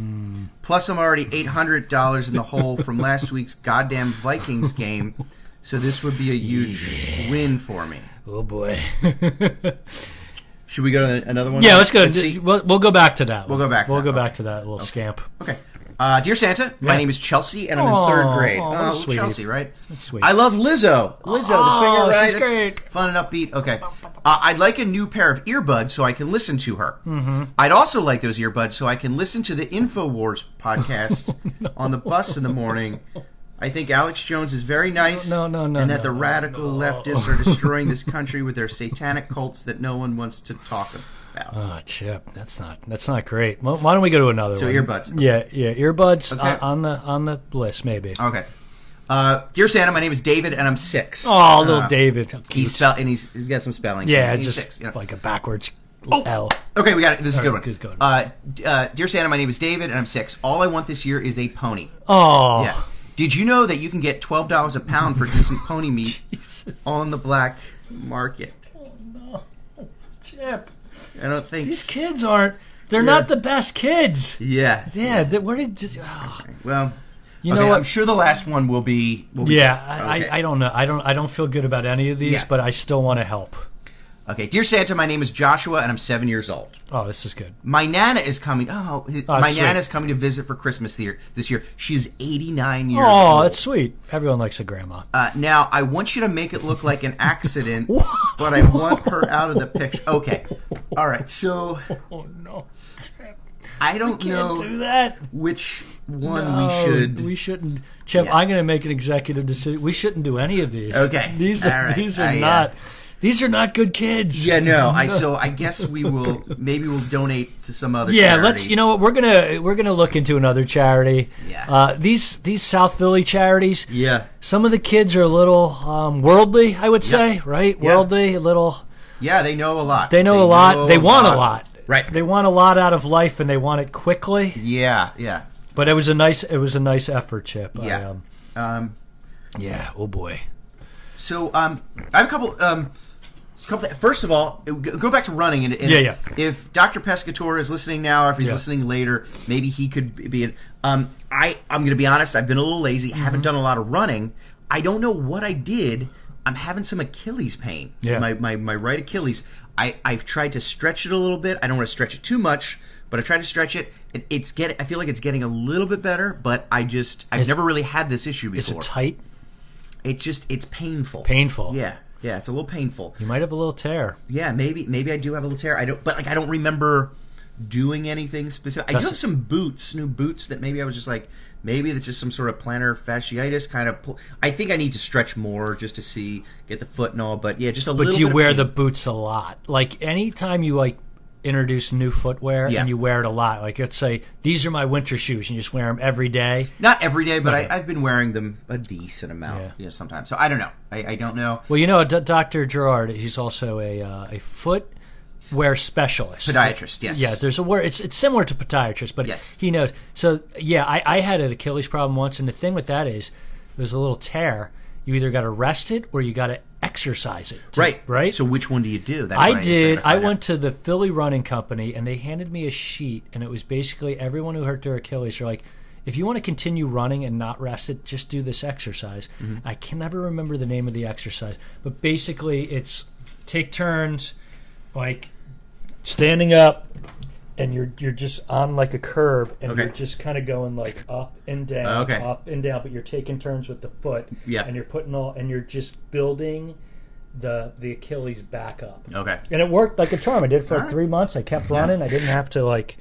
[SPEAKER 2] Plus, I'm already $800 in the hole from last week's goddamn Vikings game, so this would be a huge win for me.
[SPEAKER 1] Oh boy.
[SPEAKER 2] Should we go to another one?
[SPEAKER 1] yeah, let's go.
[SPEAKER 2] see.
[SPEAKER 1] We'll, we'll go back to that.
[SPEAKER 2] We'll go back to
[SPEAKER 1] We'll
[SPEAKER 2] that,
[SPEAKER 1] go
[SPEAKER 2] okay.
[SPEAKER 1] back to that little scamp.
[SPEAKER 2] Okay. Uh, dear Santa, my
[SPEAKER 1] Yeah.
[SPEAKER 2] name is Chelsea, and I'm
[SPEAKER 1] Aw,
[SPEAKER 2] in third grade.
[SPEAKER 1] aw, what a
[SPEAKER 2] oh,
[SPEAKER 1] sweetie.
[SPEAKER 2] Chelsea, right? That's
[SPEAKER 1] sweet.
[SPEAKER 2] I love Lizzo. Lizzo, the
[SPEAKER 1] Aw,
[SPEAKER 2] singer, right?
[SPEAKER 1] Oh, she's
[SPEAKER 2] That's
[SPEAKER 1] great.
[SPEAKER 2] Fun and upbeat. Okay. Uh, I'd like a new pair of earbuds so I can listen to her.
[SPEAKER 1] Mm-hmm.
[SPEAKER 2] I'd also like those earbuds so I can listen to the InfoWars podcast on the bus in the morning. I think Alex Jones is very nice.
[SPEAKER 1] No, no, no,
[SPEAKER 2] And that
[SPEAKER 1] no,
[SPEAKER 2] the
[SPEAKER 1] no,
[SPEAKER 2] radical leftists are destroying this country with their satanic cults that no one wants to talk about.
[SPEAKER 1] Ah, Chip, that's not that's not great. Well, why don't we go to another
[SPEAKER 2] so,
[SPEAKER 1] one?
[SPEAKER 2] earbuds.
[SPEAKER 1] Yeah, yeah, earbuds
[SPEAKER 2] Okay.
[SPEAKER 1] uh, on the on the list maybe.
[SPEAKER 2] Okay. Uh, dear Santa, my name is David, and I'm six. uh,
[SPEAKER 1] Oh, little David.
[SPEAKER 2] He's spell- and he's, he's got some spelling.
[SPEAKER 1] yeah,
[SPEAKER 2] things. He's
[SPEAKER 1] just
[SPEAKER 2] six, Oh. you know.
[SPEAKER 1] like a backwards L.
[SPEAKER 2] Okay, we got it. This is a good one.
[SPEAKER 1] Alright, good, good.
[SPEAKER 2] Uh, d- uh, Dear Santa, my name is David, and I'm six. All I want this year is a pony.
[SPEAKER 1] Oh,
[SPEAKER 2] Yeah. Did you know that you can get twelve dollars a pound for decent pony meat on the black market?
[SPEAKER 1] Chip.
[SPEAKER 2] I don't think.
[SPEAKER 1] These kids aren't. They're not the best kids.
[SPEAKER 2] Yeah.
[SPEAKER 1] Yeah. They, where did? just- oh.
[SPEAKER 2] Well,
[SPEAKER 1] You
[SPEAKER 2] okay,
[SPEAKER 1] know what?
[SPEAKER 2] I'm sure the last one will be. Will be
[SPEAKER 1] yeah. I,
[SPEAKER 2] Okay.
[SPEAKER 1] I, I don't know. I don't. I don't feel good about any of these,
[SPEAKER 2] Yeah.
[SPEAKER 1] but I still want to help.
[SPEAKER 2] Okay, dear Santa, my name is Joshua, and I'm seven years old.
[SPEAKER 1] Oh, this is good.
[SPEAKER 2] My nana is coming. Oh, hi-
[SPEAKER 1] Oh,
[SPEAKER 2] my
[SPEAKER 1] sweet.
[SPEAKER 2] nana is coming to visit for Christmas the year, this year. She's 89 years old.
[SPEAKER 1] Oh, that's sweet. Everyone likes a grandma.
[SPEAKER 2] Uh, now, I want you to make it look like an accident, but I want her out of the picture. Okay. All right. So
[SPEAKER 1] oh no.
[SPEAKER 2] I
[SPEAKER 1] Can't
[SPEAKER 2] don't
[SPEAKER 1] do
[SPEAKER 2] know
[SPEAKER 1] that.
[SPEAKER 2] which one
[SPEAKER 1] No,
[SPEAKER 2] we should.
[SPEAKER 1] We shouldn't. Chip,
[SPEAKER 2] Yeah.
[SPEAKER 1] I'm going to make an executive decision. We shouldn't do any of these.
[SPEAKER 2] Okay.
[SPEAKER 1] These are
[SPEAKER 2] All right.
[SPEAKER 1] these are
[SPEAKER 2] I, uh,
[SPEAKER 1] not. These are not good kids.
[SPEAKER 2] yeah, no. I so I guess we will maybe we'll donate to some other.
[SPEAKER 1] Yeah,
[SPEAKER 2] charity.
[SPEAKER 1] let's. You know what? We're gonna we're gonna look into another charity.
[SPEAKER 2] Yeah.
[SPEAKER 1] Uh, these these South Philly charities.
[SPEAKER 2] Yeah,
[SPEAKER 1] Some of the kids are a little um, worldly, I would say. Right? Worldly, a little.
[SPEAKER 2] yeah. They know a lot.
[SPEAKER 1] They know a lot. They want a lot.
[SPEAKER 2] Right.
[SPEAKER 1] They want a lot out of life, and they want it quickly.
[SPEAKER 2] yeah, yeah,
[SPEAKER 1] But it was a nice it was a nice effort, Chip. I,
[SPEAKER 2] yeah.
[SPEAKER 1] um,
[SPEAKER 2] Um,
[SPEAKER 1] yeah. Oh boy.
[SPEAKER 2] So um, I have a couple. Um, a couple first of all, go go back to running. And, and
[SPEAKER 1] Yeah, yeah.
[SPEAKER 2] If Dr. Pescatore is listening now, or if he's
[SPEAKER 1] Yeah.
[SPEAKER 2] listening later, maybe he could be. In, um, I I'm going to be honest. I've been a little lazy.
[SPEAKER 1] Mm-hmm.
[SPEAKER 2] Haven't done a lot of running. I don't know what I did. I'm having some Achilles pain.
[SPEAKER 1] Yeah.
[SPEAKER 2] My my, my right Achilles. I, I've tried to stretch it a little bit. I don't want to stretch it too much, but I've tried to stretch it. it it's getting. I feel like it's getting a little bit better, but I just I've never really had this issue
[SPEAKER 1] Is
[SPEAKER 2] before
[SPEAKER 1] it tight?
[SPEAKER 2] it's just it's painful.
[SPEAKER 1] Painful.
[SPEAKER 2] Yeah, yeah, it's a little painful.
[SPEAKER 1] You might have a little tear.
[SPEAKER 2] Yeah, maybe maybe I do have a little tear. I don't, but like I don't remember doing anything specific. I do
[SPEAKER 1] That's-
[SPEAKER 2] have some boots, new boots that maybe I was just like maybe that's just some sort of plantar fasciitis kind of. Pull. I think I need to stretch more just to see get the foot and all. But yeah, just a
[SPEAKER 1] But
[SPEAKER 2] little.
[SPEAKER 1] do you
[SPEAKER 2] bit of
[SPEAKER 1] wear
[SPEAKER 2] pain.
[SPEAKER 1] the boots a lot? Like anytime you like introduce new footwear
[SPEAKER 2] Yeah.
[SPEAKER 1] and you wear it a lot. Like let's say these are my winter shoes and you just wear them every day.
[SPEAKER 2] not every day, but I, I've been wearing them a decent amount.
[SPEAKER 1] Yeah.
[SPEAKER 2] You know, sometimes. So I don't know. I, I don't know.
[SPEAKER 1] Well, you know, D- Doctor Gerard, he's also a uh, a footwear specialist,
[SPEAKER 2] Podiatrist, yes.
[SPEAKER 1] Yeah, there's a word. It's it's similar to podiatrist, but
[SPEAKER 2] Yes.
[SPEAKER 1] he knows. So yeah, I, I had an Achilles problem once, and the thing with that is, there's a little tear. You either got to rest it or you got to exercise it. to-
[SPEAKER 2] Right,
[SPEAKER 1] right.
[SPEAKER 2] So which one do you do? That's what
[SPEAKER 1] I
[SPEAKER 2] need to
[SPEAKER 1] did.
[SPEAKER 2] figure
[SPEAKER 1] I
[SPEAKER 2] out.
[SPEAKER 1] went to the Philly Running Company and they handed me a sheet, and it was basically everyone who hurt their Achilles. They're like, if you want to continue running and not rest it, just do this exercise.
[SPEAKER 2] Mm-hmm.
[SPEAKER 1] I can never remember the name of the exercise, but basically it's take turns, like standing up, and you're you're just on like a curb, and
[SPEAKER 2] Okay. Oh,
[SPEAKER 1] you're just kind of going like up and down,
[SPEAKER 2] Okay.
[SPEAKER 1] up and down, but you're taking turns with the foot,
[SPEAKER 2] Yeah.
[SPEAKER 1] and you're putting all, and you're just building the the Achilles back up.
[SPEAKER 2] Okay.
[SPEAKER 1] And it worked like a charm. I did it for like
[SPEAKER 2] Alright.
[SPEAKER 1] three months. I kept running. I didn't have to like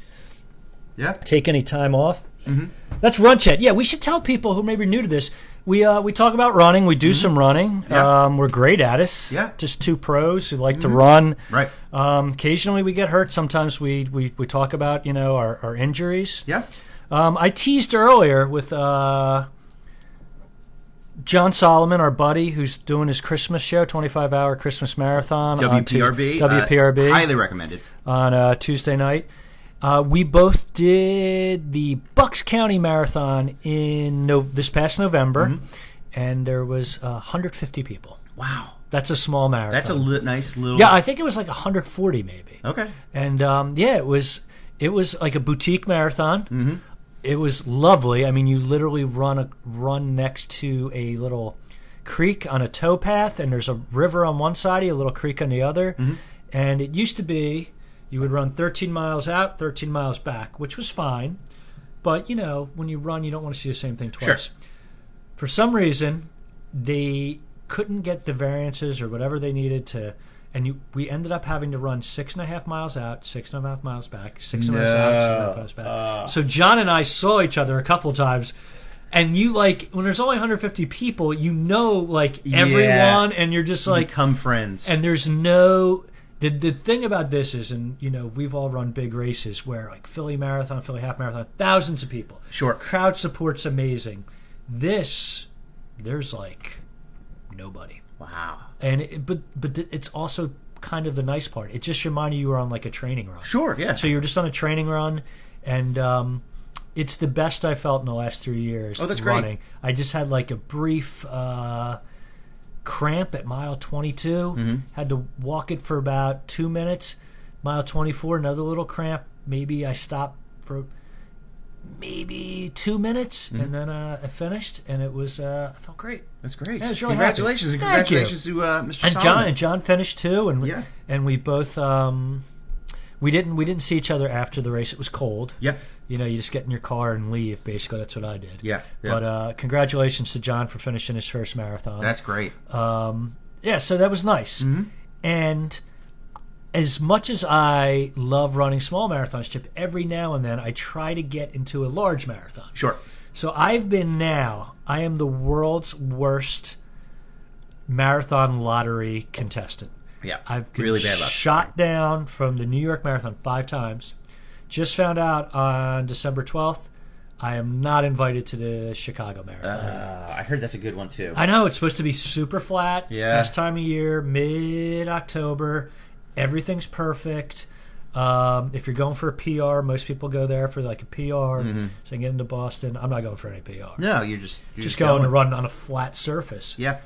[SPEAKER 2] Yeah.
[SPEAKER 1] take any time off.
[SPEAKER 2] Mm-hmm.
[SPEAKER 1] That's run chat. Yeah, we should tell people who may be new to this. We uh, we talk about running. We do some running.
[SPEAKER 2] Mm-hmm. Yeah.
[SPEAKER 1] Um, we're great at it.
[SPEAKER 2] Yeah. Mm-hmm.
[SPEAKER 1] just two pros who like to run.
[SPEAKER 2] Right.
[SPEAKER 1] Um, occasionally we get hurt. Sometimes we we, we talk about you know our, our injuries.
[SPEAKER 2] Yeah.
[SPEAKER 1] Um, I teased earlier with uh, John Solomon, our buddy, who's doing his Christmas show, 25 hour Christmas marathon. on Tues-
[SPEAKER 2] WPRB. uh,
[SPEAKER 1] WPRB.
[SPEAKER 2] highly recommended.
[SPEAKER 1] on uh, Tuesday night. Uh, we both did the Bucks County Marathon in no- this past November,
[SPEAKER 2] Mm-hmm.
[SPEAKER 1] and there was uh, 150 people.
[SPEAKER 2] Wow.
[SPEAKER 1] That's a small marathon.
[SPEAKER 2] That's a li- nice little.
[SPEAKER 1] yeah. I think it was like 140 maybe.
[SPEAKER 2] okay.
[SPEAKER 1] And um, yeah, it was it was like a boutique marathon. Mm-hmm. It was lovely. I mean, you literally run a run next to a little creek on a towpath, and there's a river on one side, a little creek on the other. And it used to be you would run 13 miles out, 13 miles back, which was fine. But you know, when you run, you don't want to see the same thing twice. For some reason, they couldn't get the variances or whatever they needed to, and you, we ended up having to run six and a half miles out, six and a half miles back, six and a half miles out, six and a half miles back. so John and I saw each other a couple times. And you like when there's only 150 people, you know like everyone, and you're just like,
[SPEAKER 2] Become friends.
[SPEAKER 1] and there's no the the thing about this is, and you know, we've all run big races where like Philly Marathon, Philly Half Marathon, thousands of people.
[SPEAKER 2] Sure.
[SPEAKER 1] Crowd support's amazing. This there's like nobody,
[SPEAKER 2] wow.
[SPEAKER 1] and it, but but it's also kind of the nice part. It just reminded you you were on like a training run.
[SPEAKER 2] Sure, yeah.
[SPEAKER 1] So you're just on a training run, and um, it's the best I felt in the last three years.
[SPEAKER 2] Oh, that's great.
[SPEAKER 1] running. I just had like a brief uh, cramp at mile 22.
[SPEAKER 2] Mm-hmm.
[SPEAKER 1] Had to walk it for about two minutes. Mile 24, another little cramp. Maybe I stopped for maybe two minutes,
[SPEAKER 2] Mm-hmm.
[SPEAKER 1] and then uh, I finished, and it was uh, I felt great.
[SPEAKER 2] That's great.
[SPEAKER 1] Yeah, it's really
[SPEAKER 2] congratulations.
[SPEAKER 1] happy.
[SPEAKER 2] and
[SPEAKER 1] Thank you.
[SPEAKER 2] Congratulations to uh, Mr.
[SPEAKER 1] and John
[SPEAKER 2] Solomon.
[SPEAKER 1] and John finished too, and we,
[SPEAKER 2] Yeah.
[SPEAKER 1] and we both um, we didn't we didn't see each other after the race. It was cold.
[SPEAKER 2] Yeah.
[SPEAKER 1] You know, you just get in your car and leave. Basically, that's what I did.
[SPEAKER 2] Yeah, yeah.
[SPEAKER 1] But uh, congratulations to John for finishing his first marathon. Um,
[SPEAKER 2] That's Mm-hmm. great.
[SPEAKER 1] Uh, yeah. So that was nice. And as much as I love running small marathons, Chip, every now and then I try to get into a large marathon.
[SPEAKER 2] Sure.
[SPEAKER 1] So I've been now. I am the world's worst marathon lottery contestant.
[SPEAKER 2] Yeah.
[SPEAKER 1] I've been
[SPEAKER 2] really bad luck.
[SPEAKER 1] shot down from the New York Marathon five times. Just found out on December 12th, I am not invited to the Chicago Marathon.
[SPEAKER 2] Uh, I heard that's a good one too.
[SPEAKER 1] I know it's supposed to be super flat.
[SPEAKER 2] Yeah.
[SPEAKER 1] This time of year, mid October, everything's perfect. Um, if you're going for a PR, most people go there for like a PR. So I can get into Boston. I'm not going for any PR.
[SPEAKER 2] Mm-hmm. no, you're just you're
[SPEAKER 1] Just going to run on a flat surface.
[SPEAKER 2] Yeah.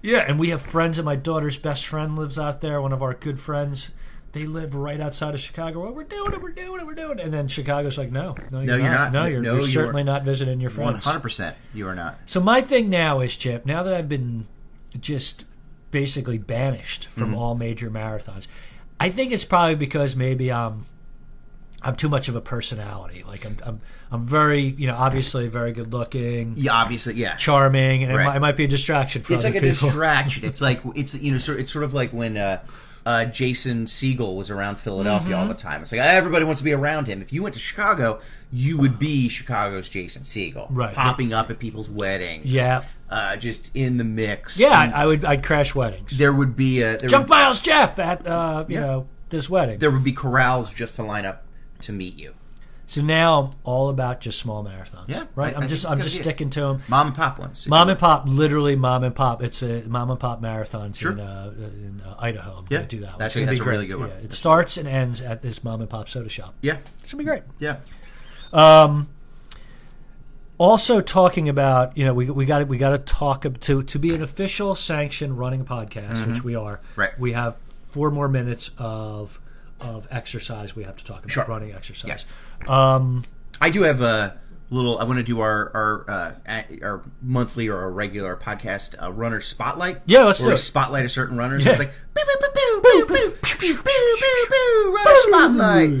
[SPEAKER 1] Yeah, and we have friends, and my daughter's best friend lives out there. One of our good friends. They live right outside of Chicago. Well, we're doing it, we're doing it, we're doing it. And then Chicago's like, no, no, you're,
[SPEAKER 2] you're
[SPEAKER 1] not. No,
[SPEAKER 2] not.
[SPEAKER 1] you're,
[SPEAKER 2] No,
[SPEAKER 1] you're
[SPEAKER 2] you are-
[SPEAKER 1] certainly not visiting your
[SPEAKER 2] One
[SPEAKER 1] friends.
[SPEAKER 2] hundred percent. You are not.
[SPEAKER 1] So my thing now is, Chip, now that I've been just basically banished
[SPEAKER 2] Mm-hmm.
[SPEAKER 1] from all major marathons, I think it's probably because maybe I'm I'm too much of a personality. Like I'm I'm, I'm very, you know, obviously very good looking,
[SPEAKER 2] Yeah, obviously. Yeah.
[SPEAKER 1] charming, and it,
[SPEAKER 2] Right.
[SPEAKER 1] might, it might be a distraction for
[SPEAKER 2] it's
[SPEAKER 1] other
[SPEAKER 2] like a
[SPEAKER 1] people.
[SPEAKER 2] distraction. It's like it's you know sort it's sort of like when uh, uh, Jason Siegel was around Philadelphia
[SPEAKER 1] Mm-hmm.
[SPEAKER 2] all the time. It's like everybody wants to be around him. If you went to Chicago, you would be Chicago's Jason Siegel,
[SPEAKER 1] Right.
[SPEAKER 2] Popping up at people's weddings,
[SPEAKER 1] Yeah.
[SPEAKER 2] uh, just in the mix.
[SPEAKER 1] yeah,
[SPEAKER 2] And
[SPEAKER 1] I, I would I'd crash weddings.
[SPEAKER 2] there would be a there,
[SPEAKER 1] Jump
[SPEAKER 2] would,
[SPEAKER 1] miles, Jeff, at uh, you
[SPEAKER 2] Yeah.
[SPEAKER 1] know this wedding.
[SPEAKER 2] there would be corrals just to line up to meet you.
[SPEAKER 1] so now I'm all about just small marathons.
[SPEAKER 2] Yeah, I-
[SPEAKER 1] right.
[SPEAKER 2] I
[SPEAKER 1] I'm
[SPEAKER 2] think
[SPEAKER 1] just
[SPEAKER 2] it's a
[SPEAKER 1] I'm
[SPEAKER 2] good
[SPEAKER 1] just
[SPEAKER 2] idea.
[SPEAKER 1] sticking to them.
[SPEAKER 2] Mom and pop ones.
[SPEAKER 1] Mom and pop, literally mom and pop. It's a mom and pop marathon
[SPEAKER 2] Sure.
[SPEAKER 1] in, uh, in uh, Idaho. I'm
[SPEAKER 2] Yeah,
[SPEAKER 1] gonna do that. One. It's
[SPEAKER 2] that's a-
[SPEAKER 1] gonna
[SPEAKER 2] that's
[SPEAKER 1] be
[SPEAKER 2] a
[SPEAKER 1] great.
[SPEAKER 2] really good one.
[SPEAKER 1] Yeah, it starts and ends at this mom and pop soda shop.
[SPEAKER 2] Yeah,
[SPEAKER 1] It's gonna be great.
[SPEAKER 2] yeah.
[SPEAKER 1] Also, talking about you know we we got we got to talk ab- to to be an official sanctioned running podcast, which we are.
[SPEAKER 2] Mm-hmm. Right.
[SPEAKER 1] We have four more minutes of of exercise we have to talk about
[SPEAKER 2] Sure.
[SPEAKER 1] running exercise.
[SPEAKER 2] I do have a little. I want to do our our uh, a- our monthly or our regular podcast uh, runner spotlight.
[SPEAKER 1] Yeah, let's
[SPEAKER 2] where
[SPEAKER 1] do
[SPEAKER 2] we
[SPEAKER 1] it.
[SPEAKER 2] Spotlight a certain runner.
[SPEAKER 1] Yeah.
[SPEAKER 2] So it's like boo boo boo boo boo boo boo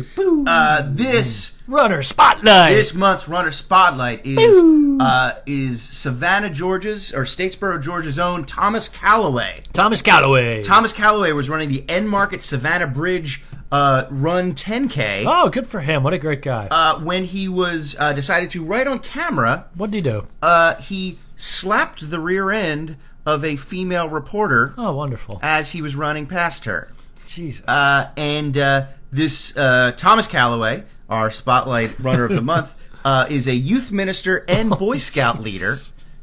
[SPEAKER 2] boo boo boo runner spotlight. Uh, this
[SPEAKER 1] Runner spotlight.
[SPEAKER 2] this month's runner spotlight is uh, is Savannah, Georgia's or Statesboro, Georgia's own Thomas Calloway.
[SPEAKER 1] Thomas Calloway.
[SPEAKER 2] Thomas Calloway was running the End Market Savannah Bridge uh, Run 10K.
[SPEAKER 1] oh, good for him! What a great guy.
[SPEAKER 2] Uh, when he was uh, decided to right on camera
[SPEAKER 1] what did he do?
[SPEAKER 2] uh, he slapped the rear end of a female reporter
[SPEAKER 1] oh, wonderful.
[SPEAKER 2] as he was running past her.
[SPEAKER 1] Jesus.
[SPEAKER 2] Uh, and uh, this uh, Thomas Calloway, our spotlight runner of the month, uh, is a youth minister
[SPEAKER 1] Oh,
[SPEAKER 2] and Boy Scout leader,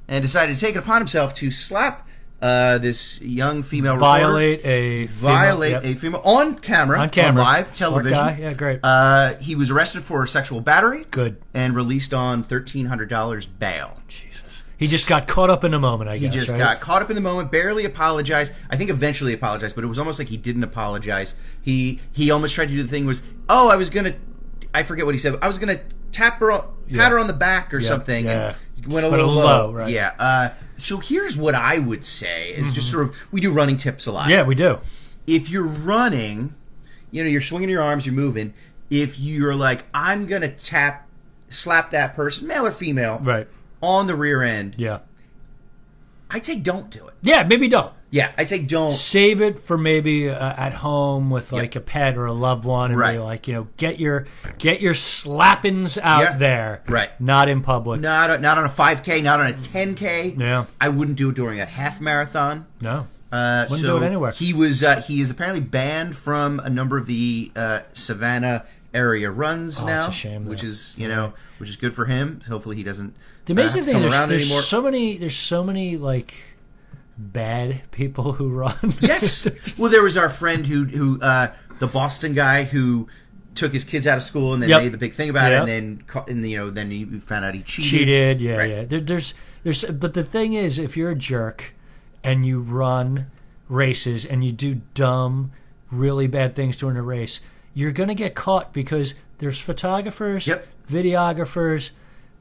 [SPEAKER 2] and decided to take it upon himself to slap uh, this young female reporter.
[SPEAKER 1] violate a female-
[SPEAKER 2] Violate
[SPEAKER 1] yep.
[SPEAKER 2] a female on camera,
[SPEAKER 1] On camera.
[SPEAKER 2] live
[SPEAKER 1] Smart
[SPEAKER 2] television.
[SPEAKER 1] guy. Yeah, great.
[SPEAKER 2] Uh, he was arrested for sexual battery.
[SPEAKER 1] Good.
[SPEAKER 2] And released on thirteen hundred dollars bail.
[SPEAKER 1] Jesus. He just got caught up in a moment, I
[SPEAKER 2] He
[SPEAKER 1] guess.
[SPEAKER 2] just
[SPEAKER 1] right?
[SPEAKER 2] got caught up in the moment, barely apologized. I think eventually apologized, but it was almost like he didn't apologize. He he almost tried to do the thing was, oh, I was gonna, I forget what he said. I was gonna tap her, on, pat her on the back or something,
[SPEAKER 1] yeah.
[SPEAKER 2] and
[SPEAKER 1] Just
[SPEAKER 2] went a little low.
[SPEAKER 1] right.
[SPEAKER 2] Yeah. Uh, so here's what I would say is just sort of we do running tips a lot.
[SPEAKER 1] Mm-hmm. Yeah, we do.
[SPEAKER 2] If you're running, you know, you're swinging your arms, you're moving. If you're like, I'm gonna tap, slap that person, male or female,
[SPEAKER 1] Right.
[SPEAKER 2] on the rear end,
[SPEAKER 1] Yeah.
[SPEAKER 2] I'd say don't do it.
[SPEAKER 1] Yeah, maybe don't.
[SPEAKER 2] Yeah, I'd say don't.
[SPEAKER 1] Save it for maybe uh, at home with like a pet or a loved one, and be
[SPEAKER 2] Right.
[SPEAKER 1] like, you know, get your get your slappings out
[SPEAKER 2] Yeah.
[SPEAKER 1] there,
[SPEAKER 2] Right.
[SPEAKER 1] Not in public.
[SPEAKER 2] Not on- not on a 5K, not on a 10K.
[SPEAKER 1] Hmm. Yeah.
[SPEAKER 2] I wouldn't do it during a half marathon.
[SPEAKER 1] No.
[SPEAKER 2] Uh,
[SPEAKER 1] Wouldn't
[SPEAKER 2] so
[SPEAKER 1] do it anywhere.
[SPEAKER 2] He was uh, he is apparently banned from a number of the uh, Savannah area runs now,
[SPEAKER 1] Oh, it's a shame,
[SPEAKER 2] which
[SPEAKER 1] though.
[SPEAKER 2] is you know which is good for him. Hopefully he doesn't.
[SPEAKER 1] The amazing
[SPEAKER 2] uh, have to
[SPEAKER 1] thing
[SPEAKER 2] come
[SPEAKER 1] is
[SPEAKER 2] around
[SPEAKER 1] there's
[SPEAKER 2] anymore.
[SPEAKER 1] so many there's so many like bad people who run.
[SPEAKER 2] Yes. well, there was our friend who who uh, the Boston guy who took his kids out of school and then
[SPEAKER 1] Yep.
[SPEAKER 2] made the big thing about
[SPEAKER 1] Yep.
[SPEAKER 2] it, and then ca- and you know then he found out he cheated.
[SPEAKER 1] cheated. Yeah,
[SPEAKER 2] Right.
[SPEAKER 1] yeah. There, there's there's but the thing is, if you're a jerk and you run races and you do dumb, really bad things during a race, you're gonna get caught because there's photographers,
[SPEAKER 2] Yep.
[SPEAKER 1] videographers.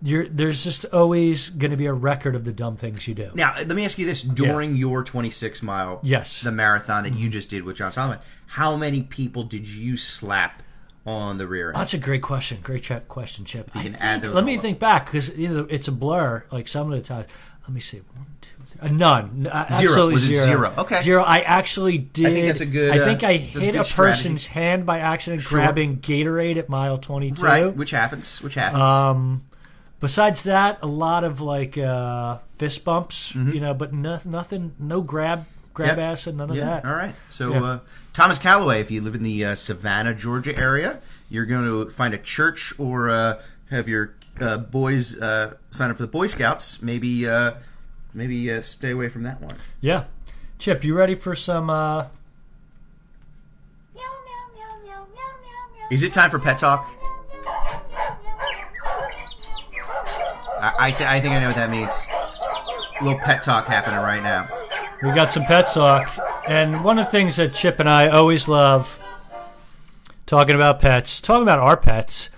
[SPEAKER 1] You're, there's just always going to be a record of the dumb things you do.
[SPEAKER 2] Now, let me ask you this: during your 26 mile,
[SPEAKER 1] Yes. Mm-hmm.
[SPEAKER 2] the marathon that you just did with John Solomon, how many people did you slap on the rear end?
[SPEAKER 1] That's a great question. Great ch- question, Chip.
[SPEAKER 2] You can add those
[SPEAKER 1] Let me
[SPEAKER 2] all up.
[SPEAKER 1] think back because you know it's a blur. Like some of the times, let me see. One, two, three. Uh, none. N- uh,
[SPEAKER 2] Zero.
[SPEAKER 1] Absolutely
[SPEAKER 2] Was it
[SPEAKER 1] zero.
[SPEAKER 2] zero? Okay.
[SPEAKER 1] Zero. I actually did.
[SPEAKER 2] that's a good,
[SPEAKER 1] I
[SPEAKER 2] uh,
[SPEAKER 1] think I
[SPEAKER 2] that's a
[SPEAKER 1] hit
[SPEAKER 2] good
[SPEAKER 1] a, person's hand by accident,
[SPEAKER 2] Sure.
[SPEAKER 1] grabbing Gatorade at mile twenty-two.
[SPEAKER 2] Right, which happens, which happens.
[SPEAKER 1] Um, besides that, a lot of like uh, fist bumps, you know, but no, nothing, no grab, grab
[SPEAKER 2] Yep.
[SPEAKER 1] ass, and none of
[SPEAKER 2] Mm-hmm. yeah,
[SPEAKER 1] that.
[SPEAKER 2] all right. So,
[SPEAKER 1] Yeah.
[SPEAKER 2] uh, Thomas Calloway, if you live in the uh, Savannah, Georgia area, you're going to find a church or uh, have your uh, boys uh, sign up for the Boy Scouts. Maybe, uh, maybe uh, stay away from that one.
[SPEAKER 1] Yeah. Chip, you ready for some? Uh,
[SPEAKER 2] Is it time for pet talk? I, I, th- I think I know what that means. A little pet talk happening right now.
[SPEAKER 1] We got some pet talk, and one of the things that Chip and I always love talking about pets, talking about our pets.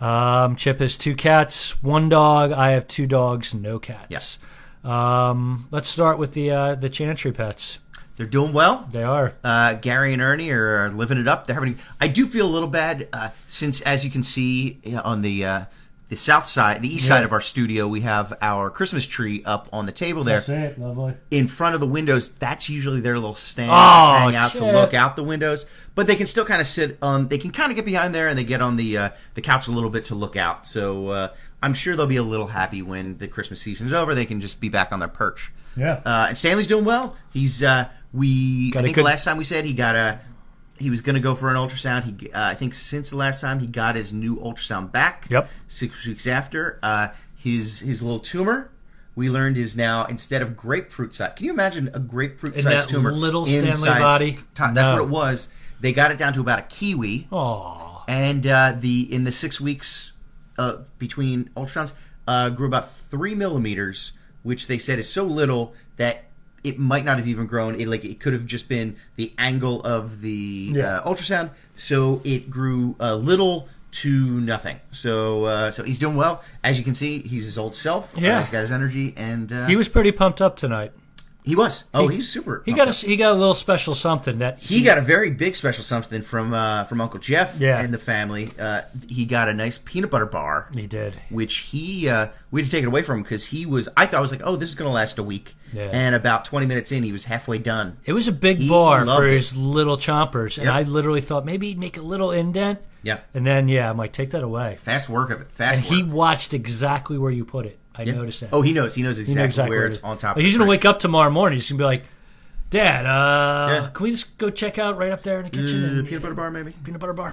[SPEAKER 1] Um, Chip has two cats, one dog. I have two dogs, no cats. Um, let's start with the uh, the Chantry pets.
[SPEAKER 2] They're doing well.
[SPEAKER 1] They are.
[SPEAKER 2] uh, Gary and Ernie are living it up. They're having. I do feel a little bad uh, since, as you can see uh, on the uh, the south side, the east side of our studio, we have our Christmas tree up on the table there
[SPEAKER 1] it. Lovely.
[SPEAKER 2] in front of the windows. That's usually their little stand
[SPEAKER 1] Oh,
[SPEAKER 2] hang out to
[SPEAKER 1] shit.
[SPEAKER 2] look out the windows. But they can still kind of sit on. They can kind of get behind there and they get on the uh, the couch a little bit to look out. So uh, I'm sure they'll be a little happy when the Christmas season is over. They can just be back on their perch.
[SPEAKER 1] Yeah.
[SPEAKER 2] Uh, and Stanley's doing well. He's uh, we.
[SPEAKER 1] Got a
[SPEAKER 2] I think
[SPEAKER 1] good-
[SPEAKER 2] the last time we said he got a. He was going to go for an ultrasound. He, uh, I think, since the last time he got his new ultrasound back.
[SPEAKER 1] Yep.
[SPEAKER 2] Six weeks after, uh, his his little tumor, we learned is now instead of grapefruit size. Can you imagine a grapefruit
[SPEAKER 1] In
[SPEAKER 2] size
[SPEAKER 1] that
[SPEAKER 2] tumor?
[SPEAKER 1] little
[SPEAKER 2] in
[SPEAKER 1] Stanley
[SPEAKER 2] size
[SPEAKER 1] body?
[SPEAKER 2] ti- that's
[SPEAKER 1] No.
[SPEAKER 2] what it was. They got it down to about a kiwi,
[SPEAKER 1] Aw.
[SPEAKER 2] and uh, the in the six weeks uh, between ultrasounds uh, grew about three millimeters, which they said is so little that it might not have even grown. It like it could have just been the angle of the
[SPEAKER 1] Yeah.
[SPEAKER 2] uh, ultrasound, so it grew a little to nothing. So uh, so he's doing well, as you can see. He's his old self. Uh,
[SPEAKER 1] Yeah.
[SPEAKER 2] he's got his energy, and uh,
[SPEAKER 1] He was pretty pumped up tonight.
[SPEAKER 2] he was. Oh, he's super.
[SPEAKER 1] He
[SPEAKER 2] pumped
[SPEAKER 1] got
[SPEAKER 2] up.
[SPEAKER 1] a, he got a little special something that
[SPEAKER 2] He got a very big special something from uh, from Uncle Jeff
[SPEAKER 1] Yeah.
[SPEAKER 2] and the family. Uh, he got a nice peanut butter bar,
[SPEAKER 1] he did.
[SPEAKER 2] which he uh, we had to take it away from him because he was. I thought I was like, oh, this is gonna last a week,
[SPEAKER 1] Yeah.
[SPEAKER 2] and about twenty minutes in, he was halfway done.
[SPEAKER 1] It was a big
[SPEAKER 2] He
[SPEAKER 1] bar
[SPEAKER 2] loved
[SPEAKER 1] for
[SPEAKER 2] it.
[SPEAKER 1] his little chompers, and
[SPEAKER 2] Yep.
[SPEAKER 1] I literally thought maybe he'd make a little indent.
[SPEAKER 2] Yeah,
[SPEAKER 1] And then yeah, I'm like, take that away.
[SPEAKER 2] fast work of it. Fast.
[SPEAKER 1] And he
[SPEAKER 2] work.
[SPEAKER 1] watched exactly where you put it. I noticed that.
[SPEAKER 2] Oh, he knows. He knows
[SPEAKER 1] He
[SPEAKER 2] exactly,
[SPEAKER 1] knew
[SPEAKER 2] where
[SPEAKER 1] it
[SPEAKER 2] it's
[SPEAKER 1] is.
[SPEAKER 2] on top.
[SPEAKER 1] Like, he's
[SPEAKER 2] of
[SPEAKER 1] gonna
[SPEAKER 2] the fridge.
[SPEAKER 1] wake up tomorrow morning. He's gonna be like, "Dad, uh,
[SPEAKER 2] Yeah.
[SPEAKER 1] can we just go check out right up there in the kitchen
[SPEAKER 2] Uh,
[SPEAKER 1] and
[SPEAKER 2] peanut butter bar, maybe.
[SPEAKER 1] peanut butter bar?"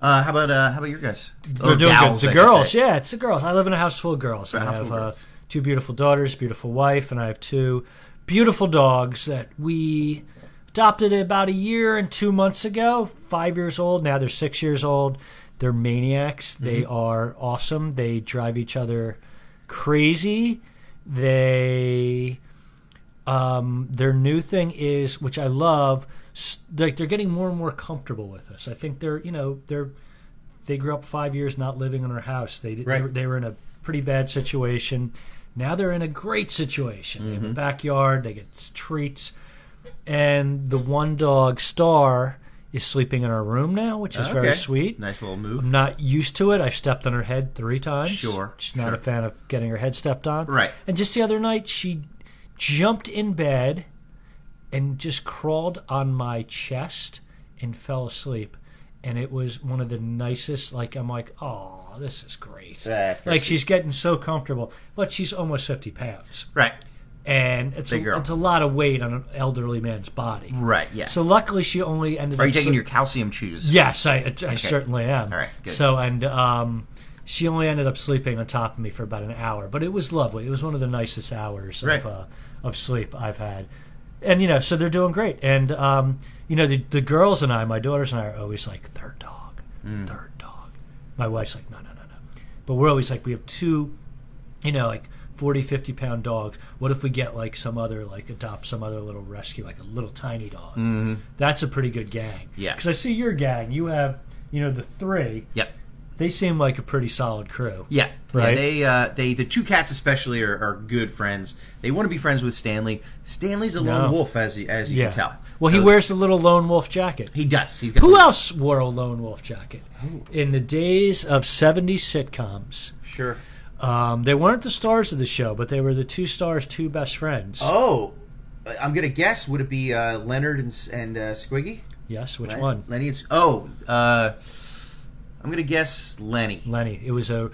[SPEAKER 2] Uh, how about uh, how about your guys?
[SPEAKER 1] They're
[SPEAKER 2] Or
[SPEAKER 1] doing
[SPEAKER 2] gals,
[SPEAKER 1] good.
[SPEAKER 2] I
[SPEAKER 1] The
[SPEAKER 2] should
[SPEAKER 1] girls,
[SPEAKER 2] say.
[SPEAKER 1] yeah, it's the girls. I live in a house full of girls. I
[SPEAKER 2] house
[SPEAKER 1] have
[SPEAKER 2] full of
[SPEAKER 1] uh,
[SPEAKER 2] girls.
[SPEAKER 1] two beautiful daughters, beautiful wife, and I have two beautiful dogs that we adopted about a year and two months ago. Five years old now. They're six years old. They're maniacs.
[SPEAKER 2] Mm-hmm.
[SPEAKER 1] They are awesome. They drive each other crazy. They um, their new thing is, which I love, s- like they're getting more and more comfortable with us. I think they're, you know, they're they grew up five years not living in our house. They did- they,
[SPEAKER 2] Right.
[SPEAKER 1] were- they were in a pretty bad situation. Now they're in a great situation. They
[SPEAKER 2] Mm-hmm.
[SPEAKER 1] have a backyard. They get s- treats, and the one dog Star is sleeping in our room now, which is very
[SPEAKER 2] Okay.
[SPEAKER 1] sweet. Mm.
[SPEAKER 2] Nice little move.
[SPEAKER 1] I'm not used to it. I've stepped on her head three times.
[SPEAKER 2] Sure,
[SPEAKER 1] She's not
[SPEAKER 2] sure.
[SPEAKER 1] a fan of getting her head stepped on.
[SPEAKER 2] Right.
[SPEAKER 1] And just the other night, she jumped in bed and just crawled on my chest and fell asleep. And it was one of the nicest. Like I'm like, oh, this is great.
[SPEAKER 2] That's very
[SPEAKER 1] like
[SPEAKER 2] sweet.
[SPEAKER 1] she's getting so comfortable, but she's almost 50 pounds,
[SPEAKER 2] Right,
[SPEAKER 1] and it's
[SPEAKER 2] Big
[SPEAKER 1] a,
[SPEAKER 2] girl.
[SPEAKER 1] it's a lot of weight on an elderly man's body.
[SPEAKER 2] right, yeah.
[SPEAKER 1] So luckily, she only ended
[SPEAKER 2] Are
[SPEAKER 1] up
[SPEAKER 2] you taking
[SPEAKER 1] sleep-
[SPEAKER 2] your calcium chews?
[SPEAKER 1] Yes, I, I certainly am.
[SPEAKER 2] All right, good.
[SPEAKER 1] So and um, She only ended up sleeping on top of me for about an hour, but it was lovely. It was one of the nicest hours
[SPEAKER 2] Right.
[SPEAKER 1] of uh, of sleep I've had. And you know, so they're doing great. And um, you know, the, the girls and I, my daughters and I, are always like third dog, third dog. My wife's like, no, no, no, no. But we're always like, we have two you know, like 40, 50 pound dogs. What if we get like some other, like adopt some other little rescue, like a little tiny dog? Mm-hmm. That's a pretty good gang.
[SPEAKER 2] Yeah.
[SPEAKER 1] Because I see your gang. You have, you know, the three.
[SPEAKER 2] Yep.
[SPEAKER 1] They seem like a pretty solid crew.
[SPEAKER 2] Yeah,
[SPEAKER 1] Right.
[SPEAKER 2] Yeah, they uh, they the two cats especially are, are good friends. They want to be friends with Stanley. Stanley's a lone
[SPEAKER 1] No.
[SPEAKER 2] wolf, as you- as you
[SPEAKER 1] Yeah.
[SPEAKER 2] can tell.
[SPEAKER 1] Well, he
[SPEAKER 2] So-
[SPEAKER 1] wears the little lone wolf jacket.
[SPEAKER 2] he does. He's got
[SPEAKER 1] Who
[SPEAKER 2] the-
[SPEAKER 1] else wore a lone wolf jacket? In the days of 70 sitcoms,
[SPEAKER 2] Sure.
[SPEAKER 1] um, they weren't the stars of the show, but they were the two stars, two best friends.
[SPEAKER 2] Oh, I'm gonna guess. Would it be uh, Leonard and S- and uh, Squiggy?
[SPEAKER 1] Yes, which
[SPEAKER 2] Len-
[SPEAKER 1] one?
[SPEAKER 2] Lenny and S- oh, uh, I'm gonna guess Lenny.
[SPEAKER 1] Lenny. It was a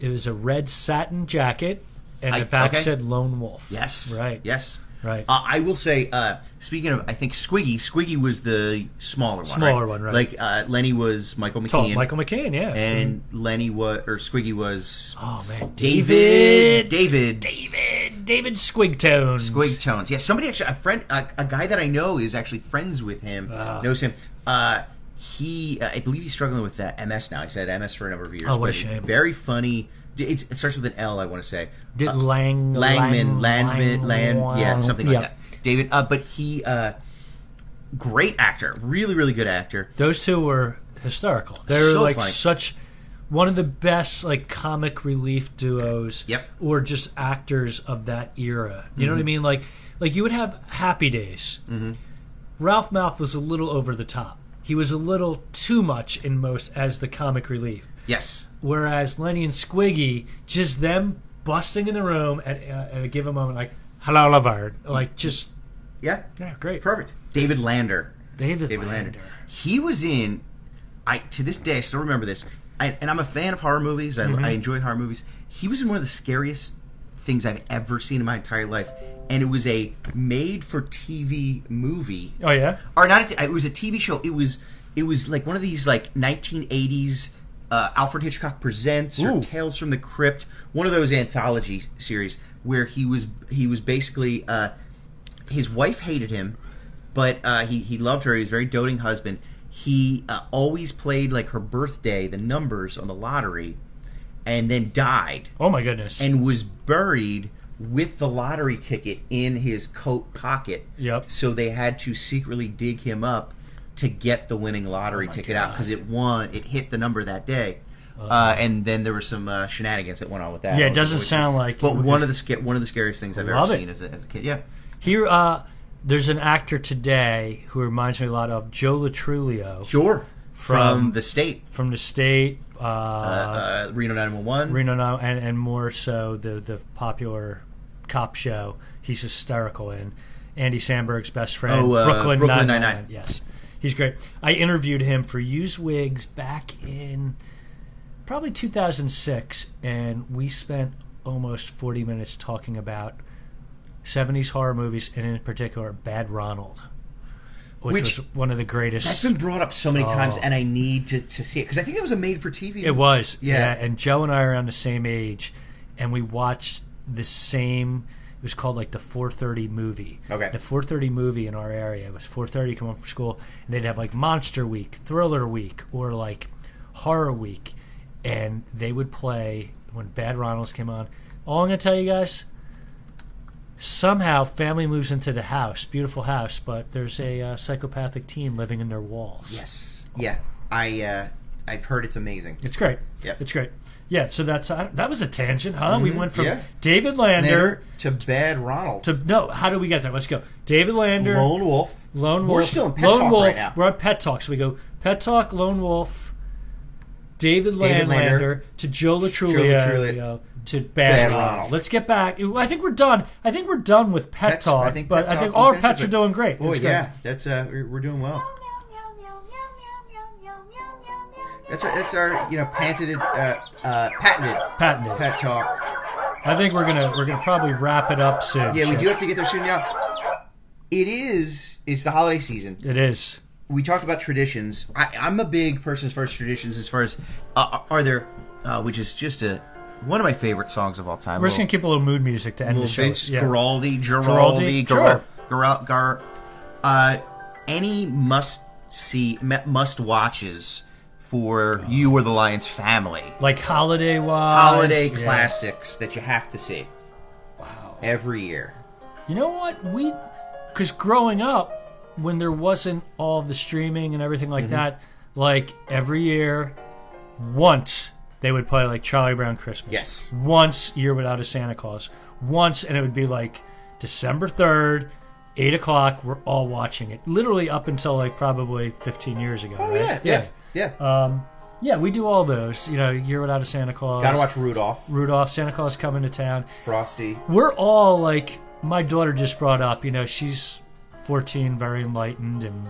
[SPEAKER 1] it was a red satin jacket, and
[SPEAKER 2] I-
[SPEAKER 1] the back
[SPEAKER 2] okay.
[SPEAKER 1] said Lone Wolf.
[SPEAKER 2] Yes.
[SPEAKER 1] Right.
[SPEAKER 2] Yes.
[SPEAKER 1] Right.
[SPEAKER 2] Uh, I will say, uh, speaking of, I think Squiggy. Squiggy was the smaller one.
[SPEAKER 1] Smaller
[SPEAKER 2] right?
[SPEAKER 1] one, right.
[SPEAKER 2] Like uh, Lenny was Michael McKean.
[SPEAKER 1] Tall Oh, Michael McCain. Yeah.
[SPEAKER 2] and Lenny was or Squiggy was
[SPEAKER 1] oh man,
[SPEAKER 2] David David David
[SPEAKER 1] David Squigtone.
[SPEAKER 2] Squig Tones. Yeah, somebody actually a friend a, a guy that I know is actually friends with him.
[SPEAKER 1] Ah.
[SPEAKER 2] Knows him. Uh he uh, I believe he's struggling with uh, MS now. He's had MS for a number of years.
[SPEAKER 1] Oh, what a
[SPEAKER 2] but
[SPEAKER 1] shame.
[SPEAKER 2] Very funny. D- It's, it starts with an L, I want to say.
[SPEAKER 1] Did Lang
[SPEAKER 2] Langman, Landman,
[SPEAKER 1] Lang-
[SPEAKER 2] Land, yeah, something like
[SPEAKER 1] yeah.
[SPEAKER 2] that. David, uh, but he, uh, great actor, really, really good actor.
[SPEAKER 1] Those two were hysterical. They're
[SPEAKER 2] So
[SPEAKER 1] like
[SPEAKER 2] funny.
[SPEAKER 1] such one of the best like comic relief duos
[SPEAKER 2] Yep. Mm-hmm.
[SPEAKER 1] or just actors of that era. You know what I mean? Like like you would have Happy Days. Ralph Mouth was a little over the top. He was a little too much in most as the comic relief.
[SPEAKER 2] Yes,
[SPEAKER 1] Whereas Lenny and Squiggy, just them busting in the room at, uh, at a given moment, like "Hello, Lavard," like just
[SPEAKER 2] yeah,
[SPEAKER 1] yeah, great.
[SPEAKER 2] perfect. David Lander,
[SPEAKER 1] David,
[SPEAKER 2] David Lander.
[SPEAKER 1] Lander.
[SPEAKER 2] He was in. I to this day I still remember this, I, and I'm a fan of horror movies. I, I enjoy horror movies. He was in one of the scariest things I've ever seen in my entire life, and it was a made-for-TV movie.
[SPEAKER 1] Oh yeah.
[SPEAKER 2] or not a t- it was a TV show. It was it was like one of these like 1980s uh, Alfred Hitchcock presents or
[SPEAKER 1] Ooh.
[SPEAKER 2] Tales from the Crypt, one of those anthology series where he was he was basically uh, his wife hated him, but uh, he he loved her. He was a very doting husband. He uh, always played like her birthday, the numbers on the lottery, and then died
[SPEAKER 1] Oh my goodness.
[SPEAKER 2] and was buried with the lottery ticket in his coat pocket.
[SPEAKER 1] Yep.
[SPEAKER 2] So they had to secretly dig him up to get the winning
[SPEAKER 1] Oh
[SPEAKER 2] lottery ticket out because it won. It hit the number that day. Uh, and then there were some uh, shenanigans that went on with that.
[SPEAKER 1] Yeah, it
[SPEAKER 2] Which-
[SPEAKER 1] doesn't
[SPEAKER 2] which-
[SPEAKER 1] sound like-
[SPEAKER 2] But one of the sca- one of the scariest things I've
[SPEAKER 1] Love
[SPEAKER 2] ever
[SPEAKER 1] it.
[SPEAKER 2] seen as a, as a kid. Yeah.
[SPEAKER 1] Here, uh, there's an actor today who reminds me a lot of Joe Latrulio
[SPEAKER 2] Sure. From,
[SPEAKER 1] From-
[SPEAKER 2] the state,
[SPEAKER 1] from the state, uh,
[SPEAKER 2] uh, uh, Reno 911.
[SPEAKER 1] Reno, now- and, and more so the the popular cop show. He's hysterical in Andy Samberg's best friend,
[SPEAKER 2] Oh, uh,
[SPEAKER 1] Brooklyn,
[SPEAKER 2] Brooklyn
[SPEAKER 1] Nine-Nine.
[SPEAKER 2] Nine-Nine.
[SPEAKER 1] Yes, he's great. I interviewed him for Use Wigs back in probably 2006, and we spent almost 40 minutes talking about 70s horror movies, and in particular, Bad Ronald, which,
[SPEAKER 2] Which-
[SPEAKER 1] was one of the greatest.
[SPEAKER 2] That's been brought up so many times, and I need to, to see it because I think it was a made for TV.
[SPEAKER 1] Oh. It was,
[SPEAKER 2] Yeah.
[SPEAKER 1] yeah. And Joe and I are around the same age, and we watched the same. It was called like the 4:30 movie.
[SPEAKER 2] Okay.
[SPEAKER 1] The 4:30 movie in our area was 4:30 come home from school, and they'd have like Monster Week, Thriller Week, or like Horror Week, and they would play when Bad Ronalds came on. All I'm gonna tell you guys. Somehow, family moves into the house, beautiful house, but there's a uh, psychopathic teen living in their walls.
[SPEAKER 2] Yes. Yeah. I uh, I've heard it's amazing.
[SPEAKER 1] It's great.
[SPEAKER 2] Yep.
[SPEAKER 1] It's great. Yeah. So that's uh, that was a tangent, huh? We went from
[SPEAKER 2] Mm-hmm. yeah.
[SPEAKER 1] David Lander
[SPEAKER 2] to Bad Ronald
[SPEAKER 1] to no. How do we get there? Let's go. David Lander, Lone,
[SPEAKER 2] Lone Wolf.
[SPEAKER 1] Wolf.
[SPEAKER 2] We're still in pet
[SPEAKER 1] Lone
[SPEAKER 2] talk
[SPEAKER 1] Wolf.
[SPEAKER 2] right now.
[SPEAKER 1] We're on Pet Talk. So we go Pet Talk, Lone Wolf, David,
[SPEAKER 2] David
[SPEAKER 1] Lander,
[SPEAKER 2] Lander,
[SPEAKER 1] to Joe
[SPEAKER 2] Latrulio,
[SPEAKER 1] Latrulio. To Bad,
[SPEAKER 2] Bad
[SPEAKER 1] Ronald.
[SPEAKER 2] Ronald.
[SPEAKER 1] Let's get back. I think we're done. I think we're done with pet
[SPEAKER 2] Pets-
[SPEAKER 1] talk.
[SPEAKER 2] I think
[SPEAKER 1] but
[SPEAKER 2] Pet
[SPEAKER 1] I
[SPEAKER 2] Talk,
[SPEAKER 1] think
[SPEAKER 2] we
[SPEAKER 1] all our
[SPEAKER 2] finished
[SPEAKER 1] pets
[SPEAKER 2] it,
[SPEAKER 1] are
[SPEAKER 2] but-
[SPEAKER 1] doing great.
[SPEAKER 2] Boy,
[SPEAKER 1] It's great.
[SPEAKER 2] yeah, that's uh, we're, we're doing well. That's our, that's our you know patented uh, uh, patented
[SPEAKER 1] Patented.
[SPEAKER 2] pet talk.
[SPEAKER 1] I think we're gonna we're gonna probably wrap it up soon.
[SPEAKER 2] Yeah, we
[SPEAKER 1] Chef.
[SPEAKER 2] do have to get there soon now. It is it's the holiday season.
[SPEAKER 1] It is.
[SPEAKER 2] we talked about traditions. I, I'm a big person as far as traditions. As far as uh, are there uh, which is just a one of my favorite songs of all time.
[SPEAKER 1] We're just gonna keep a little mood music to end the
[SPEAKER 2] little
[SPEAKER 1] show.
[SPEAKER 2] Vince
[SPEAKER 1] Yeah.
[SPEAKER 2] Guaraldi, Giraldi,
[SPEAKER 1] Guaraldi, sure.
[SPEAKER 2] Gar, Gar, uh, any must see, must watches for you or the Lions family.
[SPEAKER 1] Like holiday wise,
[SPEAKER 2] Holiday
[SPEAKER 1] yeah.
[SPEAKER 2] classics that you have to see. Wow. Every year.
[SPEAKER 1] You know what? We, because growing up, when there wasn't all the streaming and everything like
[SPEAKER 2] Mm-hmm.
[SPEAKER 1] that, like every year, once they would play like Charlie Brown Christmas.
[SPEAKER 2] Yes.
[SPEAKER 1] Once Year Without a Santa Claus. Once, and it would be like December 3rd, 8 o'clock, we're all watching it. Literally up until like probably 15 years ago. right?
[SPEAKER 2] Oh, yeah. Uh,
[SPEAKER 1] Yeah, we do all those. You know, Year Without a Santa Claus.
[SPEAKER 2] Gotta watch Rudolph,
[SPEAKER 1] Rudolph, Santa Claus coming to town
[SPEAKER 2] Frosty.
[SPEAKER 1] we're all like my daughter just brought up you know she's 14 very enlightened and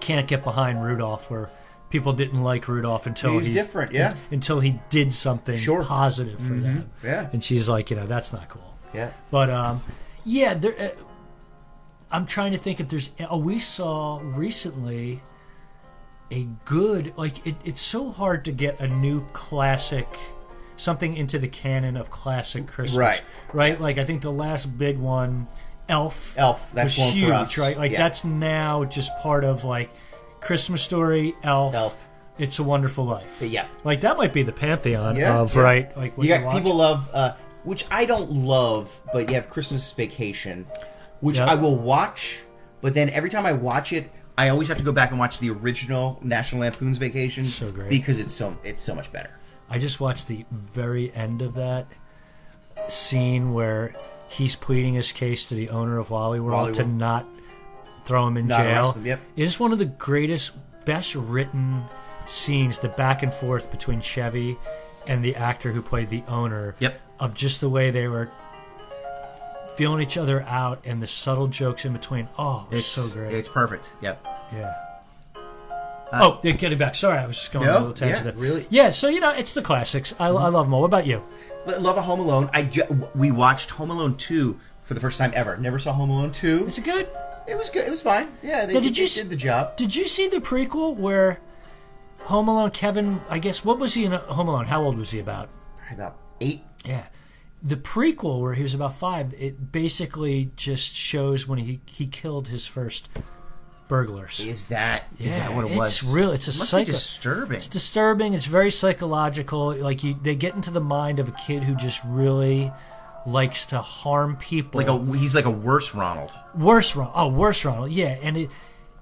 [SPEAKER 1] can't get behind rudolph where people didn't like rudolph until
[SPEAKER 2] He's
[SPEAKER 1] he
[SPEAKER 2] different, yeah.
[SPEAKER 1] until he did something
[SPEAKER 2] Sure. Mm-hmm.
[SPEAKER 1] positive for them
[SPEAKER 2] Yeah.
[SPEAKER 1] and she's like you know that's not cool
[SPEAKER 2] Yeah.
[SPEAKER 1] but um yeah there uh, i'm trying to think if there's oh we saw recently a good like it, it's so hard to get a new classic something into the canon of classic christmas
[SPEAKER 2] Right.
[SPEAKER 1] right like i think the last big one elf
[SPEAKER 2] Elf, that's
[SPEAKER 1] was
[SPEAKER 2] one for
[SPEAKER 1] huge
[SPEAKER 2] us.
[SPEAKER 1] right like
[SPEAKER 2] Yeah.
[SPEAKER 1] that's now just part of like christmas story elf
[SPEAKER 2] Elf.
[SPEAKER 1] it's a wonderful life
[SPEAKER 2] Yeah.
[SPEAKER 1] like that might be the pantheon
[SPEAKER 2] Yeah,
[SPEAKER 1] of
[SPEAKER 2] yeah.
[SPEAKER 1] right like what
[SPEAKER 2] you got
[SPEAKER 1] watch.
[SPEAKER 2] people love, uh, which I don't love, but you have Christmas Vacation, which
[SPEAKER 1] Yeah.
[SPEAKER 2] I will watch, but then every time I watch it, I always have to go back and watch the original National Lampoon's Vacation
[SPEAKER 1] So great.
[SPEAKER 2] because it's so it's so much better.
[SPEAKER 1] I just watched the very end of that scene where he's pleading his case to the owner of Wally World
[SPEAKER 2] Wally
[SPEAKER 1] to
[SPEAKER 2] World.
[SPEAKER 1] not throw him in
[SPEAKER 2] Not
[SPEAKER 1] jail.
[SPEAKER 2] arrest him, yep.
[SPEAKER 1] It is one of the greatest, best written scenes, the back and forth between Chevy and the actor who played the owner
[SPEAKER 2] Yep.
[SPEAKER 1] of just the way they were feeling each other out and the subtle jokes in between. Oh, it was so great.
[SPEAKER 2] It's perfect. Yep.
[SPEAKER 1] Yeah. oh, yeah, getting back. Sorry, I was just going on
[SPEAKER 2] Uh, No,
[SPEAKER 1] a little tangent
[SPEAKER 2] yeah,
[SPEAKER 1] there.
[SPEAKER 2] really. Mm-hmm.
[SPEAKER 1] Yeah, so you know, it's the classics. I, I love them all. What about you?
[SPEAKER 2] L- Love a Home Alone. I ju- we watched Home Alone two for the first time ever. Never saw Home Alone two.
[SPEAKER 1] Is it good?
[SPEAKER 2] It was good. It was fine. Yeah. They,
[SPEAKER 1] Now, did
[SPEAKER 2] they
[SPEAKER 1] you s-
[SPEAKER 2] did the job?
[SPEAKER 1] Did you see the prequel where Home Alone Kevin? I guess what was he in Home Alone? How old was he about?
[SPEAKER 2] Probably about eight.
[SPEAKER 1] Yeah, the prequel where he was about five. It basically just shows when he he killed his first burglars.
[SPEAKER 2] Is that is
[SPEAKER 1] Yeah,
[SPEAKER 2] that what it
[SPEAKER 1] it's
[SPEAKER 2] was?
[SPEAKER 1] real. It's a
[SPEAKER 2] Must
[SPEAKER 1] psycho-
[SPEAKER 2] be disturbing.
[SPEAKER 1] It's disturbing. It's very psychological. Like you, they get into the mind of a kid who just really likes to harm people.
[SPEAKER 2] like a he's like a worse Ronald.
[SPEAKER 1] worse Ronald. Oh, worse Ronald. Yeah, and it,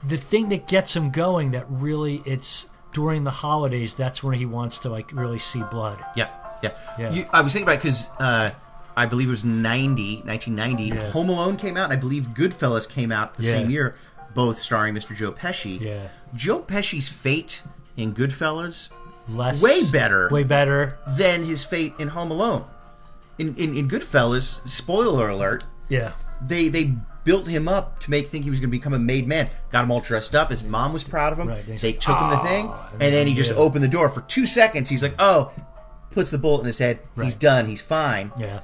[SPEAKER 1] the thing that gets him going that really it's during the holidays. That's when he wants to like really see blood.
[SPEAKER 2] Yeah, yeah.
[SPEAKER 1] Yeah.
[SPEAKER 2] You, I was thinking about it because uh, I believe it was 90, 1990, Home Alone came out, and I believe Goodfellas came out the
[SPEAKER 1] Yeah.
[SPEAKER 2] same year, both starring Mr. Joe Pesci.
[SPEAKER 1] Yeah.
[SPEAKER 2] Joe Pesci's fate in Goodfellas
[SPEAKER 1] Less
[SPEAKER 2] Way better.
[SPEAKER 1] Way better.
[SPEAKER 2] than his fate in Home Alone. In, in, in Goodfellas, spoiler alert,
[SPEAKER 1] Yeah.
[SPEAKER 2] they they built him up to make think he was going to become a made man. Got him all dressed up. His mom was proud of him.
[SPEAKER 1] Right, they-
[SPEAKER 2] they took him the thing, and then he just
[SPEAKER 1] yeah.
[SPEAKER 2] opened the door for two seconds. He's like, "Oh," puts the bullet in his head. He's done. He's fine.
[SPEAKER 1] Yeah.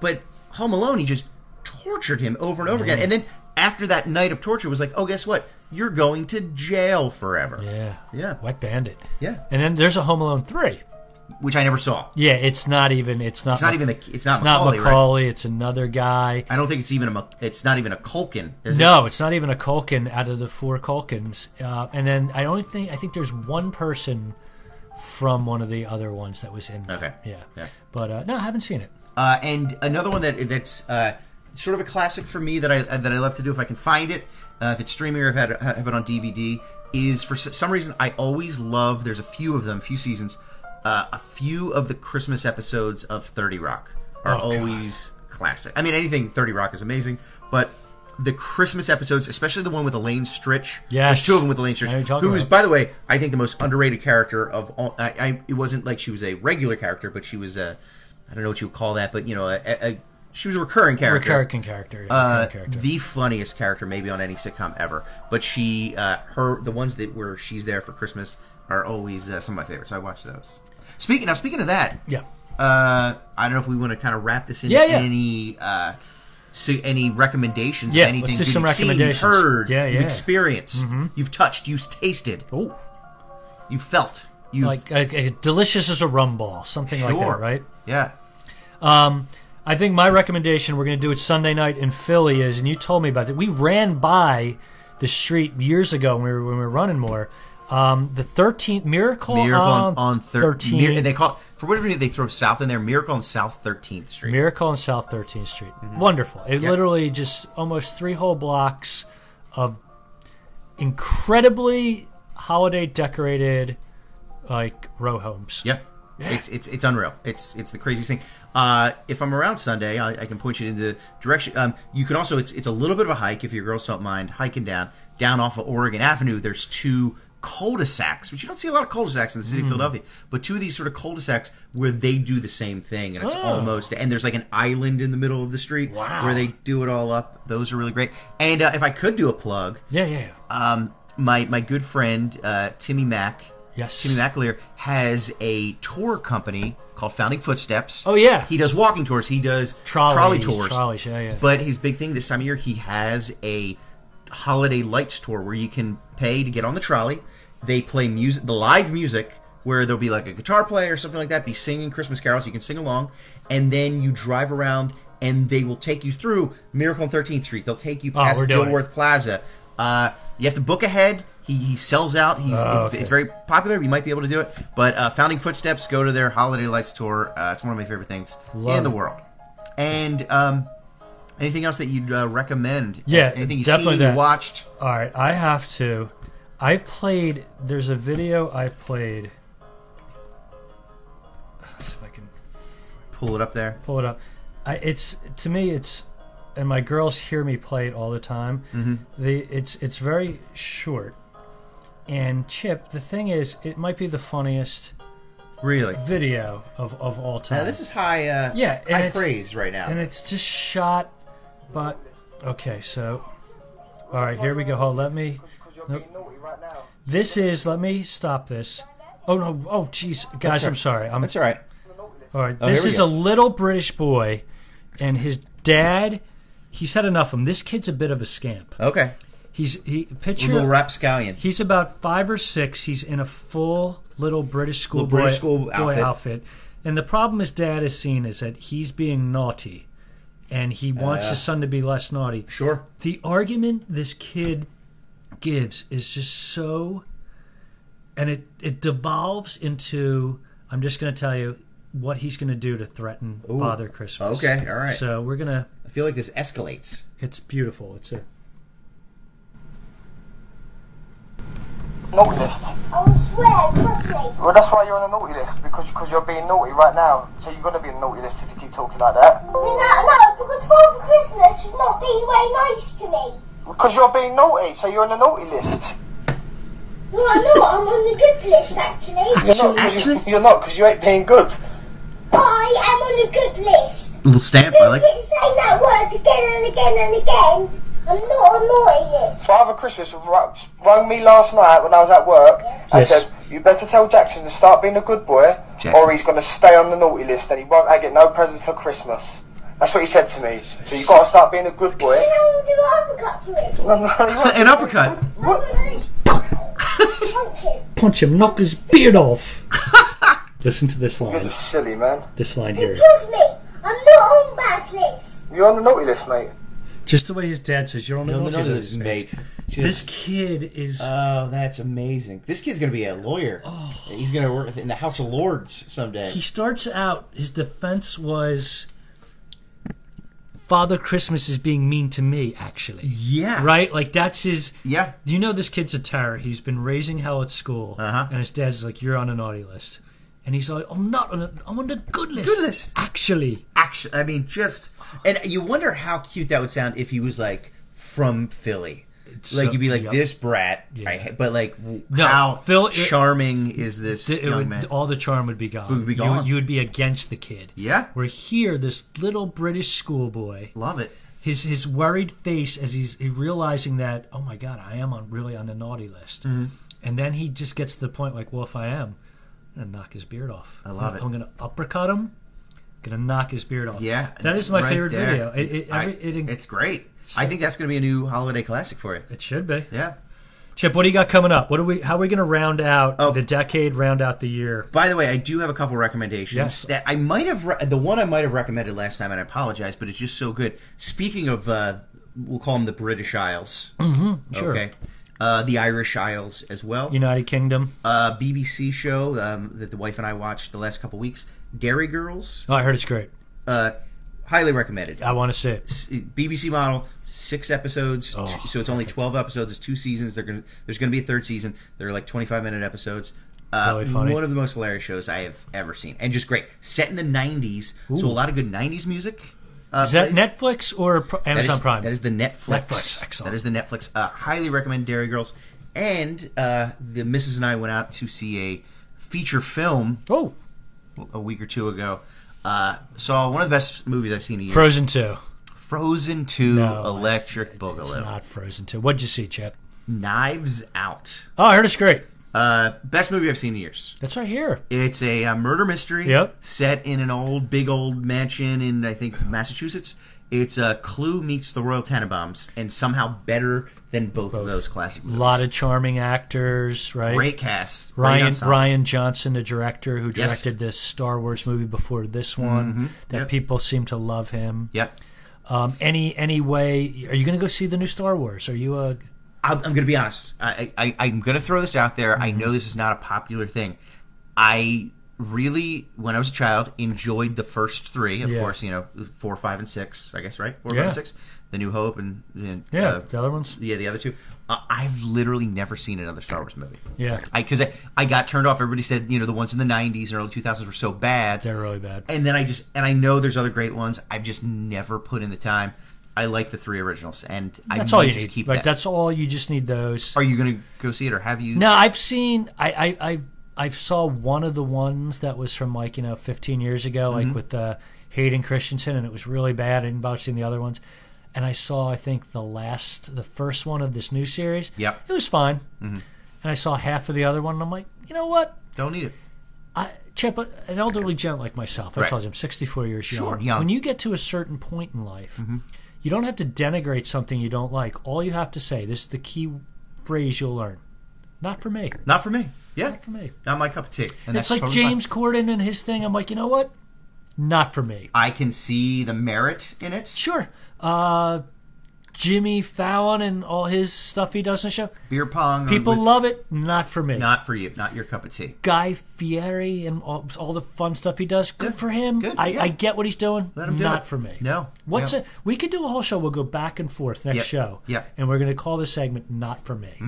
[SPEAKER 2] But Home Alone, he just tortured him over and over again. And then after that night of torture, it was like, "Oh, guess what? You're going to jail forever."
[SPEAKER 1] Yeah.
[SPEAKER 2] Yeah.
[SPEAKER 1] Wet Bandit.
[SPEAKER 2] Yeah.
[SPEAKER 1] And then there's a Home Alone three.
[SPEAKER 2] Which I never saw.
[SPEAKER 1] Yeah, it's not even. It's not.
[SPEAKER 2] It's not even the. It's not
[SPEAKER 1] It's not
[SPEAKER 2] Macaulay.
[SPEAKER 1] Macaulay.
[SPEAKER 2] right?
[SPEAKER 1] It's another guy.
[SPEAKER 2] I don't think it's even a. Mac- It's not even a Culkin. Is it?
[SPEAKER 1] No, it's not even a Culkin out of the four Culkins. Uh, and then I don't think I think there's one person from one of the other ones that was in there.
[SPEAKER 2] Okay.
[SPEAKER 1] Yeah.
[SPEAKER 2] Yeah.
[SPEAKER 1] But uh, no, I haven't seen it.
[SPEAKER 2] Uh, and another one that that's uh, sort of a classic for me that I that I love to do if I can find it, uh, if it's streaming or if I had- have it on DVD, is for s- some reason I always love. There's a few of them, a few seasons, uh, a few of the Christmas episodes of Thirty Rock are
[SPEAKER 1] Oh, God.
[SPEAKER 2] always classic. I mean, anything Thirty Rock is amazing, but. The Christmas episodes, especially the one with Elaine Stritch.
[SPEAKER 1] Yes.
[SPEAKER 2] There's two of them with Elaine Stritch,
[SPEAKER 1] I know you're
[SPEAKER 2] who is,
[SPEAKER 1] talking about.
[SPEAKER 2] by the way, I think the most underrated character of all. I, I, it wasn't like she was a regular character, but she was a. I don't know what you would call that, but you know, a, a, a- she was a recurring character.
[SPEAKER 1] Recurring character. yeah,
[SPEAKER 2] Uh,
[SPEAKER 1] recurring character.
[SPEAKER 2] The funniest character maybe on any sitcom ever. But she, uh, her, the ones that where she's there for Christmas are always uh, some of my favorites. So I watch those. Speaking now, speaking of that,
[SPEAKER 1] yeah.
[SPEAKER 2] uh, I don't know if we want to kind of wrap this into
[SPEAKER 1] Yeah, yeah.
[SPEAKER 2] any uh, so any recommendations.
[SPEAKER 1] Yeah,
[SPEAKER 2] of anything
[SPEAKER 1] let's do
[SPEAKER 2] that
[SPEAKER 1] some
[SPEAKER 2] you've seen,
[SPEAKER 1] recommendations.
[SPEAKER 2] you've heard,
[SPEAKER 1] Yeah, Mm-hmm.
[SPEAKER 2] you've
[SPEAKER 1] yeah.
[SPEAKER 2] experienced, you've touched, you've tasted,
[SPEAKER 1] Oh.
[SPEAKER 2] you've felt. You've-
[SPEAKER 1] like a, a delicious as a rum ball, something like
[SPEAKER 2] Sure.
[SPEAKER 1] that, right?
[SPEAKER 2] Yeah.
[SPEAKER 1] I think my recommendation we're going to do it Sunday night in Philly is, and you told me about it. We ran by the street years ago when we were, when we were running more. Um, the 13th Miracle,
[SPEAKER 2] Miracle
[SPEAKER 1] on,
[SPEAKER 2] on, on thir-
[SPEAKER 1] 13,
[SPEAKER 2] Mir- they call for whatever reason they throw South in there. Miracle on South Thirteenth Street.
[SPEAKER 1] Miracle on South 13th Street. Wonderful. It
[SPEAKER 2] Mm-hmm. Yeah.
[SPEAKER 1] literally just almost three whole blocks of incredibly holiday decorated like row homes.
[SPEAKER 2] yeah. It's it's it's unreal. It's it's the craziest thing. Uh, if I'm around Sunday, I, I can point you in the direction. Um, you can also it's it's a little bit of a hike if your girls don't mind hiking down down off of Oregon Avenue. There's two cul-de-sacs, which you don't see a lot of cul-de-sacs in the
[SPEAKER 1] Hmm.
[SPEAKER 2] city of Philadelphia, but two of these sort of cul-de-sacs where they do the same thing, and it's
[SPEAKER 1] Oh.
[SPEAKER 2] almost and there's like an island in the middle of the street
[SPEAKER 1] Wow.
[SPEAKER 2] where they do it all up. Those are really great. And uh, if I could do a plug,
[SPEAKER 1] Yeah, yeah, yeah.
[SPEAKER 2] um, my my good friend uh, Timmy Mack,
[SPEAKER 1] Yes.
[SPEAKER 2] Timmy McAleer has a tour company called Founding Footsteps.
[SPEAKER 1] Oh, yeah.
[SPEAKER 2] he does walking tours. He does
[SPEAKER 1] Trolleys,
[SPEAKER 2] trolley tours.
[SPEAKER 1] trolleys, yeah, yeah.
[SPEAKER 2] But his big thing this time of year, he has a holiday lights tour where you can pay to get on the trolley. They play music, the live music, where there'll be like a guitar player or something like that, be singing Christmas carols. You can sing along, and then you drive around, and they will take you through Miracle on Thirteenth Street. They'll take you
[SPEAKER 1] Oh,
[SPEAKER 2] past
[SPEAKER 1] we're doing it.
[SPEAKER 2] Dilworth Plaza. Uh, you have to book ahead. He, he sells out. He's it's,
[SPEAKER 1] Oh, okay.
[SPEAKER 2] it's very popular. You might be able to do it. But uh, Founding Footsteps, go to their Holiday Lights tour. Uh, it's one of my favorite things
[SPEAKER 1] Love
[SPEAKER 2] in the
[SPEAKER 1] it.
[SPEAKER 2] world. And um, anything else that you'd uh, recommend?
[SPEAKER 1] Yeah,
[SPEAKER 2] anything you
[SPEAKER 1] definitely
[SPEAKER 2] seen, you
[SPEAKER 1] that.
[SPEAKER 2] watched?
[SPEAKER 1] All right, I have to. I've played. There's a video I've played. See if I can
[SPEAKER 2] Pull it up there.
[SPEAKER 1] pull it up. I, it's to me, it's and my girls hear me play it all the time. Mm-hmm. The it's it's very short. And Chip, the thing is, it might be the funniest
[SPEAKER 2] Really?
[SPEAKER 1] video of, of all time.
[SPEAKER 2] Now this is high. Uh,
[SPEAKER 1] Yeah, and
[SPEAKER 2] high
[SPEAKER 1] it's-
[SPEAKER 2] praise right now.
[SPEAKER 1] and it's just shot, but okay. So, all right, here we go. Hold. Let me. Nope. This is. Let me stop this. Oh no! Oh jeez, guys,
[SPEAKER 2] all
[SPEAKER 1] I'm sorry. I'm
[SPEAKER 2] That's all right.
[SPEAKER 1] all right.
[SPEAKER 2] Oh,
[SPEAKER 1] This
[SPEAKER 2] here we
[SPEAKER 1] is
[SPEAKER 2] go.
[SPEAKER 1] a little British boy, and his dad. He's had enough of him. This kid's a bit of a scamp.
[SPEAKER 2] Okay.
[SPEAKER 1] He's he picture.
[SPEAKER 2] Little rapscallion.
[SPEAKER 1] He's about five or six. He's in a full little British school
[SPEAKER 2] Little
[SPEAKER 1] boy,
[SPEAKER 2] British school
[SPEAKER 1] boy
[SPEAKER 2] outfit.
[SPEAKER 1] And the problem his dad is seen is that he's being naughty, and he wants
[SPEAKER 2] Yeah.
[SPEAKER 1] his son to be less naughty.
[SPEAKER 2] Sure.
[SPEAKER 1] The argument this kid gives is just so, and it it devolves into I'm just going to tell you what he's going to do to threaten Father Christmas.
[SPEAKER 2] Okay, all right.
[SPEAKER 1] So we're gonna.
[SPEAKER 2] I feel like this escalates.
[SPEAKER 1] It's beautiful. It's a.
[SPEAKER 4] naughty list.
[SPEAKER 5] Oh, swear, trust me.
[SPEAKER 4] Well, that's why you're on the naughty list because because you're being naughty right now. So you're gonna be on the naughty list if you keep talking like that.
[SPEAKER 5] No, no, because Father Christmas has not been very nice to me.
[SPEAKER 4] Because you're being naughty, so you're on the naughty list.
[SPEAKER 5] No, I'm not. I'm on the good list, actually.
[SPEAKER 4] You're not. 'cause
[SPEAKER 2] actually-
[SPEAKER 4] you, you're not because you ain't being good.
[SPEAKER 5] I am on the good list.
[SPEAKER 2] Little stamp. I
[SPEAKER 5] People
[SPEAKER 2] like.
[SPEAKER 5] keep saying that word again and again and again. I'm not on naughty list.
[SPEAKER 4] Father Christmas ru- rung me last night when I was at work. I
[SPEAKER 1] Yes.
[SPEAKER 4] said, "You better tell Jackson to start being a good boy,
[SPEAKER 2] Jackson.
[SPEAKER 4] or he's gonna stay on the naughty list and he won't I get no presents for Christmas." That's what he said to me. So you gotta start being a good boy.
[SPEAKER 5] Then I will do an uppercut to it.
[SPEAKER 4] No, no, you won't.
[SPEAKER 2] An uppercut.
[SPEAKER 5] I'm on the list. Thank you.
[SPEAKER 1] Punch him, knock his beard off. Listen to this
[SPEAKER 4] You're
[SPEAKER 1] line.
[SPEAKER 4] just silly, man.
[SPEAKER 1] This line
[SPEAKER 5] You
[SPEAKER 1] here.
[SPEAKER 5] trust me. I'm not on bad list.
[SPEAKER 4] You're on the naughty list, mate.
[SPEAKER 1] Just the way his dad says, "You're on the naughty list, mate." This
[SPEAKER 2] This.
[SPEAKER 1] kid is
[SPEAKER 2] Oh, that's amazing. This kid's gonna be a lawyer. He's gonna work in the House of Lords someday.
[SPEAKER 1] he starts out his defense was Father Christmas is being mean to me actually.
[SPEAKER 2] yeah.
[SPEAKER 1] Right? Like that's his
[SPEAKER 2] Yeah.
[SPEAKER 1] You know this kid's a terror. He's been raising hell at school
[SPEAKER 2] Uh-huh.
[SPEAKER 1] and his dad's like you're on a naughty list. And he's like, I'm not on a, I'm on the good list.
[SPEAKER 2] Good list.
[SPEAKER 1] Actually.
[SPEAKER 2] action. I mean, just and you wonder how cute that would sound if he was like from Philly. like
[SPEAKER 1] so-
[SPEAKER 2] you'd be like
[SPEAKER 1] yep.
[SPEAKER 2] this brat,
[SPEAKER 1] Yeah.
[SPEAKER 2] I ha- but like w-
[SPEAKER 1] No,
[SPEAKER 2] how
[SPEAKER 1] Phil- it-
[SPEAKER 2] charming is this
[SPEAKER 1] It
[SPEAKER 2] young
[SPEAKER 1] would-
[SPEAKER 2] man?
[SPEAKER 1] All the charm would be gone.
[SPEAKER 2] Would be
[SPEAKER 1] You-
[SPEAKER 2] gone.
[SPEAKER 1] You, would be against the kid.
[SPEAKER 2] Yeah.
[SPEAKER 1] Where here, this little British schoolboy,
[SPEAKER 2] Love it.
[SPEAKER 1] his his worried face as he's he realizing that, oh my god, I am on really on the naughty list.
[SPEAKER 2] Mm-hmm.
[SPEAKER 1] And then he just gets to the point like, well, if I am, I'm gonna knock his beard off. I
[SPEAKER 2] love it.
[SPEAKER 1] I'm gonna uppercut him. Gonna knock his beard off.
[SPEAKER 2] Yeah,
[SPEAKER 1] That is my
[SPEAKER 2] right
[SPEAKER 1] favorite
[SPEAKER 2] there.
[SPEAKER 1] video. It it,
[SPEAKER 2] I-
[SPEAKER 1] every, it,
[SPEAKER 2] it's great. I think that's going to be a new holiday classic for you.
[SPEAKER 1] it should be.
[SPEAKER 2] Yeah.
[SPEAKER 1] Chip, what do you got coming up? What are we? How are we going to round out
[SPEAKER 2] Oh.
[SPEAKER 1] the decade? Round out the year?
[SPEAKER 2] By the way, I do have a couple recommendations
[SPEAKER 1] Yes.
[SPEAKER 2] that I might have. Re- the one I might have recommended last time, and I apologize, but it's just so good. Speaking of, uh, we'll call them the British Isles. Mm-hmm,
[SPEAKER 1] sure.
[SPEAKER 2] Okay. Uh, the Irish Isles as well.
[SPEAKER 1] United Kingdom.
[SPEAKER 2] uh, BBC show um, that the wife and I watched the last couple weeks, Dairy Girls.
[SPEAKER 1] Oh, I heard it's great.
[SPEAKER 2] Uh, highly recommended.
[SPEAKER 1] I want to see it.
[SPEAKER 2] S- BBC model, six episodes,
[SPEAKER 1] Oh,
[SPEAKER 2] t- so it's only twelve episodes. It's two seasons. They're gonna, there's going to be a third season. They're like twenty five minute episodes. Uh,
[SPEAKER 1] Really funny.
[SPEAKER 2] One of the most hilarious shows I have ever seen, and just great. Set in the '90s, so a lot of good '90s music. Uh,
[SPEAKER 1] Is that
[SPEAKER 2] plays.
[SPEAKER 1] Netflix or Pr-
[SPEAKER 2] That
[SPEAKER 1] Amazon
[SPEAKER 2] is-
[SPEAKER 1] Prime?
[SPEAKER 2] That is the Netflix.
[SPEAKER 1] Netflix, excellent.
[SPEAKER 2] That is the Netflix. Uh, highly recommend Dairy Girls. And uh, the missus and I went out to see a feature film
[SPEAKER 1] oh,
[SPEAKER 2] a week or two ago. Uh, saw one of the best movies I've seen in years.
[SPEAKER 1] Frozen Two.
[SPEAKER 2] Frozen 2
[SPEAKER 1] No,
[SPEAKER 2] Electric
[SPEAKER 1] It's
[SPEAKER 2] Boogaloo.
[SPEAKER 1] not Frozen Two. What'd you see, Chip?
[SPEAKER 2] Knives Out.
[SPEAKER 1] Oh, I heard it's great.
[SPEAKER 2] Uh, best movie I've seen in years.
[SPEAKER 1] That's right here.
[SPEAKER 2] It's a uh, murder mystery
[SPEAKER 1] Yep.
[SPEAKER 2] set in an old, big old mansion in, I think, Massachusetts. It's uh, Clue meets the Royal Tenenbaums, and somehow better than both, of those classic
[SPEAKER 1] A
[SPEAKER 2] movies.
[SPEAKER 1] lot of charming actors, right?
[SPEAKER 2] great cast. great
[SPEAKER 1] Ryan
[SPEAKER 2] ensemble.
[SPEAKER 1] Ryan Johnson, the director who
[SPEAKER 2] Yes. Mm-hmm.
[SPEAKER 1] directed this Star Wars movie before this one, that
[SPEAKER 2] Yep.
[SPEAKER 1] people seem to love him.
[SPEAKER 2] Yep.
[SPEAKER 1] Um, any any way? Are you going to go see the new Star Wars? Are you a?
[SPEAKER 2] I'm, I'm going to be honest. I, I, I'm going to throw this out there.
[SPEAKER 1] Mm-hmm.
[SPEAKER 2] I know this is not a popular thing. I really, when I was a child, enjoyed the first three. Of
[SPEAKER 1] Yeah.
[SPEAKER 2] course, you know, four, five, and six. I guess right. Four,
[SPEAKER 1] Yeah.
[SPEAKER 2] five, and six. The New Hope and, and
[SPEAKER 1] Yeah,
[SPEAKER 2] uh,
[SPEAKER 1] the other ones.
[SPEAKER 2] yeah, the other two. Uh, I've literally never seen another Star Wars movie.
[SPEAKER 1] Yeah,
[SPEAKER 2] I because I, I got turned off. Everybody said you know the ones in the '90s and early 2000s were so bad.
[SPEAKER 1] they're really bad.
[SPEAKER 2] and then I just and I know there's other great ones. I've just never put in the time. I like the three originals, and
[SPEAKER 1] That's
[SPEAKER 2] I
[SPEAKER 1] all
[SPEAKER 2] may
[SPEAKER 1] you
[SPEAKER 2] just
[SPEAKER 1] need.
[SPEAKER 2] Keep
[SPEAKER 1] like
[SPEAKER 2] that.
[SPEAKER 1] that's all you just need those.
[SPEAKER 2] Are you gonna go see it, or have you?
[SPEAKER 1] No, I've seen. I I I I saw one of the ones that was from like you know 15 years ago,
[SPEAKER 2] Mm-hmm.
[SPEAKER 1] like with uh, Hayden Christensen, and it was really bad. I didn't bother seeing the other ones. And I saw, I think, the last, the first one of this new series.
[SPEAKER 2] Yep. Mm-hmm.
[SPEAKER 1] it was fine. And I saw half of the other one, and I'm like, you know what?
[SPEAKER 2] Don't need it.
[SPEAKER 1] I, Chip, uh, an elderly gent like myself, I
[SPEAKER 2] Right.
[SPEAKER 1] told you I'm 64 years
[SPEAKER 2] Sure,
[SPEAKER 1] young.
[SPEAKER 2] young. Mm-hmm.
[SPEAKER 1] When you get to a certain point in life, you don't have to denigrate something you don't like. All you have to say, this is the key phrase you'll learn. Not for me.
[SPEAKER 2] Not for me. Yeah,
[SPEAKER 1] Not for me.
[SPEAKER 2] not my cup of tea. And
[SPEAKER 1] it's like
[SPEAKER 2] totally fine.
[SPEAKER 1] James Corden and his thing. I'm like, you know what? Not for me.
[SPEAKER 2] I can see the merit in it.
[SPEAKER 1] Sure. Uh, Jimmy Fallon and all his stuff he does in the show.
[SPEAKER 2] Beer pong. or
[SPEAKER 1] People
[SPEAKER 2] with-
[SPEAKER 1] love it. Not for me.
[SPEAKER 2] Not for you. Not your cup of tea.
[SPEAKER 1] Guy Fieri and all, all the fun stuff he does. Good for him.
[SPEAKER 2] Good,
[SPEAKER 1] I,
[SPEAKER 2] yeah.
[SPEAKER 1] I get what he's doing.
[SPEAKER 2] Let him do
[SPEAKER 1] Not
[SPEAKER 2] it.
[SPEAKER 1] for me.
[SPEAKER 2] No.
[SPEAKER 1] What's
[SPEAKER 2] No.
[SPEAKER 1] it? We could do a whole show. We'll go back and forth next
[SPEAKER 2] Yeah.
[SPEAKER 1] show.
[SPEAKER 2] Yeah. Mm-hmm.
[SPEAKER 1] And we're going to call this segment "Not for Me."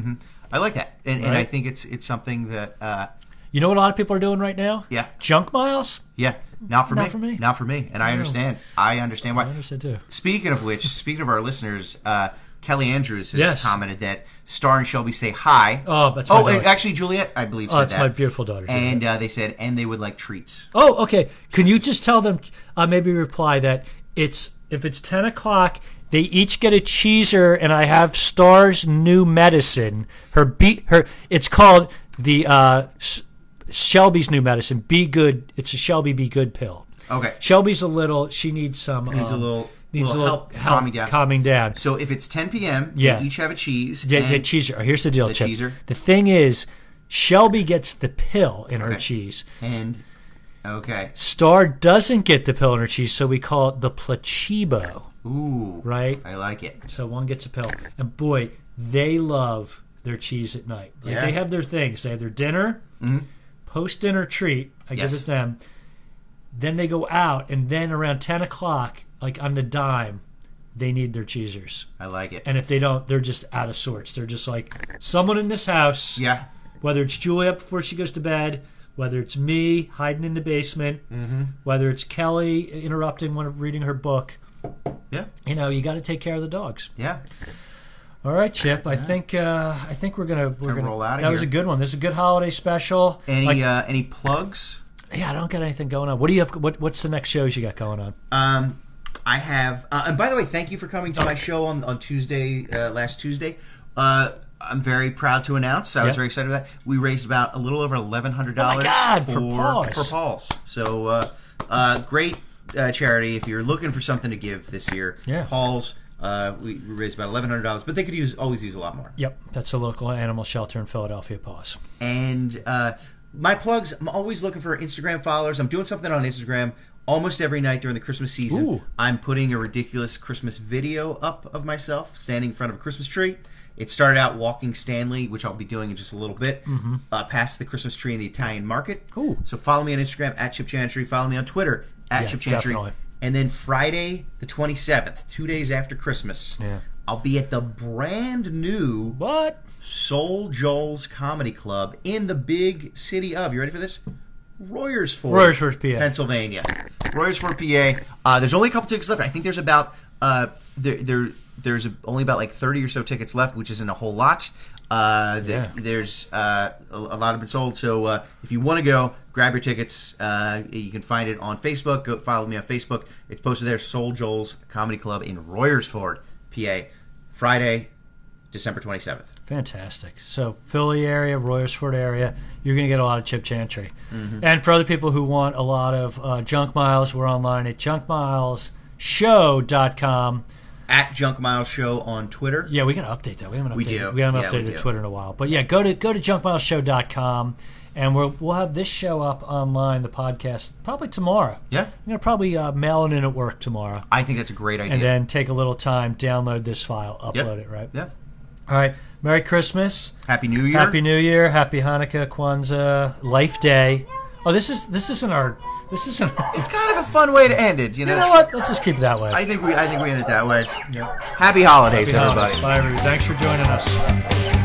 [SPEAKER 2] I like that, and, and I
[SPEAKER 1] Right.
[SPEAKER 2] think it's it's something that uh,
[SPEAKER 1] You know what a lot of people are doing right now?
[SPEAKER 2] Yeah.
[SPEAKER 1] Junk miles.
[SPEAKER 2] yeah, not for
[SPEAKER 1] Not
[SPEAKER 2] me.
[SPEAKER 1] for me.
[SPEAKER 2] Not for me. And I understand. I understand why.
[SPEAKER 1] I understand too.
[SPEAKER 2] Speaking of which, speaking of our listeners, uh, Kelly Andrews has
[SPEAKER 1] Yes.
[SPEAKER 2] commented that Star and Shelby say hi.
[SPEAKER 1] Oh, that's my
[SPEAKER 2] and
[SPEAKER 1] daughter.
[SPEAKER 2] actually Juliet, I believe.
[SPEAKER 1] Oh,
[SPEAKER 2] said
[SPEAKER 1] it's
[SPEAKER 2] that.
[SPEAKER 1] my beautiful daughter.
[SPEAKER 2] And uh, they said, and they would like treats.
[SPEAKER 1] Oh, okay. Can you just tell them? Uh, maybe reply that it's if it's ten o'clock. They each get a cheeser, and I have Star's new medicine. Her be her. It's called the uh, S- Shelby's new medicine. Be good. It's a Shelby Be Good pill.
[SPEAKER 2] Okay.
[SPEAKER 1] Shelby's a little. She needs some.
[SPEAKER 2] Needs a
[SPEAKER 1] um,
[SPEAKER 2] little-
[SPEAKER 1] Needs
[SPEAKER 2] little
[SPEAKER 1] a little
[SPEAKER 2] help calming down.
[SPEAKER 1] Calming down.
[SPEAKER 2] So if it's 10 p.m.,
[SPEAKER 1] Yeah.
[SPEAKER 2] they each have a cheese.
[SPEAKER 1] The,
[SPEAKER 2] and-
[SPEAKER 1] the cheeser. Here's the deal,
[SPEAKER 2] the
[SPEAKER 1] Chip.
[SPEAKER 2] cheeser.
[SPEAKER 1] The thing is, Shelby gets the pill in her
[SPEAKER 2] Okay.
[SPEAKER 1] cheese.
[SPEAKER 2] And okay,
[SPEAKER 1] Star doesn't get the pill in her cheese, so we call it the placebo,
[SPEAKER 2] ooh,
[SPEAKER 1] right?
[SPEAKER 2] I like it.
[SPEAKER 1] So one gets a pill, and boy, they love their cheese at night. Like
[SPEAKER 2] Yeah. Mm-hmm.
[SPEAKER 1] they have their things. They have their dinner, post dinner treat. I
[SPEAKER 2] Yes.
[SPEAKER 1] give it them. Then they go out, and then around ten o'clock, like on the dime, they need their cheesers.
[SPEAKER 2] I like it.
[SPEAKER 1] And if they don't, they're just out of sorts. They're just like someone in this house
[SPEAKER 2] yeah,
[SPEAKER 1] whether it's Julia before she goes to bed, whether it's me hiding in the basement,
[SPEAKER 2] Mm-hmm.
[SPEAKER 1] whether it's Kelly interrupting when reading her book.
[SPEAKER 2] yeah,
[SPEAKER 1] You know, you got to take care of the dogs.
[SPEAKER 2] yeah.
[SPEAKER 1] All right, Chip. I think uh, I think we're gonna we're gonna
[SPEAKER 2] roll out of
[SPEAKER 1] That was a
[SPEAKER 2] here.
[SPEAKER 1] good one. This is a good holiday special.
[SPEAKER 2] Any
[SPEAKER 1] Like,
[SPEAKER 2] uh, any plugs?
[SPEAKER 1] yeah, I don't got anything going on. What do you have? What What's the next shows you got going on?
[SPEAKER 2] Um, I have. Uh, and by the way, thank you for coming to my show on on Tuesday, uh, last Tuesday. Uh, I'm very proud to announce. I
[SPEAKER 1] Yeah. Oh
[SPEAKER 2] was very excited about that. We raised about a little over eleven hundred dollars
[SPEAKER 1] God, for Paul's.
[SPEAKER 2] for Paul's. So uh, uh, great uh, charity. If you're looking for something to give this year,
[SPEAKER 1] Yeah.
[SPEAKER 2] Paul's. Uh, we we raised about eleven hundred dollars, but they could use always use a lot more.
[SPEAKER 1] Yep, that's a local animal shelter in Philadelphia. Pause.
[SPEAKER 2] And uh, my plugs, I'm always looking for Instagram followers. I'm doing something on Instagram almost every night during the Christmas season.
[SPEAKER 1] Ooh.
[SPEAKER 2] I'm putting a ridiculous Christmas video up of myself standing in front of a Christmas tree. It started out walking Stanley, which I'll be doing in just a little bit, uh, past the Christmas tree in the Italian market.
[SPEAKER 1] Mm-hmm. Ooh.
[SPEAKER 2] So follow me on Instagram at Chip Chantry. Follow me on Twitter at
[SPEAKER 1] Yeah,
[SPEAKER 2] Chip Chantry.
[SPEAKER 1] definitely.
[SPEAKER 2] And then Friday, the 27th, two days after Christmas,
[SPEAKER 1] Yeah.
[SPEAKER 2] I'll be at the brand new
[SPEAKER 1] What?
[SPEAKER 2] Soul Joel's Comedy Club in the big city of, you ready for this? Royersford.
[SPEAKER 1] Royersford, PA.
[SPEAKER 2] Pennsylvania. Royersford, PA. Uh, there's only a couple tickets left. I think there's about, uh, there, there, there's only about like 30 or so tickets left, which isn't a whole lot. Uh, the,
[SPEAKER 1] Yeah.
[SPEAKER 2] There's uh, a, a lot of it sold. So uh, if you want to go, grab your tickets. Uh, you can find it on Facebook. Go follow me on Facebook. It's posted there, Soul Joel's Comedy Club in Royersford, PA. Friday, December 27th.
[SPEAKER 1] Fantastic. So Philly area, Royersford area, you're going to get a lot of Chip Chantry.
[SPEAKER 2] Mm-hmm.
[SPEAKER 1] And for other people who want a lot of uh, junk miles, we're online at junkmilesshow.com.
[SPEAKER 2] at Junk Mile Show on Twitter.
[SPEAKER 1] Yeah, we can update that. We haven't updated,
[SPEAKER 2] We
[SPEAKER 1] we
[SPEAKER 2] do.
[SPEAKER 1] haven't
[SPEAKER 2] Yeah, we
[SPEAKER 1] updated
[SPEAKER 2] do.
[SPEAKER 1] Twitter in a while. But yeah, go to go to junkmileshow.com and we'll we'll have this show up online, the podcast, probably tomorrow.
[SPEAKER 2] Yeah.
[SPEAKER 1] I'm going to probably uh, mail it in at work tomorrow
[SPEAKER 2] I think that's a great idea.
[SPEAKER 1] and then take a little time, download this file,
[SPEAKER 2] Yep.
[SPEAKER 1] upload it, right?
[SPEAKER 2] Yeah.
[SPEAKER 1] All right. Merry Christmas.
[SPEAKER 2] Happy New Year.
[SPEAKER 1] Happy New Year, Happy Hanukkah, Kwanzaa, Life Day. Oh, this is this isn't our this isn't. Our,
[SPEAKER 2] It's kind of a fun way to end it, you know.
[SPEAKER 1] you know what? Let's just keep it that way.
[SPEAKER 2] I think we I think we end it that way. Happy holidays,
[SPEAKER 1] Happy
[SPEAKER 2] everybody.
[SPEAKER 1] holidays. Bye, everybody. Thanks for joining us.
[SPEAKER 5] Bye.